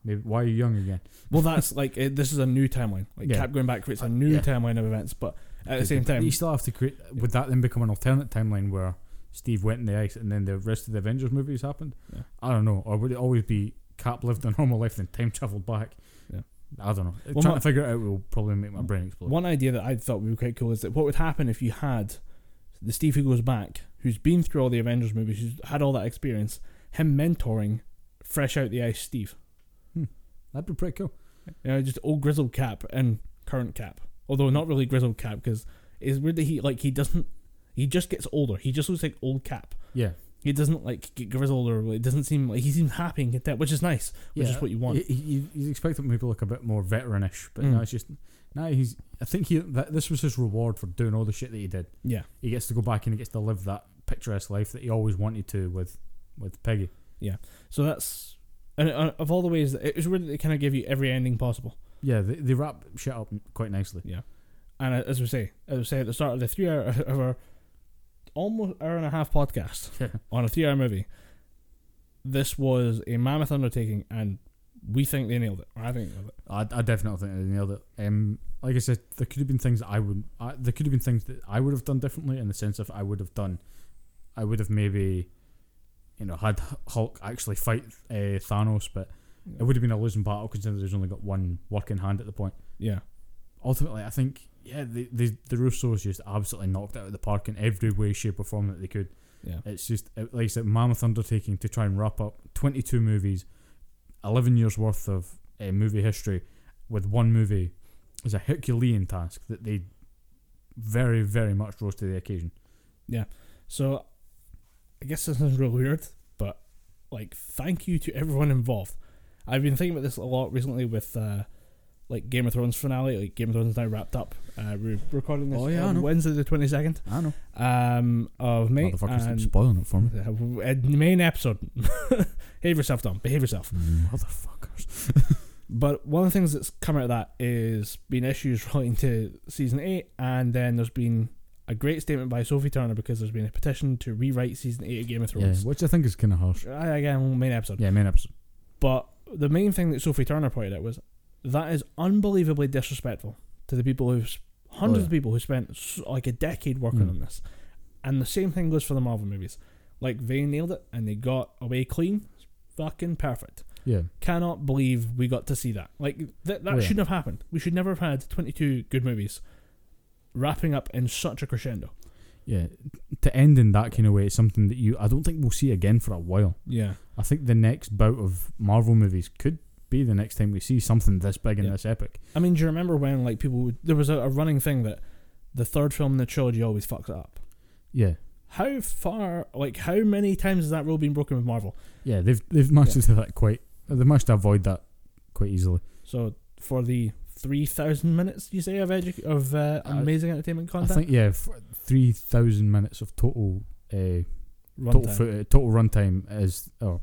Maybe why are you young again?
Well, that's like it, this is a new timeline. Like
Yeah. Uh,
Cap going back creates a new
Yeah.
timeline of events, but at the
Could
same
be. But
time,
you still have to create. Would that then become an alternate timeline where Steve went in the ice and then the rest of the Avengers movies happened?
Yeah.
I don't know. Or would it always be Cap lived a normal life then time traveled back?
Yeah.
I don't know.
Well,
Trying
my-
to figure it out will probably make my brain explode.
one idea that I thought would be quite cool is that what would happen if you had the Steve who goes back, who's been through all the Avengers movies, who's had all that experience, him mentoring fresh out the ice Steve,
That'd be pretty cool.
you know, just old grizzled Cap and current Cap, although not really grizzled Cap because it's weird that he like he doesn't, he just gets older. He just looks like old Cap.
Yeah.
He doesn't like get grizzled or it doesn't seem like he seems happy and content, which is nice, which is what you want.
You, you, you expect him to maybe look a bit more veteranish, but
Mm.
no, it's just now he's. I think he that this was his reward for doing all the shit that he did.
yeah.
He gets to go back and he gets to live that picturesque life that he always wanted to with with Peggy.
So that's and uh, of all the ways that it was really they kind of give you every ending possible.
Yeah, they, they wrap shit up quite nicely.
And uh, as we say, as we say at the start of the three hour of our almost hour and a half podcast on a three hour movie, this was a mammoth undertaking, and we think they nailed it. Or I think they nailed it.
I, I definitely think they nailed it. Um, like I said, there could have been things that I would. I, there could have been things that I would have done differently in the sense of I would have done. I would have maybe, you know, had Hulk actually fight uh, Thanos, but it would have been a losing battle considering there's only got one working hand at the point.
Yeah,
Ultimately, I think yeah, the the, the Russos just absolutely knocked it out of the park in every way, shape, or form that they could.
yeah.
It's just it- like I said, mammoth undertaking to try and wrap up 22 movies, 11 years worth of uh, movie history with one movie is a Herculean task that they very, very much rose to the occasion.
So I guess this is real weird, but like thank you to everyone involved. I've been thinking about this a lot recently with uh, like Game of Thrones finale. Like Game of Thrones is now wrapped up. Uh, we're recording this
Oh, yeah, I
on
know.
Wednesday the twenty second.
I know.
um, of May.
Motherfuckers keep
And
spoiling it for me.
uh, main episode. Behave yourself, Dom. Behave yourself.
Mm. Motherfuckers.
But one of the things that's come out of that is been issues relating to season eight, and then there's been a great statement by Sophie Turner because there's been a petition to rewrite season eight of Game of
Yeah,
Thrones.
which I think is kind of harsh.
I Again, main episode.
Yeah, main episode.
But the main thing that Sophie Turner pointed out was That is unbelievably disrespectful to the people who hundreds
Oh, yeah.
of people who spent s- like a decade working
Mm.
on this, and the same thing goes for the Marvel movies. Like they nailed it and they got away clean, It's fucking perfect.
Yeah.
Cannot believe we got to see that. Like th- that
Oh, yeah.
shouldn't have happened. We should never have had twenty two good movies, wrapping up in such a crescendo.
Yeah. To end in that kind of way, it's something that you I don't think we'll see again for a while.
Yeah,
I think the next bout of Marvel movies could be the next time we see something this big and
Yeah.
this epic.
I mean, do you remember when like people would, there was a, a running thing that the third film in the trilogy always fucks it up.
Yeah.
How far, like, how many times has that rule been broken with Marvel?
Yeah, they've they've managed to do that quite they managed to avoid that quite easily.
So for the three thousand minutes, you say of edu- of uh,
Uh,
amazing entertainment content,
I think yeah, f- three thousand minutes of total uh,
Runtime.
total foot, total runtime is oh,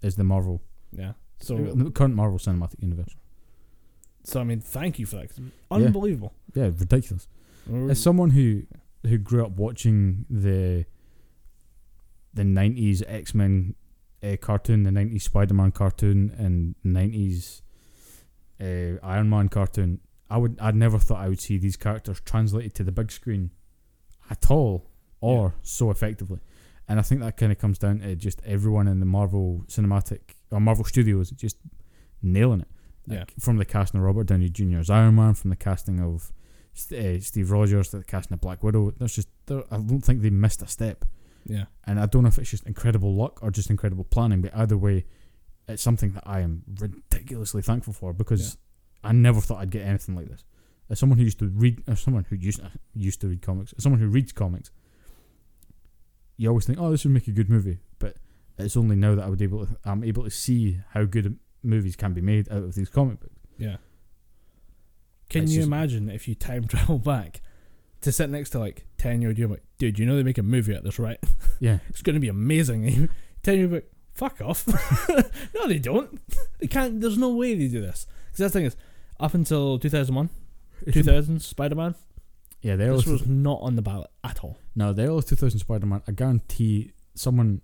is the Marvel
yeah.
so,
So
the current Marvel Cinematic Universe.
so I mean, thank you for that. 'cause unbelievable.
Mm, Yeah, ridiculous.
We're-
As someone who who grew up watching the the nineties X Men uh, cartoon, the nineties Spider Man cartoon, and nineties uh, Iron Man cartoon, I would I never thought I would see these characters translated to the big screen at all, or so effectively. And I think that kind of comes down to just everyone in the Marvel cinematic or Marvel Studios just nailing it.
Yeah.
Like, From the casting of Robert Downey Jr. as Iron Man, from the casting of uh, Steve Rogers to the casting of Black Widow. There's just there, I don't think they missed a step,
yeah,
and I don't know if it's just incredible luck or just incredible planning. But either way, it's something that I am ridiculously thankful for because I never thought I'd get anything like this. As someone who used to read, as someone who used used to read comics, as someone who reads comics, you always think, "Oh, this would make a good movie," but it's only now that I would able to, I'm able to see how good movies can be made out of these comic books.
yeah. Can
It's
you
just-
imagine if you time travel back to sit next to like ten year old you? I'm like, dude, you know they make a movie at this, right?
Yeah,
It's going to be amazing. And you tell you about fuck off. no, they don't. They can't. There's no way they do this. Because that's the thing is, up until 2001, 2000, Spider Man,
yeah, they
this
always
was not on the ballot at all.
No, the early 2000 Spider Man, I guarantee someone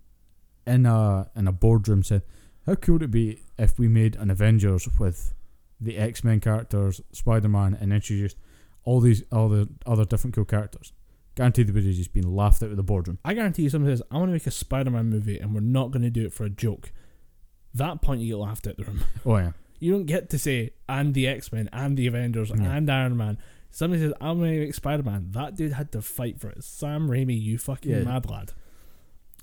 in a in a boardroom said, How cool would it be if we made an Avengers with the X Men characters, Spider Man, and introduced all these all the other different cool characters? Guaranteed they would have just been laughed out of the boardroom.
I guarantee you, someone says, I want to make a Spider Man movie and we're not going to do it for a joke. That point, you get laughed out the room.
Oh, yeah.
You don't get to say, and the X Men, and the Avengers,
Yeah.
and Iron Man. Somebody says, I'm going to make Spider Man. That dude had to fight for it. Sam Raimi, you fucking
Yeah.
mad lad.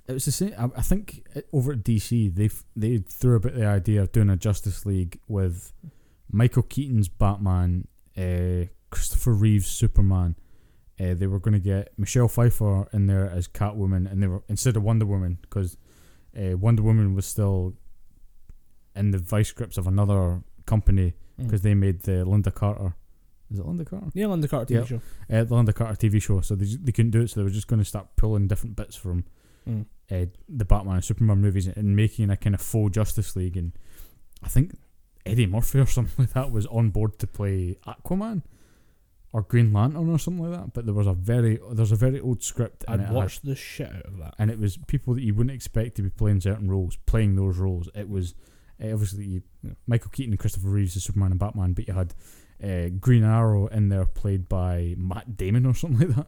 It was the same. I, I think uh, over at DC, they f- they threw about the idea of doing a Justice League with Michael Keaton's Batman, uh, Christopher Reeve's Superman. Uh, they were going to get Michelle Pfeiffer in there as Catwoman, and they were instead of Wonder Woman because uh, Wonder Woman was still in the vice grips of another company because they made the Linda Carter. Is it Linda Carter?
Mm. Neil Undercart TV
Yep.
show.
Uh, the Linda Carter TV show, so they, ju- they couldn't do it, so they were just going to start pulling different bits from
Mm.
uh, the Batman and Superman movies and making a kind of full Justice League. And I think Eddie Murphy or something like that was on board to play Aquaman or Green Lantern or something like that. But there was a very there's a very old script and it
I'd
had-
watch the shit out of that.
and it was people that you wouldn't expect to be playing certain roles playing those roles. It was uh, obviously you,
Yeah.
Michael Keaton and Christopher Reeves as Superman and Batman, but you had uh, Green Arrow in there played by Matt Damon or something like that,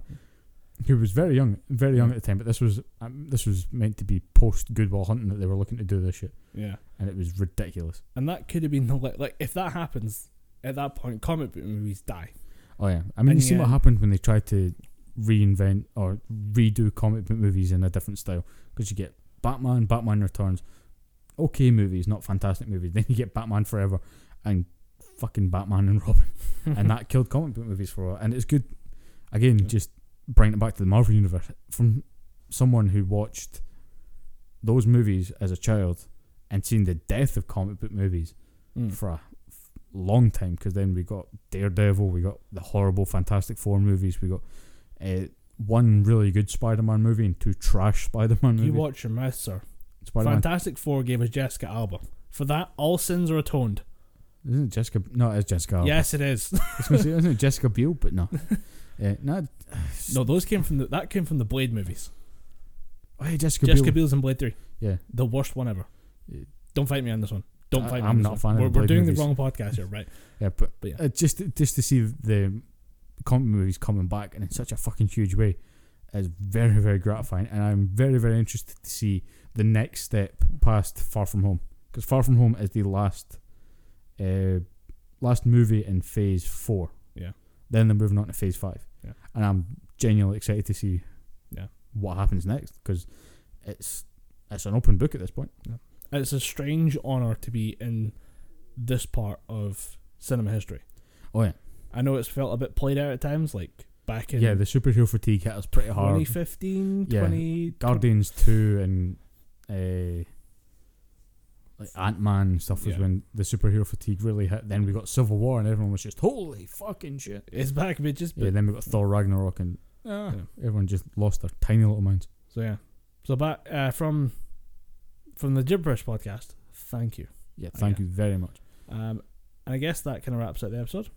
who was very young, very young at the time. But this was um, this was meant to be post Goodwill Hunting that they were looking to do this shit,
Yeah.
and it was ridiculous.
And that could have been the li- like if that happens at that point, comic book movies die.
Oh yeah, I mean
And
you see
yeah.
what happened when they tried to reinvent or redo comic book movies in a different style because you get Batman, Batman Returns, okay movies, not fantastic movies. Then you get Batman Forever and fucking Batman and Robin, and that killed comic book movies for a while. And it's good, again,
Yeah.
just bringing it back to the Marvel universe from someone who watched those movies as a child and seen the death of comic book movies
Mm.
for a f- long time because then we got Daredevil, we got the horrible Fantastic Four movies, we got uh, one really good Spider-Man movie and two trash Spider-Man
You
movies.
watch your mouth, sir.
Spider-Man
Fantastic Four gave us Jessica Alba. For that, all sins are atoned.
isn't it Jessica? No, it's Jessica. Alba.
Yes, it is.
I was gonna say, isn't it Jessica Biel? But no, uh, no,
no, those came from the that came from the Blade movies.
oh, yeah, Jessica,
Jessica
Biel.
Biel's in Blade Three,
Yeah,
the worst one ever.
Yeah.
Don't fight me on this one. Don't
I-
fight me.
I'm
on this
not a
one.
fan of
We're,
the
we're
Blade
doing
movies.
the wrong podcast here, right?
Yeah, but,
But yeah.
Uh, just just to see the comic movies coming back and in such a fucking huge way is very very gratifying, and I'm very very interested to see the next step past Far From Home because Far From Home is the last uh, last movie in Phase Four.
Yeah.
Then they're moving on to Phase Five.
Yeah.
And I'm genuinely excited to see
Yeah.
what happens next because it's it's an open book at this point.
It's a strange honor to be in this part of cinema history.
Oh yeah,
I know it's felt a bit played out at times, like back in
yeah. The superhero fatigue hit us pretty hard.
2015,
Yeah.
20
Guardians two and uh, like Ant Man and stuff was
Yeah.
when the superhero fatigue really hit. Then we got Civil War and everyone was just holy fucking shit.
It's back, bitches.
Yeah,
But,
then we got Thor Ragnarok and ah,
Yeah.
everyone just lost their tiny little minds.
So yeah. So back uh, from from the gibberish podcast. Thank you.
Yeah,
Oh,
thank
yeah.
you very much.
Um, and I guess that kind of wraps up the episode.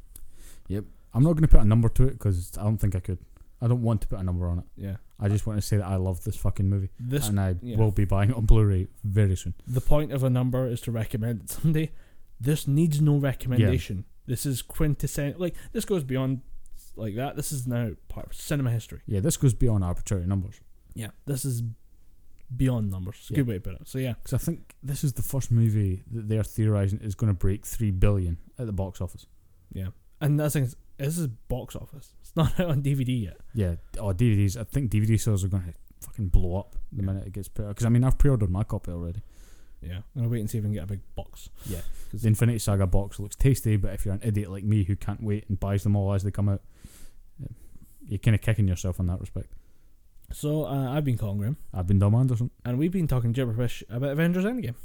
I'm not going to put a number to it because I don't think I could. I don't want to put a number on it.
Yeah.
I just want to say that I love this fucking movie
This
and I
yeah.
will be buying it on Blu-ray very soon.
the point of a number is to recommend it someday. This needs no recommendation. This is quintessential. Like this goes beyond like that. This is now part of cinema history.
Yeah, this goes beyond arbitrary numbers.
Yeah. This is beyond numbers. It's a
Yeah.
Good way to put it. So yeah.
Because I think this is the first movie that they're theorising is going to break three billion at the box office.
And that's thing is, this is box office. It's not out on DVD yet.
Yeah, oh, or DVDs. I think DVD sales are going to fucking blow up the
Yeah.
minute it gets put out. Because I mean, I've pre-ordered my copy already.
Yeah. I'm gonna wait and see if we can get a big box.
Yeah.
'Cause-
The Infinity Saga box looks tasty, but if you're an idiot like me who can't wait and buys them all as they come out, eh, you're kind of kicking yourself in that respect.
So uh, I've been Colin Graham.
I've been Dom Anderson.
and we've been talking gibberish about Avengers Endgame.